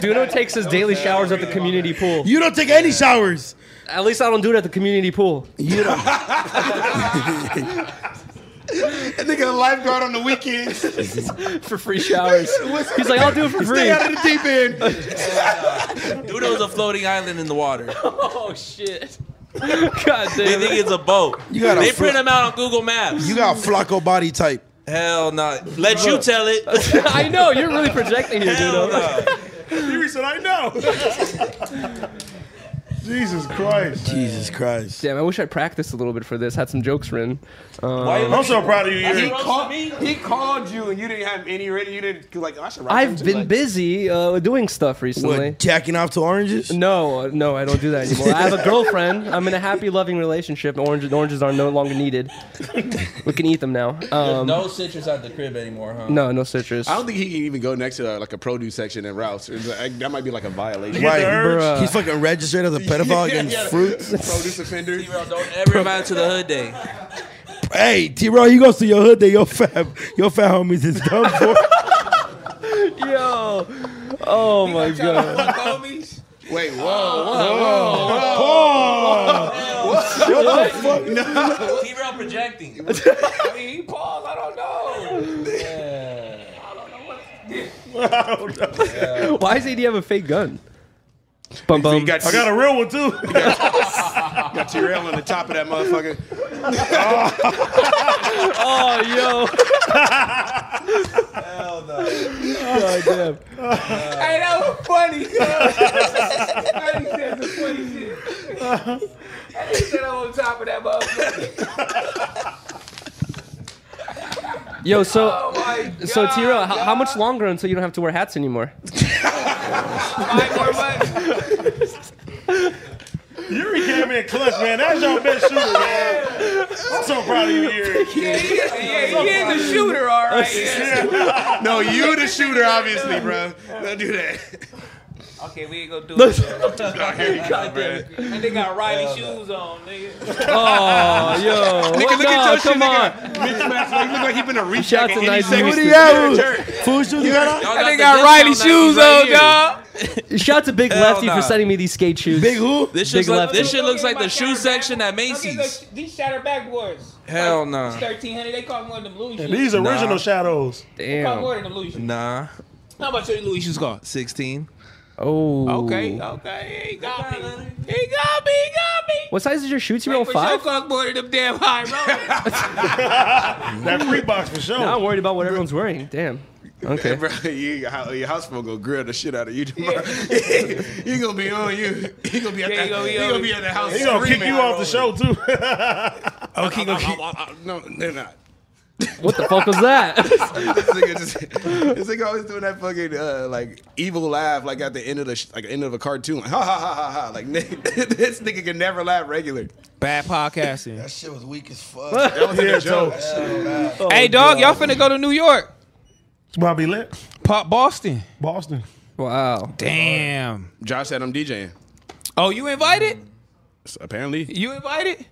K: Duno takes his daily showers at the community pool.
G: You don't take any showers.
K: At least I don't do it at the community pool.
G: You don't.
D: That nigga a lifeguard on the weekends.
K: For free showers. He's like, I'll do it for free.
D: Out of the deep end.
E: Duno's a floating island in the water.
K: (laughs) Oh, shit. God
E: They
K: damn
E: think
K: it.
E: it's a boat.
G: (laughs) You gotta
E: they
G: fl-
E: print them out on Google Maps.
G: You got Flacco body type.
E: Hell no. Let you tell it.
K: I know, you're really projecting here,
E: Hell
K: Duno.
E: no.
A: You said I know.
D: (laughs)
A: Jesus Christ.
G: Jesus Christ.
K: Damn, I wish I practiced a little bit for this. Had some jokes written. Um,
A: I'm so proud of you. Yuri.
H: Call- he called you and you didn't have any ready. You didn't like. I should. Write
K: I've been busy uh, doing stuff recently.
G: What, jacking off to oranges?
K: No, uh, no, I don't do that anymore. I have a girlfriend. I'm in a happy, loving relationship. and Oranges, oranges are no longer needed. We can eat them now. Um,
E: no citrus at the crib anymore, huh?
K: no, no citrus.
H: I don't think he can even go next to uh, like a produce section at Ralph's. It's like- that might be like a violation.
A: Get the
B: (laughs)
G: Right.
A: urge.
K: Bruh.
G: He's fucking registered (laughs) as a pedophile
H: Yeah,
G: against
H: yeah.
G: fruits.
H: Produce offender.
E: T-Rail, Don't ever invite to the hood day.
G: Hey, T Raw, he goes to your hood that your fab, your fat homies is dumb (laughs) for.
K: Yo, oh my god.
F: homies.
H: Wait, whoa,
E: T-Rail projecting.
F: I mean, he paused. I don't know.
K: (laughs) Why does AD have a fake gun? Bum bum.
B: (laughs)
H: You got,
A: I got a real one too. (laughs)
H: got T-Rail on the top of that motherfucker.
K: Oh yo. Hell no. God damn.
F: Hey, that was funny. (laughs) cuz. That nigga said some funny shit. That nigga said I'm on top of that motherfucker.
K: Yo, so.
F: Oh my god.
K: So Tira, how, how much longer until you don't have to wear hats anymore?
F: Five more months.
A: Yuri came in clutch, man. That's your best shooter, man. I'm so proud of you, Yuri.
F: Yeah, he is, yeah, he is a shooter, all right. Yeah.
D: No, you the shooter, obviously, bro. Don't do that.
F: Okay, we ain't gonna do
E: Look.
F: it.
E: God, here you come, man.
F: And they got Riley shoes on, nigga.
K: (laughs)
E: Oh, yo.
F: Nigga,
E: What
F: look at
E: up?
F: your shit,
E: Come on.
F: nigga.
E: Mismatch. Like, look like he been a reach out to nice
G: What do you have? Food shoes you got on?
E: Y'all got the discount on these right Shout out to Big
M: Hell
E: Lefty
M: nah.
E: for sending me these skate shoes. Big who?
M: This
E: Big
M: shit, look,
E: Lefty.
M: this shit looks like the shoe section at Macy's.
F: These shatter backboards.
M: Hell
F: Like,
M: nah.
F: These 1300, they cost more than the Louis shoes.
M: And these original Nah.
A: shadows.
F: They cost more than the Louis shoes.
M: Nah.
F: How much are the Louis shoes cost?
M: Sixteen.
E: Oh.
F: Okay, okay. He got me. He got me. He got me.
E: What size is your shoe? T
F: Like,
E: roll
F: for
E: five?
F: sure, cock more than them damn high rollers.
A: That free box for sure.
E: Now I'm worried about what everyone's wearing. Damn. Okay.
B: bro, (laughs) you, how- your house phone gonna grill the shit out of you tomorrow. (laughs) he gonna be on you. He gonna be at
F: Yeah,
B: that.
F: he
B: He gonna,
F: gonna be on
B: be
F: you.
B: at the house.
A: He gonna kick you off the show (laughs) too.
F: Oh,
B: Okay, (laughs) No, they're not.
E: What the fuck was that?
B: this nigga just, this nigga always doing that fucking uh, like evil laugh, like at the end of the sh- like end of a cartoon, like, ha ha ha ha ha. Like (laughs) nigga, this nigga can never laugh regular.
F: (laughs) Bad podcasting.
G: That shit was weak as fuck.
B: That was
A: Yeah,
B: a joke.
F: hey, dog, y'all finna go to New York.
A: It's probably lit.
F: Pop Boston.
A: Boston.
E: Wow.
F: Damn.
B: Josh said I'm DJing.
F: Oh, you invited?
B: So apparently,
F: You invited?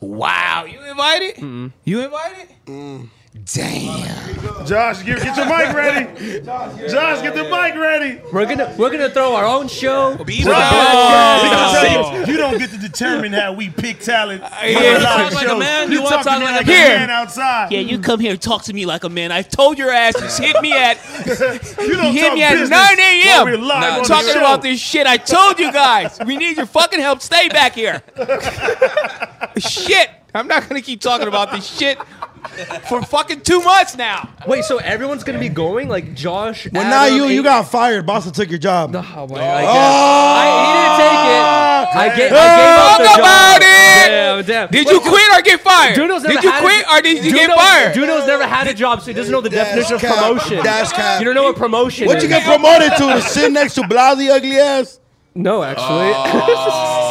F: Wow, you invited? You invited? Damn.
A: Josh, get, get your mic ready. Josh, get the mic ready.
E: We're gonna we're gonna throw our own show.
F: Be
E: with a
A: We
E: black
A: gonna
E: crowd.
A: tell Uh, you, you don't get to determine how we pick talent.
F: Uh, yeah,
A: on
F: you
A: live
F: talk like a
A: shows.
F: man,
A: You
F: you wanna
A: talk
F: talk
A: to me
F: like
A: like a
F: a man.
A: man outside.
F: Yeah, you come here and talk to me like a man. I told your ass to hit me at
A: You don't
F: hit
A: talk
F: me at
A: business
F: 9
A: while we're
F: a.m.
A: live on the
F: talking
A: show.
F: about this shit. I told you guys, we need your fucking help. Stay back here. shit, I'm not gonna keep talking about this shit for fucking two months now.
E: Wait, so everyone's gonna be going? Like Josh.
G: Well, now
E: Adam,
G: you you
E: Aiden-
G: got fired. Boston took your job.
E: Oh my I guess. I, he didn't take it. I, ga- I
F: Talk
E: gave up the job.
F: about it.
E: Damn, damn.
F: Did
E: Wait,
F: you quit or get fired?
E: Duno's never
F: did you
E: had
F: quit
E: a,
F: or did you get
E: Duno-
F: fired?
E: Duno's never had a job, so he doesn't know the
G: Dash
E: definition of
G: cap.
E: promotion.
G: Dash cap.
E: You don't know what promotion
G: What
E: is.
G: you get promoted to? To sit next to Blasey ugly (laughs) ass?
E: no, actually.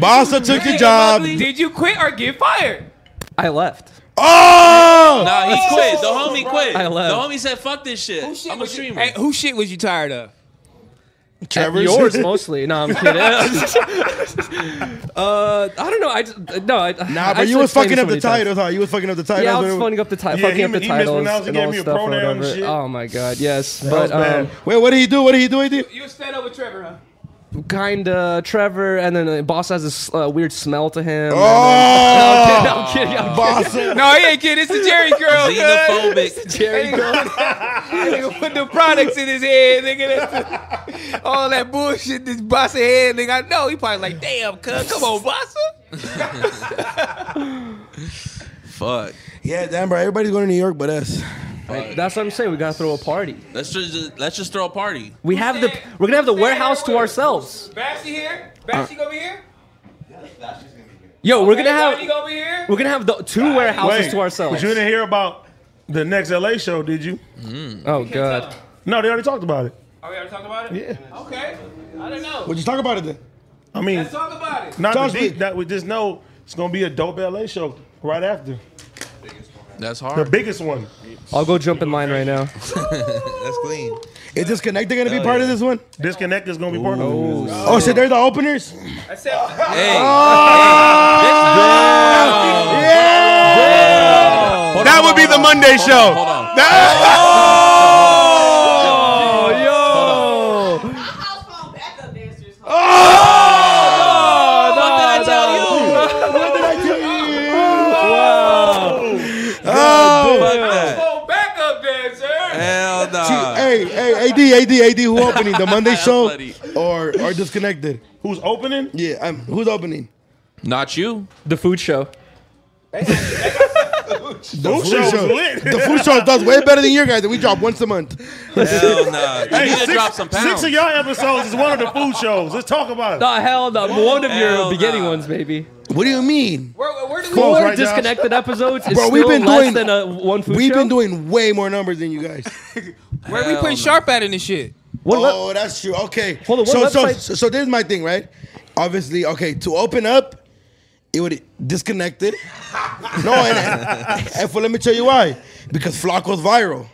G: Boston took your job.
F: Did you quit or get fired?
E: (laughs) I left.
G: Oh!
M: Nah, he quit. The homie quit. The
E: I love
M: homie said, "Fuck this shit. I'm a
F: was you,
M: streamer."
F: hey, who shit was you tired of?
E: Trevor's?
G: (laughs)
E: Yours mostly. No, I'm kidding. uh, I don't know. I just, no. I,
G: Nah, but you was fucking up the titles, huh? You was fucking up the titles.
E: Yeah, I was fucking up the title,
A: Yeah,
E: fucking
A: he-
E: up the
A: he
E: titles
A: mispronounced- he
E: and
A: gave
E: all
A: me a
E: stuff or
A: pronoun and
E: whatever.
A: shit.
E: Oh my god, yes,
A: was
E: but
A: bad.
E: um,
G: Wait, what did he do? What did he do? What did he do?
F: You were stand up with Trevor, huh?
E: kind of um, Trevor, and then uh, Boss has this uh, weird smell to him. and then-
G: Oh!
E: (laughs) I'm kidding. I'm kidding. I'm
G: Boston.
F: No, he ain't kidding. It's
M: (laughs)
F: the Jerry girl.
M: Xenophobic.
E: Jerry
F: nigga put the products in his head, nigga. That's the, all that bullshit, this bossa head, nigga. I know he probably like, damn, cuz, come on, bossa.
M: Fuck.
G: Yeah, damn, bro. Everybody's going to New York but us.
E: kidding. That's what I'm saying. We gotta throw a party.
M: Let's just let's just throw a party.
E: We have the. We're gonna have the warehouse to ourselves.
F: Bashy here. Bashy gonna be here.
E: Yo, we're gonna have.
F: Ronnie gonna be here.
E: We're gonna have the two warehouses
A: Wait,
E: to ourselves.
A: But you didn't hear about the next LA show, did you?
E: Oh god.
A: No, they already talked about it.
F: Are we already talking about it? Yeah. Okay. I don't know.
G: What you talk about it then?
A: I mean,
F: Let's talk about it.
A: not
G: Josh,
A: the
G: we-
A: deep, that we just know it's gonna be a dope LA show right after
M: That's
A: the
M: hard.
A: biggest one.
E: I'll go jump in line right now.
M: That's clean.
G: Is Disconnected going to be part of this one?
A: Disconnect is gonna be part of it.
G: Oh, shit, there's the openers?
F: I said,
M: Hey,
F: Oh,
N: Oh! That would be the Monday show.
M: hold on.
E: Oh, yo.
J: My house phone backup dancers.
G: Oh.
E: Oh! What did I tell you?
G: Oh,
M: Fuck
F: I'm
M: that.
F: going back up there, sir.
M: Hell nah.
E: eh.
G: Hey, hey, AD, AD, AD, who opening? The Monday show
M: Bloody.
G: or or Disconnected?
A: Who's opening?
G: Yeah, I'm, who's opening?
M: Not you.
E: The food show.
G: The food
A: show is lit.
G: (laughs) The food show does way better than your guys, and we drop once a month.
M: Hell nah. You
A: Hey,
M: need to drop some pounds.
A: six of y'all episodes is one of the food shows. Let's talk about it.
E: The hell, the
F: Oh,
E: one of
M: Hell
E: your beginning
M: nah.
E: ones, maybe.
G: What do you mean?
F: Where, where do we
G: Close
E: Four
G: right now.
E: disconnected episodes is
G: Bro,
E: still
G: we've been
E: less
G: doing-
E: than a one food
G: We've
E: show?
G: been doing way more numbers than you guys.
F: where we
M: Hell no.
F: put Sharp at in this shit?
E: What le-
G: oh, that's true. Okay.
E: Hold on, what
G: so, so,
E: website-
G: so, so this is my thing, right? Obviously, okay, to open up, it would
E: (laughs)
G: disconnected. no, and, and, and for, let me tell you why. Because Flock was viral.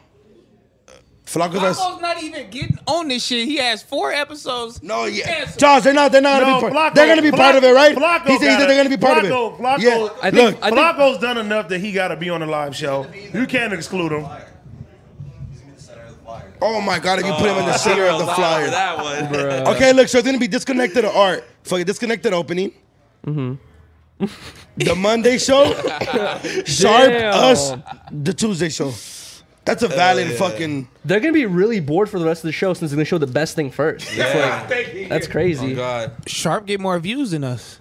G: Flacco's our-
F: Flacco's not even getting on this shit. He has four episodes. No, yeah.
G: Josh, they're not. They're not
A: No,
G: gonna be. Part,
A: Flacco-
G: they're gonna be part of it, right?
A: Flacco
G: he said
A: gotta-
G: that they're gonna be part
A: Flacco-
G: of
A: Flacco,
G: it. Yeah,
A: I
G: look,
A: think, Flacco's done enough that he got to be on the live show. You can't exclude him.
G: Oh my god, if you put him in the center of
A: (laughs)
G: the flyer.
E: That one.
M: (laughs)
G: Okay, look, so it's gonna be disconnected to art. Fuck it, disconnected opening. The Monday show, sharp
K: Damn.
G: us. The Tuesday show. That's a valid fucking.
K: They're gonna be really bored for the rest of the show since they're gonna show the best thing first.
E: Yeah.
K: It's like, that's
M: Oh,
K: crazy.
E: God.
F: Sharp get more views than us.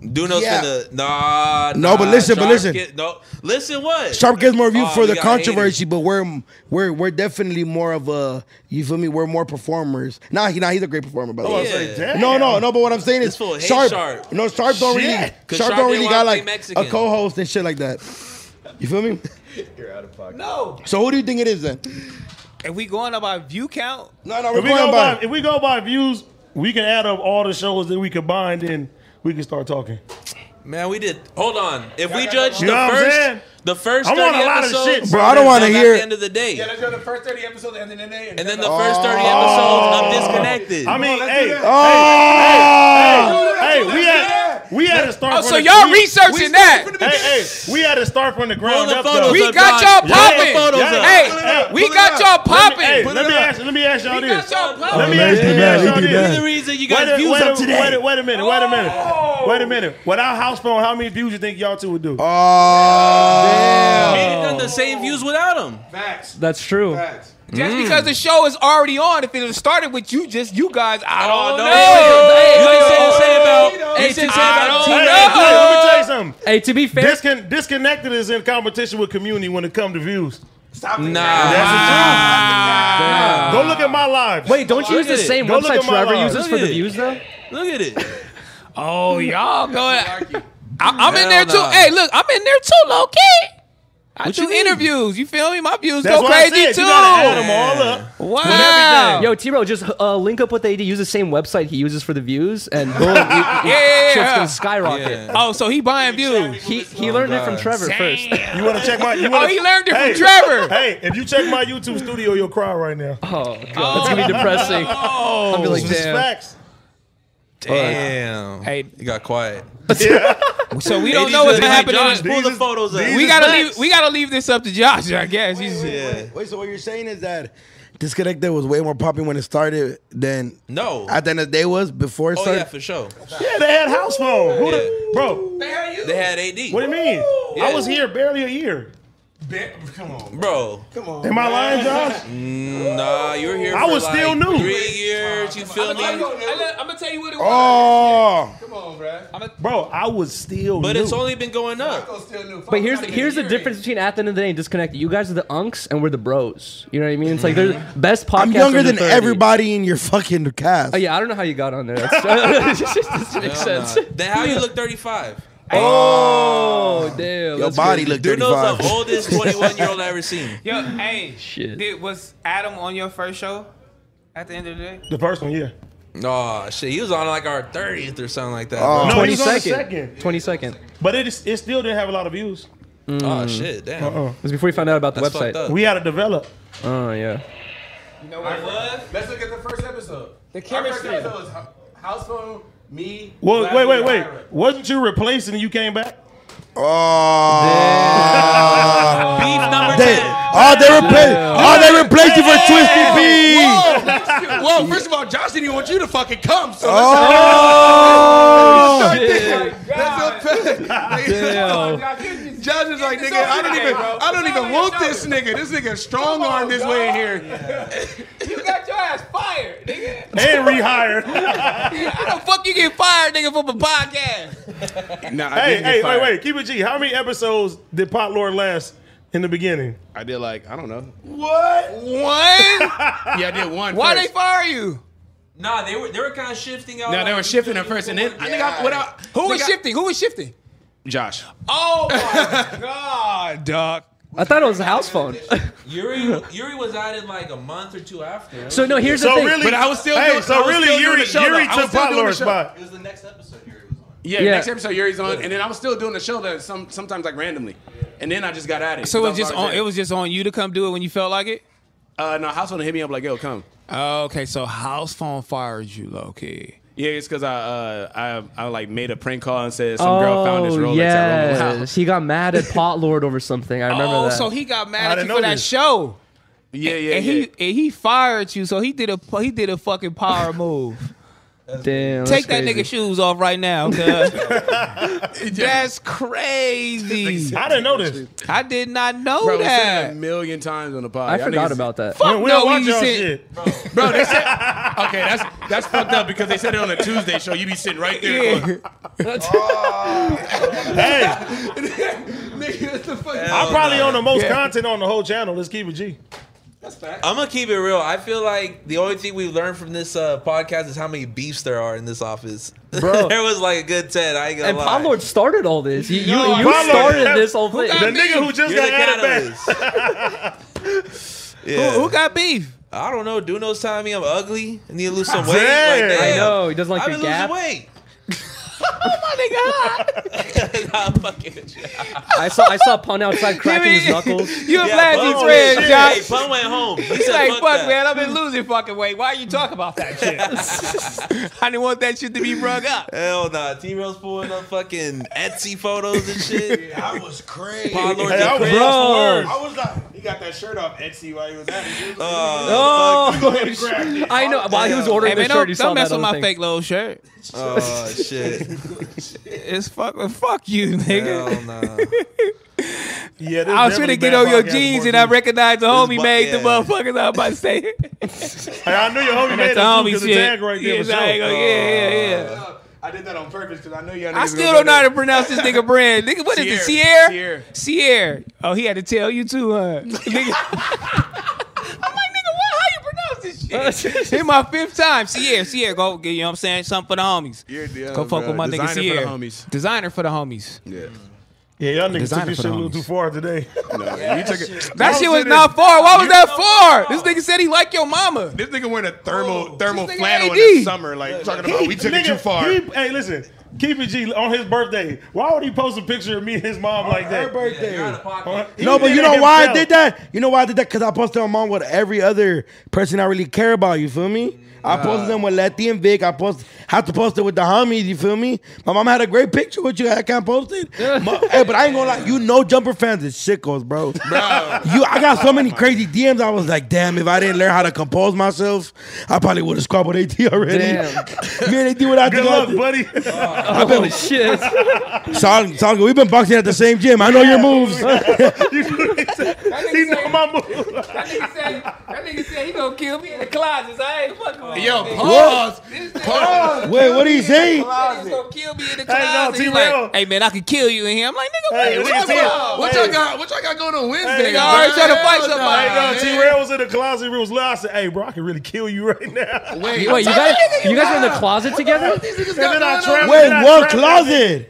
E: Duno's
G: Yeah.
E: gonna nah.
G: No,
E: nah,
G: but listen, but
E: Sharp
G: listen.
E: Get, no, listen what?
G: Sharp gets more views
E: Oh,
G: for
E: we
G: the
E: got hated.
G: controversy, but we're we're we're definitely more of a you feel me? We're more performers. Nah, he nah, he's a great performer by the way.
E: Yeah.
A: Like, damn.
G: No, no, no. But what I'm saying is
E: Oh, This fool hates
G: Sharp,
E: Sharp.
G: No, Sharp don't
A: Shit.
G: really.
E: 'Cause Sharp
G: Sharp
E: didn't
G: don't really
E: wanna
G: got
E: play
G: like
E: Mexican.
G: a co-host and shit like that. You feel me?
F: No.
G: So who do you think it is then?
F: If we going up our view count,
G: No, no, we're
A: If we,
G: going
A: go by,
G: by.
A: if we go by views, we can add up all the shows that we combined and we can start talking.
E: Man, we did. Hold on. If we judge the
A: You know what I'm saying?
E: first, the first
A: I'm on
E: thirty
A: a lot of
E: episodes,
A: shit,
G: Bro, I don't want to
E: that's
G: hear.
E: At the end of the day,
F: let's go to the first 30 episodes and then the day.
E: and then the first thirty episodes, I'm disconnected.
A: I mean, hey, hey,
G: Oh!
A: hey, we had we had to start.
F: Oh,
A: from
F: so
A: the-
F: y'all
A: we-
F: researching that.
A: Hey,
F: (laughs)
A: hey, we had to start from the
E: Pull
A: ground
E: the
A: up.
E: photos
A: though.
F: We
E: up,
F: got
E: Don.
F: y'all
E: Pull the
F: popping.
E: photos up.
F: Hey,
A: Hey,
F: we got y'all
A: Let me, hey,
F: popping.
A: let me ask. Let me ask y'all
F: We
A: this.
F: got y'all
A: Let me
F: popping.
A: ask let me ask y'all
E: You're the
A: this.
E: reason you
A: Wait
E: got
A: a,
E: views
A: wait, a,
E: up today.
A: Wait, a, wait a minute. Wait a minute. Wait a minute. Without house phone, how many views you think y'all two would do?
K: Uh,
E: We
G: Oh.
E: ain't done the same views without him.
K: That's true.
F: Just because the show is already on, if it had started with you, just you guys, I don't know.
E: You didn't say the same about. You
K: Hey,
E: didn't say the same
F: I
E: about
A: Hey,
F: don't
A: hey,
F: know.
E: T.
A: hey, let me tell you something.
K: Hey, to be fair,
A: Discon- disconnected is in competition with community when it comes to views.
E: Nah.
A: Go look at my live.
K: wait, don't you use the
E: Look at it.
K: same
A: Go look
K: website
A: at my
K: Trevor
A: log.
K: uses
E: Look
K: for
E: at
K: the
E: it.
K: views though?
E: Look at it.
A: (laughs)
F: Oh, y'all going. I, am in
E: Hell
F: there too.
E: nah.
F: Hey, look, I'm in there too, low key. I do
E: you mean?
F: interviews. You feel me? My views
A: That's
F: go
A: what I
F: crazy
A: said.
F: too.
A: You gotta add them all up.
F: wow.
K: Yo, T-Row, just uh, link up with AD. Use the same website he uses for the views, and
F: (laughs)
K: boom, you, yeah,
F: yeah,
K: shit's
F: yeah.
K: gonna skyrocket.
E: Yeah. Oh,
F: oh, so he buying views.
K: He he learned it from Trevor first. (laughs)
F: Damn.
A: You want to check my? You wanna,
F: (laughs) Oh, he learned it from
A: Hey, (laughs)
F: Trevor.
A: Hey, if you check my YouTube studio, you'll cry right now.
K: Oh god, that's gonna be depressing. I'll be like,
A: Oh. This is
K: damn.
A: facts.
E: Damn.
F: Hey.
E: He got quiet.
F: So we
E: Hey,
F: don't
E: these
F: know what's
E: are-
F: gonna happen.
E: Josh,
F: on-
E: Pull the photos up.
F: We gotta leave. We gotta leave this up to Josh. I guess. He's-
E: Yeah.
G: Wait, so what you're saying is that Disconnected was way more popping when it started than
E: No.
G: at the end of the day was before it
E: Oh
G: started.
E: yeah, for sure.
A: Yeah, they had house phone. Who the,
E: Yeah.
A: bro,
E: They had AD.
A: what do you mean? I
E: Yeah.
A: was here barely a year.
E: Bro,
A: Am I lying, Josh?
I: (laughs)
E: nah, you were here.
A: I
E: for
A: was
E: like
A: still new.
E: Three years, you feel
F: I'm
E: me?
F: gonna tell you what it was.
G: Oh,
A: Bro, I was still
E: But
A: new.
E: it's only been going up.
K: But here's here's the difference between at the end of the day and disconnected. You guys are the unks, and we're the bros. You know what I mean? It's like they're the
E: Mm-hmm.
K: best podcast.
G: I'm younger than
K: 30.
G: everybody in your fucking cast.
K: Oh, yeah, I don't know how you got on there.
E: (laughs)
K: That's, (laughs) it just doesn't make sense.
E: Then how you look 35?
K: Oh, damn.
G: Your
K: that's
G: body
K: crazy.
G: looked
E: Dude knows
G: 35.
E: the oldest 21 year old I ever seen.
F: Yo, hey,
K: Shit.
F: Did, was Adam on your first show? At the end of the day,
A: the first one, yeah.
E: Oh shit, he was on like our 30th or something like that.
G: Oh.
A: No, he's on the
K: 22nd.
A: second.
K: 22nd. It
A: But it, is, it still didn't have a lot of views.
E: bro. Oh shit, damn.
A: Uh-uh.
K: was before you found out about the
E: That's fucked
K: website.
E: up.
A: We had to develop.
K: Oh, yeah.
F: you know what it was.
I: Let's look at the first episode.
F: The chemistry.
I: was house phone, me.
A: Well, wait, wait, wait. Wasn't you replacing and you came back?
G: Oh,
E: Beef number
G: they,
E: 10.
G: oh, they replaced. Oh, they replaced you for Twisted P.
I: Well, first of all, Josh didn't even want you to fucking come. So
G: Oh,
I: that's a fact.
K: Damn.
I: Josh is like, nigga, I don't even, I don't even want this nigga. This nigga strong armed this way in here.
F: You got your ass fired, nigga.
I: (laughs)
A: And rehired.
F: How the fuck you get fired, nigga, from a podcast?
H: Nah, I
A: hey,
H: didn't get
A: hey, wait,
H: fired.
A: wait. Keep it G. How many episodes did Pot Lord last in the beginning?
H: I did like I don't know.
F: (laughs) One?
I: Yeah, I did one.
F: Why
I: first.
F: they fire you?
E: Nah, they were they were kind of shifting out.
I: No, they were shifting at first, and then I think I, what I,
F: Who was
I: nigga,
F: shifting? Who was shifting?
I: Josh.
F: Oh
B: (laughs)
F: my god, dog.
K: I thought it was a house phone.
E: Yuri Yuri was added like a month or two after.
K: so, no, here's
A: So
K: the thing.
A: really,
I: But I was still
A: Hey,
I: doing- I
A: so
I: was
A: really,
I: still doing
A: Yuri,
I: the show,
A: Yuri
I: though. I was
A: took
I: still
A: Pot
I: doing the
A: Lord's
I: show.
A: spot.
E: It was the next episode Yuri was on.
I: Yeah,
K: Yeah.
I: next episode Yuri's on, and then I was still doing the show that some sometimes like randomly,
H: And then I just got at it.
F: So
H: 'cause I
F: it was just
H: already
F: on.
H: there.
F: It was just on you to come do it when you felt like it.
H: Uh, no, house phone hit me up like, yo, come.
F: Oh, okay, so house phone fired you, Loki.
H: Yeah, it's because I, uh, I I like made a prank call and said some girl found
F: Oh,
H: this Rolex at Roman House.
K: Oh, yes. He got mad at Potlord over something. I remember
F: oh,
K: that.
F: so he got mad at
A: didn't
F: you for
A: know
F: that
A: this.
F: show.
H: Yeah, yeah,
F: and
H: yeah.
F: he and he fired you, so he did a he did a fucking (laughs) power move.
K: Damn.
F: Take that
K: nigga
F: nigga shoes off
A: (laughs)
F: right now, cuz. That's
A: (laughs)
F: crazy.
A: I didn't know this.
F: I did not know
H: Bro, we said it
F: that.
H: a million times on the podcast.
K: I forgot about that.
F: Fuck
A: We
F: no,
A: don't watch
F: you
A: y'all
K: (laughs)
F: said-
A: shit.
H: Bro, they said okay. That's that's fucked up because they said it on a Tuesday show. You be sitting right there.
F: Yeah.
H: Going,
A: Hey,
H: Nigga, what the fuck?
A: I'm probably on the most content on the whole channel. Let's keep it G.
E: I'm gonna keep it real. I feel like the only thing we've learned from this uh, podcast is how many beefs there are in this office.
K: Bro.
E: (laughs) there was like a good ten. I ain't gonna
K: And
E: lie.
K: Potlord started all this. You, you,
A: No,
K: you
A: Potlord-
K: started this whole thing.
A: The nigga who just
E: You're the
A: got added back.
E: catalyst. yeah. (laughs)
F: Who, who got beef?
E: I don't know. Duno's telling me I'm ugly. I need to lose
I: (laughs)
E: some weight. Like,
A: Damn.
E: damn,
K: I know. He doesn't like
E: I've
K: your
E: been
K: gap.
E: losing weight.
F: My
E: (laughs)
F: nigga,
E: nah, I'm fucking with you.
K: I saw I saw Pun
F: (laughs)
K: outside cracking his knuckles.
F: you a
E: Yeah,
F: flashy
E: Bun-
F: friend, Josh.
E: Hey, Bun went home. He
F: He's
E: said,
F: like,
E: fuck,
F: fuck,
E: that."
F: man, I've been losing fucking weight. Why are you talking about
A: (laughs)
F: that shit? (laughs) I didn't want that shit to be brung up.
E: Hell nah. T Rose pulling up fucking Etsy photos and
O: (laughs)
E: shit.
O: I was crazy.
E: Potlord
A: Hey, I
E: the
A: was lost for
E: crib.
K: Bro.
A: words.
O: I was like, he got that shirt off Etsy while he was at it.
E: Uh,
K: Oh, I know. While he was ordering
F: Hey, man,
K: the shirt,
F: don't,
K: he saw
F: don't mess
K: that
F: with
K: other
F: my
K: thing.
F: fake little shirt.
E: oh shit.
F: It's fuck, fuck you, nigga.
E: Hell nah.
A: Yeah, this
F: I was trying
A: definitely
F: to get
A: bad
F: on your
A: podcast
F: jeans
A: for
F: and I
A: G.
F: recognized the homie
E: bu-
F: made the
E: yeah.
F: motherfuckers. I was about to say
A: Hey, I knew your homie made it
F: that's the
A: too
F: homie
A: because the
F: shit.
A: tag right there.
F: yeah,
A: for sure.
F: I ain't gonna- yeah, yeah,
B: Oh.
F: yeah.
O: I did that on purpose because I know y'all.
F: I
O: niggas
F: still
O: gonna go
F: don't know how
O: there.
F: to pronounce this nigga brand. Nigga, what is
H: Sierra.
F: it? Sierra? Sierra. Oh, he had to tell you too, huh? nigga. (laughs) I'm like, nigga, what? How you pronounce this shit? It's my fifth time. Sierra, Sierra, go get, you know what I'm saying? Something for the homies.
B: Oh,
F: Go fuck with my
H: Designer
F: nigga
H: for the
F: Sierra.
H: homies.
F: Designer for the homies.
H: Yeah.
A: Yeah, y'all niggas took
F: Designer
A: this
F: for
A: shit a
F: the
A: little
F: homies.
A: too far today.
H: you took it.
F: That shit was not far. Why was that far? This nigga said he like your mama.
H: This nigga wearing a thermal thermal
F: This nigga
H: flannel in
F: AD.
H: the summer, like talking about we took
A: nigga,
H: it too far.
A: He, hey, listen, keep it G on his birthday. Why would he post a picture of me and his mom like that?
G: Her birthday.
A: Huh? He
G: No, but
A: did
G: you
A: it
G: know why I
A: himself.
G: did that? You know why I did that? Because I posted them on with every other person I really care about, you feel me? I posted them with Letty and Vic. I post had to post it with the homies, you feel me? My mom had a great picture with you. I can't post it. Ma- hey, but I ain't gonna lie, you know jumper fans is sickos, bro. you I got so many crazy DMs, I was like, damn, if I didn't learn how to compose myself, I probably would have squabbled AT already.
K: Damn.
G: (laughs) Me and AT would have to
A: Good
G: go
A: luck,
G: out there.
A: buddy.
G: I've
K: Holy
G: been
K: shit.
G: Sal- Sal- we've been boxing at the same gym. I know your moves.
A: (laughs) he know my move.
F: That nigga said, that nigga said he gonna kill me in the closets. I ain't fucking with
H: Yo,
F: him.
H: pause.
F: This nigga-
G: Wait, what did he say?
F: He's gonna kill me in the
A: Hey, no,
F: closet. He's
A: T-Rail.
F: like, hey man, I could kill you in here. I'm like, nigga,
A: Hey,
F: what
A: nigga,
F: you talking
A: T-Rail.
F: about?
H: What
A: Hey.
H: y'all got? What y'all got going on Wednesday?
A: Hey,
F: Nigga, I already tried to
H: Hell
F: fight
H: no.
F: somebody.
A: Hey, no, T Rail was in the closet. He was lost. Hey, bro, I can really kill you right now.
H: Wait,
K: Wait, you guys, you guys are in the closet together?
A: and then I trapped.
G: Wait,
A: then I
G: what
A: trapped-
G: closet?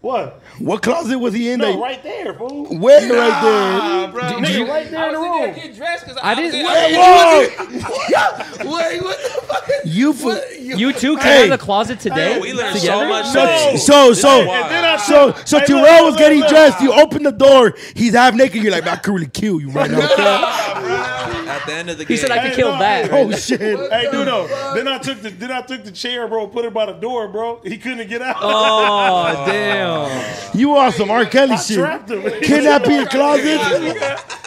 A: What?
G: What closet was he in?
A: No,
G: that
A: right there, fool.
G: Wait, right there.
H: bro.
A: Nigga, right there in the
F: I was in
A: room.
F: there getting dressed 'cause
K: I
F: I
K: didn't-
F: was in-
G: (laughs)
H: Wait, what the fuck?
G: You. Fu-
K: You two came
G: Hey.
K: out of the closet today?
E: Yo, we learned
K: together?
E: so much.
A: No.
E: today.
G: so
E: This is
G: so
E: wild.
A: then I
G: so so
A: Hey,
G: Terrell
A: look,
G: was
A: look,
G: getting
A: look.
G: dressed. You open the door. He's half naked. You're like, I could really kill you
A: (laughs)
G: right now.
E: At the end of the game,
K: He said I could
A: Hey,
K: kill
A: no.
K: that.
G: oh shit.
A: Hey, dude, though. Then I took the then I took the chair, bro, put it by the door, bro. He couldn't get out.
K: Oh, damn.
G: You on some R.
A: (laughs)
G: Kelly
A: I
G: shit?
A: trapped him.
G: Can that be a closet?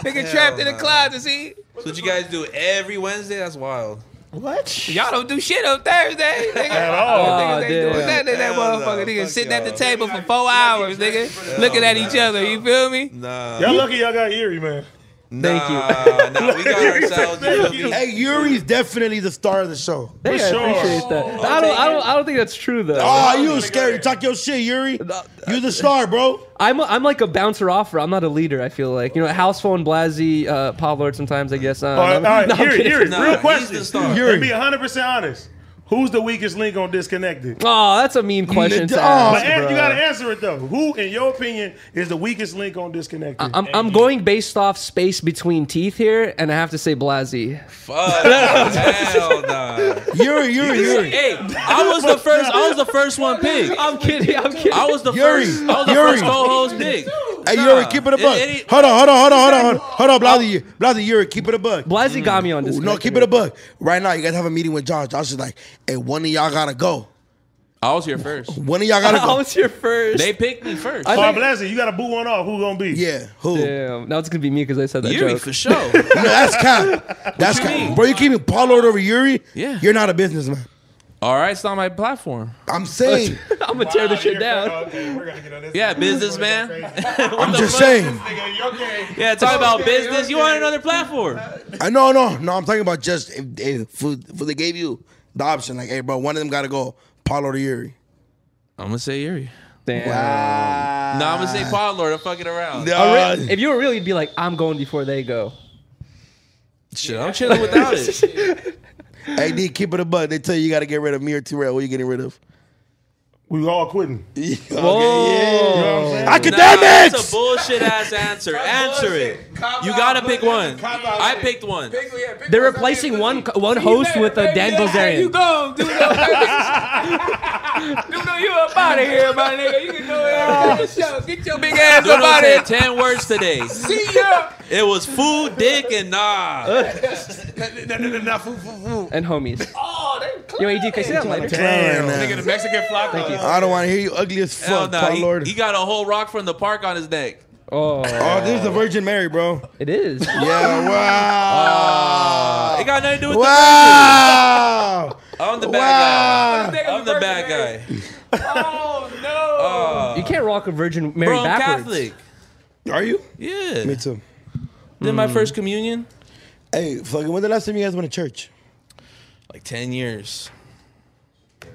F: Nigga trapped in the closet, see?
E: That's what you guys do every Wednesday? That's wild.
F: Y'all don't do shit on Thursday. Nigga.
A: At all.
K: Oh,
F: Niggas ain't doing
K: damn.
F: nothing that
E: Hell no,
F: motherfucker. Nigga
E: fuck
F: sitting at the
E: y'all.
F: table for four hours, nigga, looking at each other. You feel me?
A: (laughs)
E: Nah.
A: Y'all lucky y'all got Erie, man.
K: Thank you.
E: Nah, nah, we got ourselves. you feel me?
G: Hey, Yuri's definitely the star of the show.
K: Hey, I
A: sure.
K: appreciate that. I don't, I don't, I don't think that's true though.
G: Oh, you was scary. Talk your shit, Yuri. You the star, bro.
K: I'm, a, I'm like a bouncer offer. I'm not a leader. I feel like you know, house phone, Blasey, uh, Pollard. Sometimes I guess. Uh,
A: All right, Oh,
K: (laughs)
A: all right.
K: I'm
A: Yuri,
K: kidding.
A: Yuri,
E: Nah,
A: real
E: he's
A: question.
E: the star.
A: Yuri. And be 100% honest. Who's the weakest link on Disconnected?
K: Oh, that's a mean question to
G: Oh,
K: ask,
A: But an-
K: bro.
A: you got to answer it, though. Who, in your opinion, is the weakest link on Disconnected?
K: I'm, I'm going based off space between teeth here, and I have to say Blasey.
E: Fuck. Hell nah.
G: Yuri, Yuri, Yuri.
E: Hey, I was the first. I was the first one picked.
K: I'm kidding. I'm kidding.
E: I was the
G: Yuri,
E: first. I was the
G: Yuri.
E: first co-host pick.
G: Hey, you're a keep it a buck. Hold on, hold on, hold on, hold on, hold on, hold on, Blasey, Blasey, you're a keep it a buck. Blasey got me on this. No, keep it a buck. Right now, you guys have a meeting with Josh. Josh is like, hey, one of y'all gotta go.
E: I was here first.
G: One of y'all (laughs) gotta go.
K: was here first.
E: They picked me first.
A: I think, you got to boo one off. Who gonna be?
G: Yeah, who?
K: Damn, now it's gonna be me because I said that
G: Yuri,
K: joke
G: for
E: sure.
K: (laughs)
G: no, that's cap. That's cap. Bro, you keeping Paul Lord over Yuri?
E: Yeah.
G: You're not a businessman.
E: All right, it's not my platform.
G: I'm (laughs) saying.
K: I'm gonna tear this shit down.
E: Yeah, businessman.
F: (laughs)
G: I'm just saying.
E: Yeah, talk about business. You on another platform?
G: I no no no. I'm talking about just if, if, food- if they gave you the option, like, hey, bro, one of them gotta go, Paulo or Yuri.
E: I'm gonna say Yuri.
K: Damn.
E: No, I'm gonna say Pod Lord. I'm fucking around.
G: Uh,
K: I re- if you were really, you'd be like, I'm going before they go.
E: Shit, I'm chilling without (laughs) it.
G: Hey, D, keep it a buck. They tell you you gotta get rid of me or Terrell. What are you getting rid of?
A: We all quitting.
G: okay,
A: Whoa.
G: yeah. Academics.
E: That's a bullshit ass answer. Answer it. You gotta pick one. I picked one.
K: They're replacing one one host with a Dan Bilzerian.
F: You go, dude. (laughs) Duno, you up out of here, my nigga. You can go
G: (laughs)
F: ahead and finish the show. Get your big ass
E: Duno
F: up out
E: said
F: of here.
E: ten words today.
F: (laughs) See ya.
E: It was food, dick, and nah.
K: and
E: (laughs)
K: homies. Yo, AD, can I say that later?
G: Damn.
O: Nigga, the Mexican flock.
K: Thank you.
G: I don't want to hear you ugly as
E: Hell
G: fuck,
E: nah.
G: Paul
E: He-
G: Lord.
E: He, got a whole rock from the park on his neck.
K: Oh,
G: oh, this is the Virgin Mary, bro.
K: It is.
G: (laughs) Yeah, (laughs) wow.
E: It got nothing to do with
G: wow.
E: the. I'm the
G: Wow.
E: bad guy. I'm the bad guy.
K: you can't rock a Virgin Mary
E: Bro, I'm
K: backwards.
E: Catholic.
G: Are you?
E: Yeah.
G: Me too.
E: Did
K: Mm.
E: my first communion
G: Hey, fucking, when the last time you guys went to church?
E: like ten years.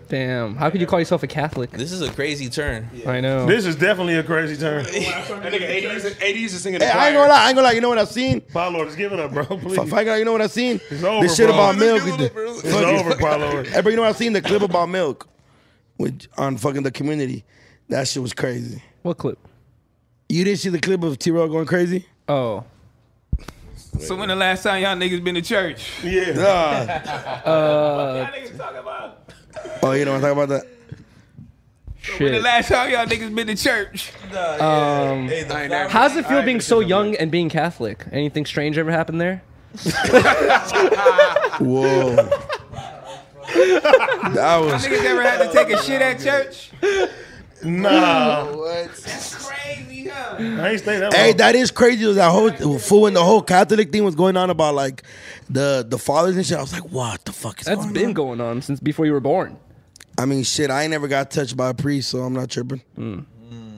K: Damn, how could you call yourself a Catholic?
E: This is a crazy turn.
K: I know.
A: This is definitely a crazy turn.
O: That nigga 80s, 80s is singing.
G: Hey, I ain't gonna lie. I ain't gonna lie. You know what I've seen?
A: Paul Lord, just give it up, bro. Please.
G: If I got, you know what I've seen?
A: over,
G: this shit
A: bro.
G: about milk.
A: It's over, Paul Lord.
G: Hey, bro, you know what I've seen? The clip about milk with, on fucking the community. That shit was crazy.
K: What clip?
G: You didn't see the clip of T-Roll going crazy?
K: Oh,
F: So when the last time y'all niggas been to church?
G: (laughs)
A: Yeah.
G: Uh,
F: Y'all niggas talking about
G: Oh, you know what I'm talking about? That
F: when the
K: shit.
F: last time y'all niggas been to church?
K: Um, how's it feel being so young and being Catholic? Anything strange ever happened there?
G: whoa. (laughs) that was
F: Niggas ever had to take a shit
E: (laughs)
F: at church?
A: Nah.
F: Crazy, huh?
A: I ain't stay that long.
G: Hey, that is crazy. though, That whole fool when the whole Catholic thing was going on about like the the fathers and shit. I was like, what the fuck is
K: That's
G: going
K: been
G: on?
K: going on since before you were born.
G: I mean, shit. I ain't never got touched by a priest, so I'm not tripping.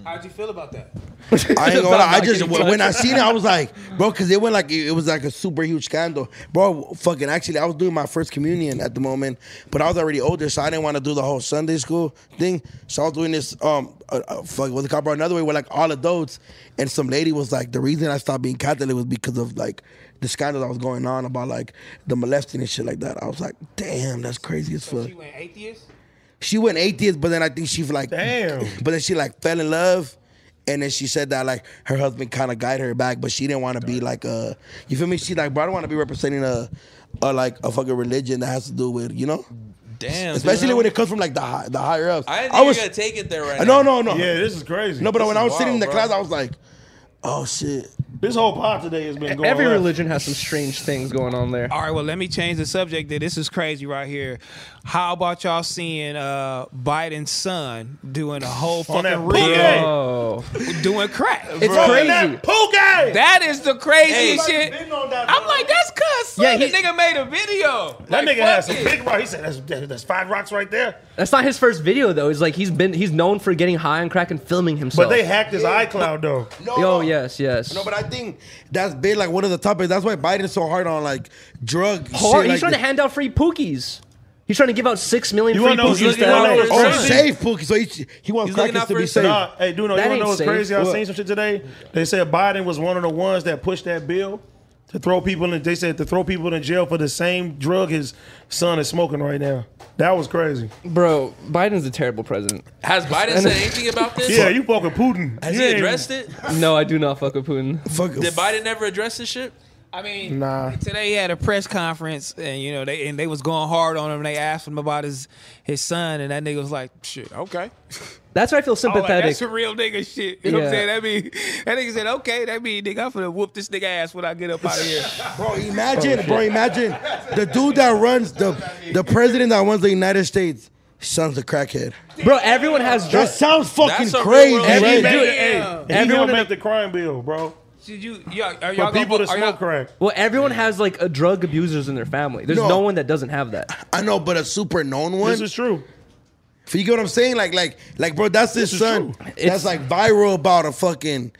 F: How'd you feel about that?
G: I ain't gonna
K: About
G: lie. I
K: not
G: just
K: getting
G: when, when I
K: touched.
G: seen it, I was like, bro, because it went like it, it was like a super huge scandal, bro. Fucking actually, I was doing my first communion at the moment, but I was already older, so I didn't want to do the whole Sunday school thing. So I was doing this um uh, uh, fuck what the cop brought another way with like all adults, and some lady was like, the reason I stopped being Catholic was because of like the scandal that was going on about like the molesting and shit like that. I was like, damn, that's crazy as fuck.
F: She went atheist.
G: She went atheist, but then I think she like
A: Damn.
G: But then she like fell in love, and then she said that like her husband kind of guided her back, but she didn't want to be like a. You feel me? She like, bro, I don't want to be representing a, a like a fucking religion that has to do with you know,
E: Damn.
G: especially
E: dude.
G: when it comes from like the high, the higher ups.
E: I didn't think
G: I
E: you were
G: was
E: gonna take it there right
G: no
E: now.
G: no no
A: Yeah, this is crazy.
G: no, but when I was
E: wild,
G: sitting in the
E: bro.
G: class, I was like, oh shit.
A: This whole pod today has been going
K: Every
A: left.
K: religion has some strange things going on there.
F: All right, well, let me change the subject. Then this is crazy right here. How about y'all seeing uh, Biden's son doing a whole
A: On that
F: fucking reel,
A: Bro.
K: Oh,
F: doing crack?
K: it's
A: Bro,
K: crazy.
A: that poo game.
F: That is the craziest
A: Hey.
F: shit.
A: Been on that,
F: I'm
A: bro.
F: like, that's cuz.
K: Yeah,
F: Yeah,
K: he-
F: the nigga made a video.
A: That
F: Like,
A: nigga has
F: fuck
A: some
F: it.
A: big rock. He said that's, that- that's five rocks right there.
K: That's not his first video though. It's like he's been he's known for getting high on crack and filming himself.
A: But they hacked his iCloud though.
G: No,
K: Oh yes, yes.
G: No, but I think that's been like one of the topics. That's why Biden's so hard on like drug.
K: Hard- he's
G: shit, like
K: trying
G: the-
K: to hand out free pookies. He's trying to give out six million
A: You
K: free
A: wanna know who's
K: pookies
A: looking
K: to
A: out
K: everyone.
A: for
G: Oh,
A: Right.
G: safe pookies. So he, he wants
E: He's looking
G: crackers
E: out for
G: to be
E: his
G: safe.
E: son.
A: Nah, hey, dude,
K: That
A: no, you wanna
K: ain't
A: know what's
K: safe.
A: crazy? I
K: What?
A: seen some shit today. They said Biden was one of the ones that pushed that bill to throw people in. They said to throw people in jail for the same drug his son is smoking right now. That was crazy.
K: Bro, Biden's a terrible president.
E: Has Biden said anything about
K: (laughs)
E: this?
A: Yeah, you fucking Putin.
E: Has
A: You
E: he
A: ain't-
E: addressed it?
K: No, I do not fuck with Putin.
G: Fuck
E: Did Biden never address this shit?
F: I mean,
A: Nah.
F: today he had a press conference, and you know they and they was going hard on him. and They asked him about his his son, and that nigga was like, "Shit, okay."
E: That's why I feel
F: Oh, like,
E: sympathetic.
F: that's some real nigga shit. You know what
E: Yeah.
F: I'm saying? That mean (laughs) that nigga said, "Okay, that mean nigga, I'm finna whoop this nigga ass when I get up out of here." (laughs)
P: bro, Imagine, bro, imagine the dude that runs the the president that runs the United States sounds a crackhead.
E: Bro, everyone has
P: That
E: drugs.
P: sounds fucking
E: That's a real
P: crazy,
E: world
P: right?
E: issue. Dude,
A: Hey,
E: Everyone
A: everyone
E: in
A: make the crime bill, bro.
F: Did you? Yeah, are
A: For
F: y'all gonna
A: people
F: vote-
A: that
F: are
A: smoke
F: y'all-
A: crack.
E: Well, everyone has like a drug abusers in their family. There's no,
P: No.
E: one that doesn't have that.
P: I know, but a super known one.
A: This is true.
P: If you get what I'm saying, like, like, like, bro, that's his
A: is
P: son.
A: true.
P: That's like viral about a fucking,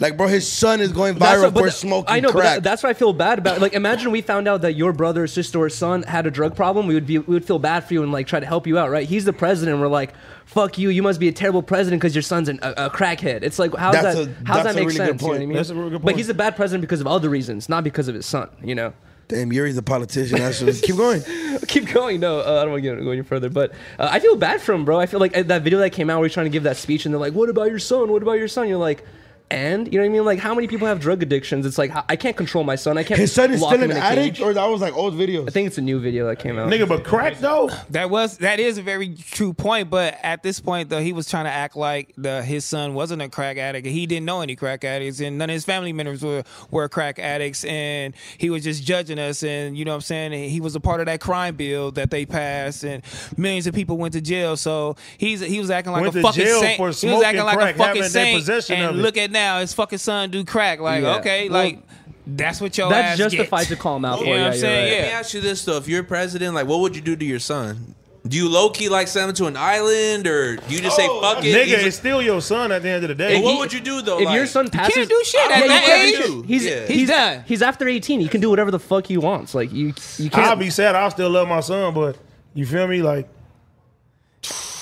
P: like, bro, his son is going
E: That's
P: viral
E: what- but
P: for
E: th-
P: smoking
E: I know, but
P: crack.
E: that- that's what I feel bad about. Like, imagine we found out that your brother, or sister, or son had a drug problem. We would be, we would feel bad for you and like try to help you out, right? He's the president. We're like, fuck you. You must be a terrible president because your son's an, a, a crackhead. It's like, how does
P: That's
E: that,
P: a-
E: how
P: that's
E: does that
P: a
E: make
P: really good
E: sense? You know what I
P: point.
E: mean?
P: That's a really good
E: But
P: point.
E: he's a bad president because of other reasons, not because of his son. You know.
P: Damn, Yuri's a politician. That's just, keep
G: (laughs)
P: going.
E: Keep going. No, uh, I don't want to go any further. But uh, I feel bad for him, bro. I feel like uh, that video that came out where he's trying to give that speech, and they're like, "What about your son? What about your son?" You're like, "And you know what I mean? Like, how many people have drug addictions? It's like h- I can't control my son. I can't."
P: His son is
E: lock
P: still
E: him
P: an
E: in a
P: addict,
E: cage.
P: or that was like old videos.
E: I think it's a new video that came out.
A: Nigga, but crack though.
F: That was that is a very true point, but at this point though, he was trying to act like the his son wasn't a crack addict. He didn't know any crack addicts, and none of his family members were were crack addicts, and he was just judging us. And you know what I'm saying? He was a part of that crime bill that they passed, and millions of people went to jail. So he's he was acting like
A: Went
F: a
A: to
F: fucking
A: jail
F: saint.
A: for
F: he was acting
A: smoking
F: like
A: crack,
F: a fucking
A: having their
F: saint.
A: possession
F: And
A: of it.
F: look at now, his fucking son do crack. Like
E: Yeah.
F: okay,
E: Well,
F: like that's what your
E: That's
F: ass
E: justified
F: get.
E: to call him out for.
F: You know what
E: yeah,
F: I'm
E: you're
F: saying?
E: right.
F: Yeah.
G: Let me ask you this though: If you're president, like, what would you do to your son? Do you low key like send him to an island, or do you just
P: Oh,
G: say fuck it?
A: Nigga,
G: He's a-
A: it's still your son at the end of the day.
G: But what would you do though?
E: If
G: like,
E: your son passes,
F: do shit
E: Yeah,
F: at
E: you
F: that
E: can't do
G: age.
E: shit. He's,
G: Yeah.
E: he's
G: He's
F: done.
E: He's after 18. He can do whatever the fuck he wants. Like you, you can't.
A: I'll be sad. I still love my son, but you feel me? Like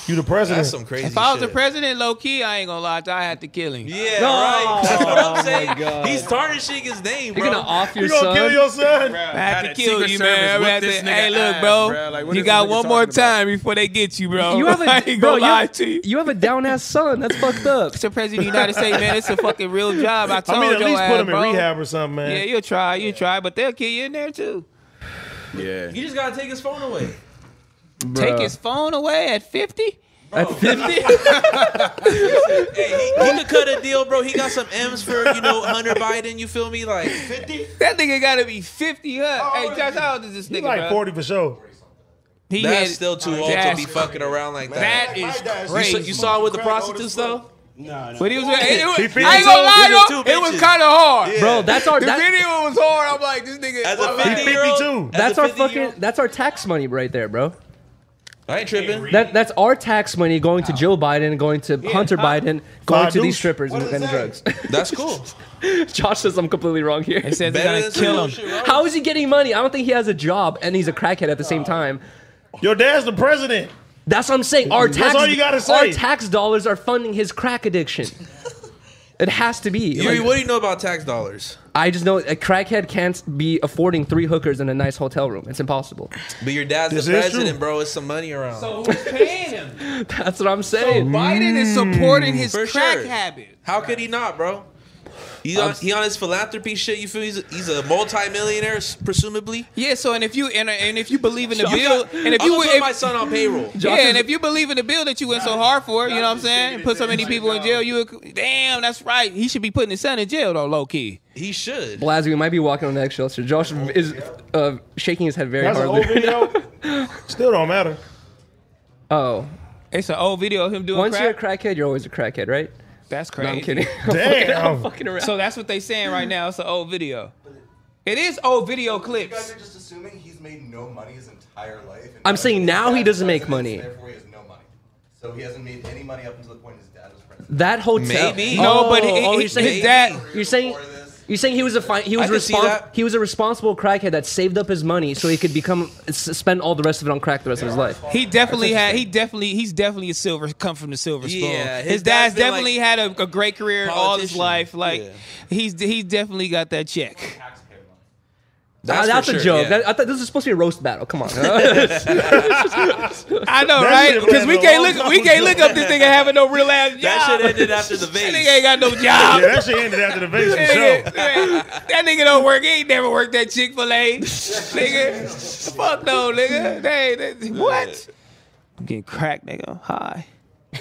A: you the president.
G: that's some crazy.
F: If I was
G: shit.
F: the president, low key, I ain't gonna lie, I had to kill him.
G: yeah,
E: No.
G: right. That's what
E: Oh my
G: I'm saying.
E: God.
G: He's tarnishing his name,
E: You're
G: bro.
E: gonna off your
A: You gonna
E: son.
A: kill your son?
F: I had to
B: Had a
F: kill
B: Secret
F: you,
B: Service
F: man. I
B: whip
F: had to-
B: this nigga
F: hey, look,
B: ass,
F: bro.
B: bruh. Like, what
F: you
B: is
F: got
B: this nigga
F: one more
B: talking about?
F: time before they get you, bro. (laughs)
E: you have
F: I
E: a
F: ain't
E: bro.
F: gonna
E: You
F: lie
E: have,
F: to you.
E: you have a down ass son. That's fucked up.
F: It's the president of the United States, man. It's a fucking (laughs) real job. I told
A: I mean, at
F: your
A: least
F: ass,
A: put him
F: bro.
A: in rehab or something, man.
F: Yeah, you'll try, you'll try, but they'll kill you in there too.
Q: Yeah.
G: You just gotta take his phone away.
F: Take his phone away at fifty.
E: At 50?
G: Hey, he, he could cut a deal, bro.
C: (laughs)
G: He got some M's for you know Hunter Biden. You feel me? (laughs) Like fifty.
F: (laughs) That nigga gotta be fifty up. hey, Josh, how old is this
A: He
F: nigga?
A: like
F: bro?
A: forty for sure.
F: He
G: That's
F: had-
G: still too old to
F: That's
G: be fucking around like that.
F: That is
G: you, saw,
F: crazy.
G: you saw him with the prostitutes though.
F: But he was. It, it was
A: He fit
F: I ain't
A: two-
F: gonna
G: he
F: lie,
G: was
F: though.
G: two
F: It was
G: bitches.
F: kind of hard,
E: Bro, that's our
F: The
E: that-
F: video was hard. I'm like, this nigga.
G: As a
F: I'm like,
G: fifty year old.
A: 52.
G: as
E: That's
G: a
E: our
G: 50 year
E: fucking.
G: old-
E: That's our tax money right there, bro.
G: I ain't tripping.
E: That that's our tax money going to Joe Biden, going to Hunter Biden, going
A: Five
E: to these
A: douche.
E: strippers and, and drugs.
G: That's (laughs) cool.
E: (laughs) Josh says I'm completely wrong here.
F: They said
G: Better
F: they're
G: than
F: gonna
G: some
F: kill him.
G: bullshit, right?
E: How is he getting money? I don't think he has a job, and he's a crackhead at the
G: Oh.
E: same time.
A: Your dad's the president.
E: That's what I'm saying. Our
A: That's
E: tax,
A: all you gotta
E: our
A: say.
E: tax dollars are funding his crack
G: (laughs)
E: addiction. it has to be.
G: Yuri,
E: Like,
G: what do you know about tax dollars?
E: I just know a crackhead can't be affording three hookers in a nice hotel room. It's impossible. (laughs)
G: But your dad's
A: This
G: the
A: is
G: president,
A: true.
G: bro. It's some money around.
F: So who's paying him?
E: That's what I'm saying.
F: Biden is supporting his
G: For
F: crack
G: sure.
F: habit.
G: How could he not, bro? He on, he on his philanthropy shit. You feel he's a, he's a multimillionaire, s- presumably.
F: Yeah. So and if you and, and if you believe
G: (laughs)
F: in the
G: You
F: bill,
G: got-
F: and if
G: I'm
F: you
G: gonna
F: would-
G: put
F: if,
G: my son on payroll.
E: Josh
F: yeah,
E: is-
F: and if you believe in the bill that you went so hard for, you know what I'm saying, and put so many people in jail, you would, damn, that's right. He should be putting his son in jail though, low key.
G: He should.
E: Blaz, we might be walking on eggshells. here. Josh is uh, shaking his head very
A: That's an
E: hardly.
A: old video.
F: (laughs)
A: Still don't matter.
E: (laughs) oh,
F: It's an old video of him doing
E: once
F: crack.
E: you're a crackhead, you're always a crackhead, right?
F: that's
E: No,
F: crazy.
E: I'm kidding. (laughs)
A: Damn.
E: I'm fucking around.
F: So that's what they saying right now. It's an old video. It is old video
R: You guys
F: clips.
R: are just assuming he's made no money his entire life. and
E: I'm saying
R: his
E: now he
R: dad's
E: doesn't make
R: president,
E: money.
R: so Therefore, he has no money. So he hasn't made any money up until the point his dad was president.
E: That hotel.
G: Maybe.
E: Oh,
F: No, but he-
E: oh,
F: he-
E: you're saying
F: his dad-
E: You're saying.
R: Before this,
E: You're saying he was a fi- he was
G: I can see
E: respons-
G: that.
E: he was a responsible crackhead that saved up his money so he could become s- spend all the rest of it on crack the rest of his life.
F: He definitely had. He definitely. He's definitely a silver. Come from the silver spoon.
G: Yeah,
F: his,
G: his
F: dad's
G: dad's been,
F: definitely
G: like,
F: had a, a great career all his
G: politician.
F: life. Like
G: Yeah.
F: he's he's definitely got that check.
E: That's, Uh, that's
G: That's
E: a
G: for sure,
E: joke.
G: yeah.
E: That- I thought this was supposed to be a roast battle.
G: (laughs)
E: Come on. (laughs)
F: I know, right? Because we can't look, we can't look up this nigga having no real ass job.
G: That shit ended after
E: (laughs)
G: the
F: That
G: vase.
F: nigga ain't got no job.
A: Yeah, that shit ended after the vase for
F: Nigga,
A: sure.
F: man, (laughs) That nigga don't work. He ain't never worked at Chick Fil A, nigga. Fuck no, nigga. They, they- what? I'm getting cracked, nigga. Hi. (laughs)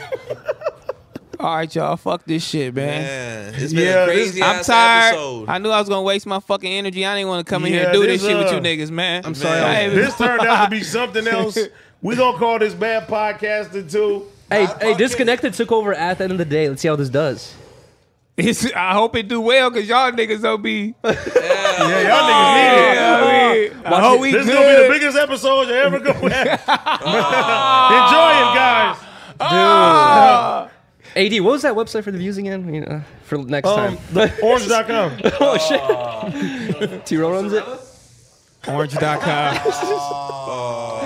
F: All right, y'all. Fuck this shit, man.
G: Man, it's been a Yeah, this- crazy
F: I'm
G: ass
F: tired.
G: episode.
F: I knew I was gonna waste my fucking energy. I didn't want to come in here
A: Yeah,
F: and do this,
A: this,
F: shit with
A: uh,
F: you niggas, man. I'm
A: Sorry, this turned out to be something else. We gonna call this bad podcasting too.
E: hey, hey, disconnected took over at the end of the day. Let's see how this does.
F: (laughs) It's, I hope it do well because y'all niggas
A: (laughs)
F: don't be. Yeah,
A: y'all niggas need it.
F: need it. I, mean, I
A: Watch
F: hope
A: it.
F: Oh, we
A: this
F: good.
A: gonna be the biggest episode you ever go (laughs) have. Enjoy it, guys.
E: Dude. AD, what was that website for the views again? You know, for next
A: Um,
E: time.
A: Orange.com.
E: oh, shit. T Roll runs
A: (laughs)
E: it.
F: Orange.com.
G: Oh,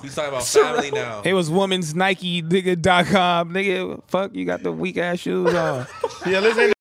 G: he's talking about family now.
F: It was woman's Nike nigga.com. Nigga, fuck, you got the weak ass shoes on.
A: yeah, listen.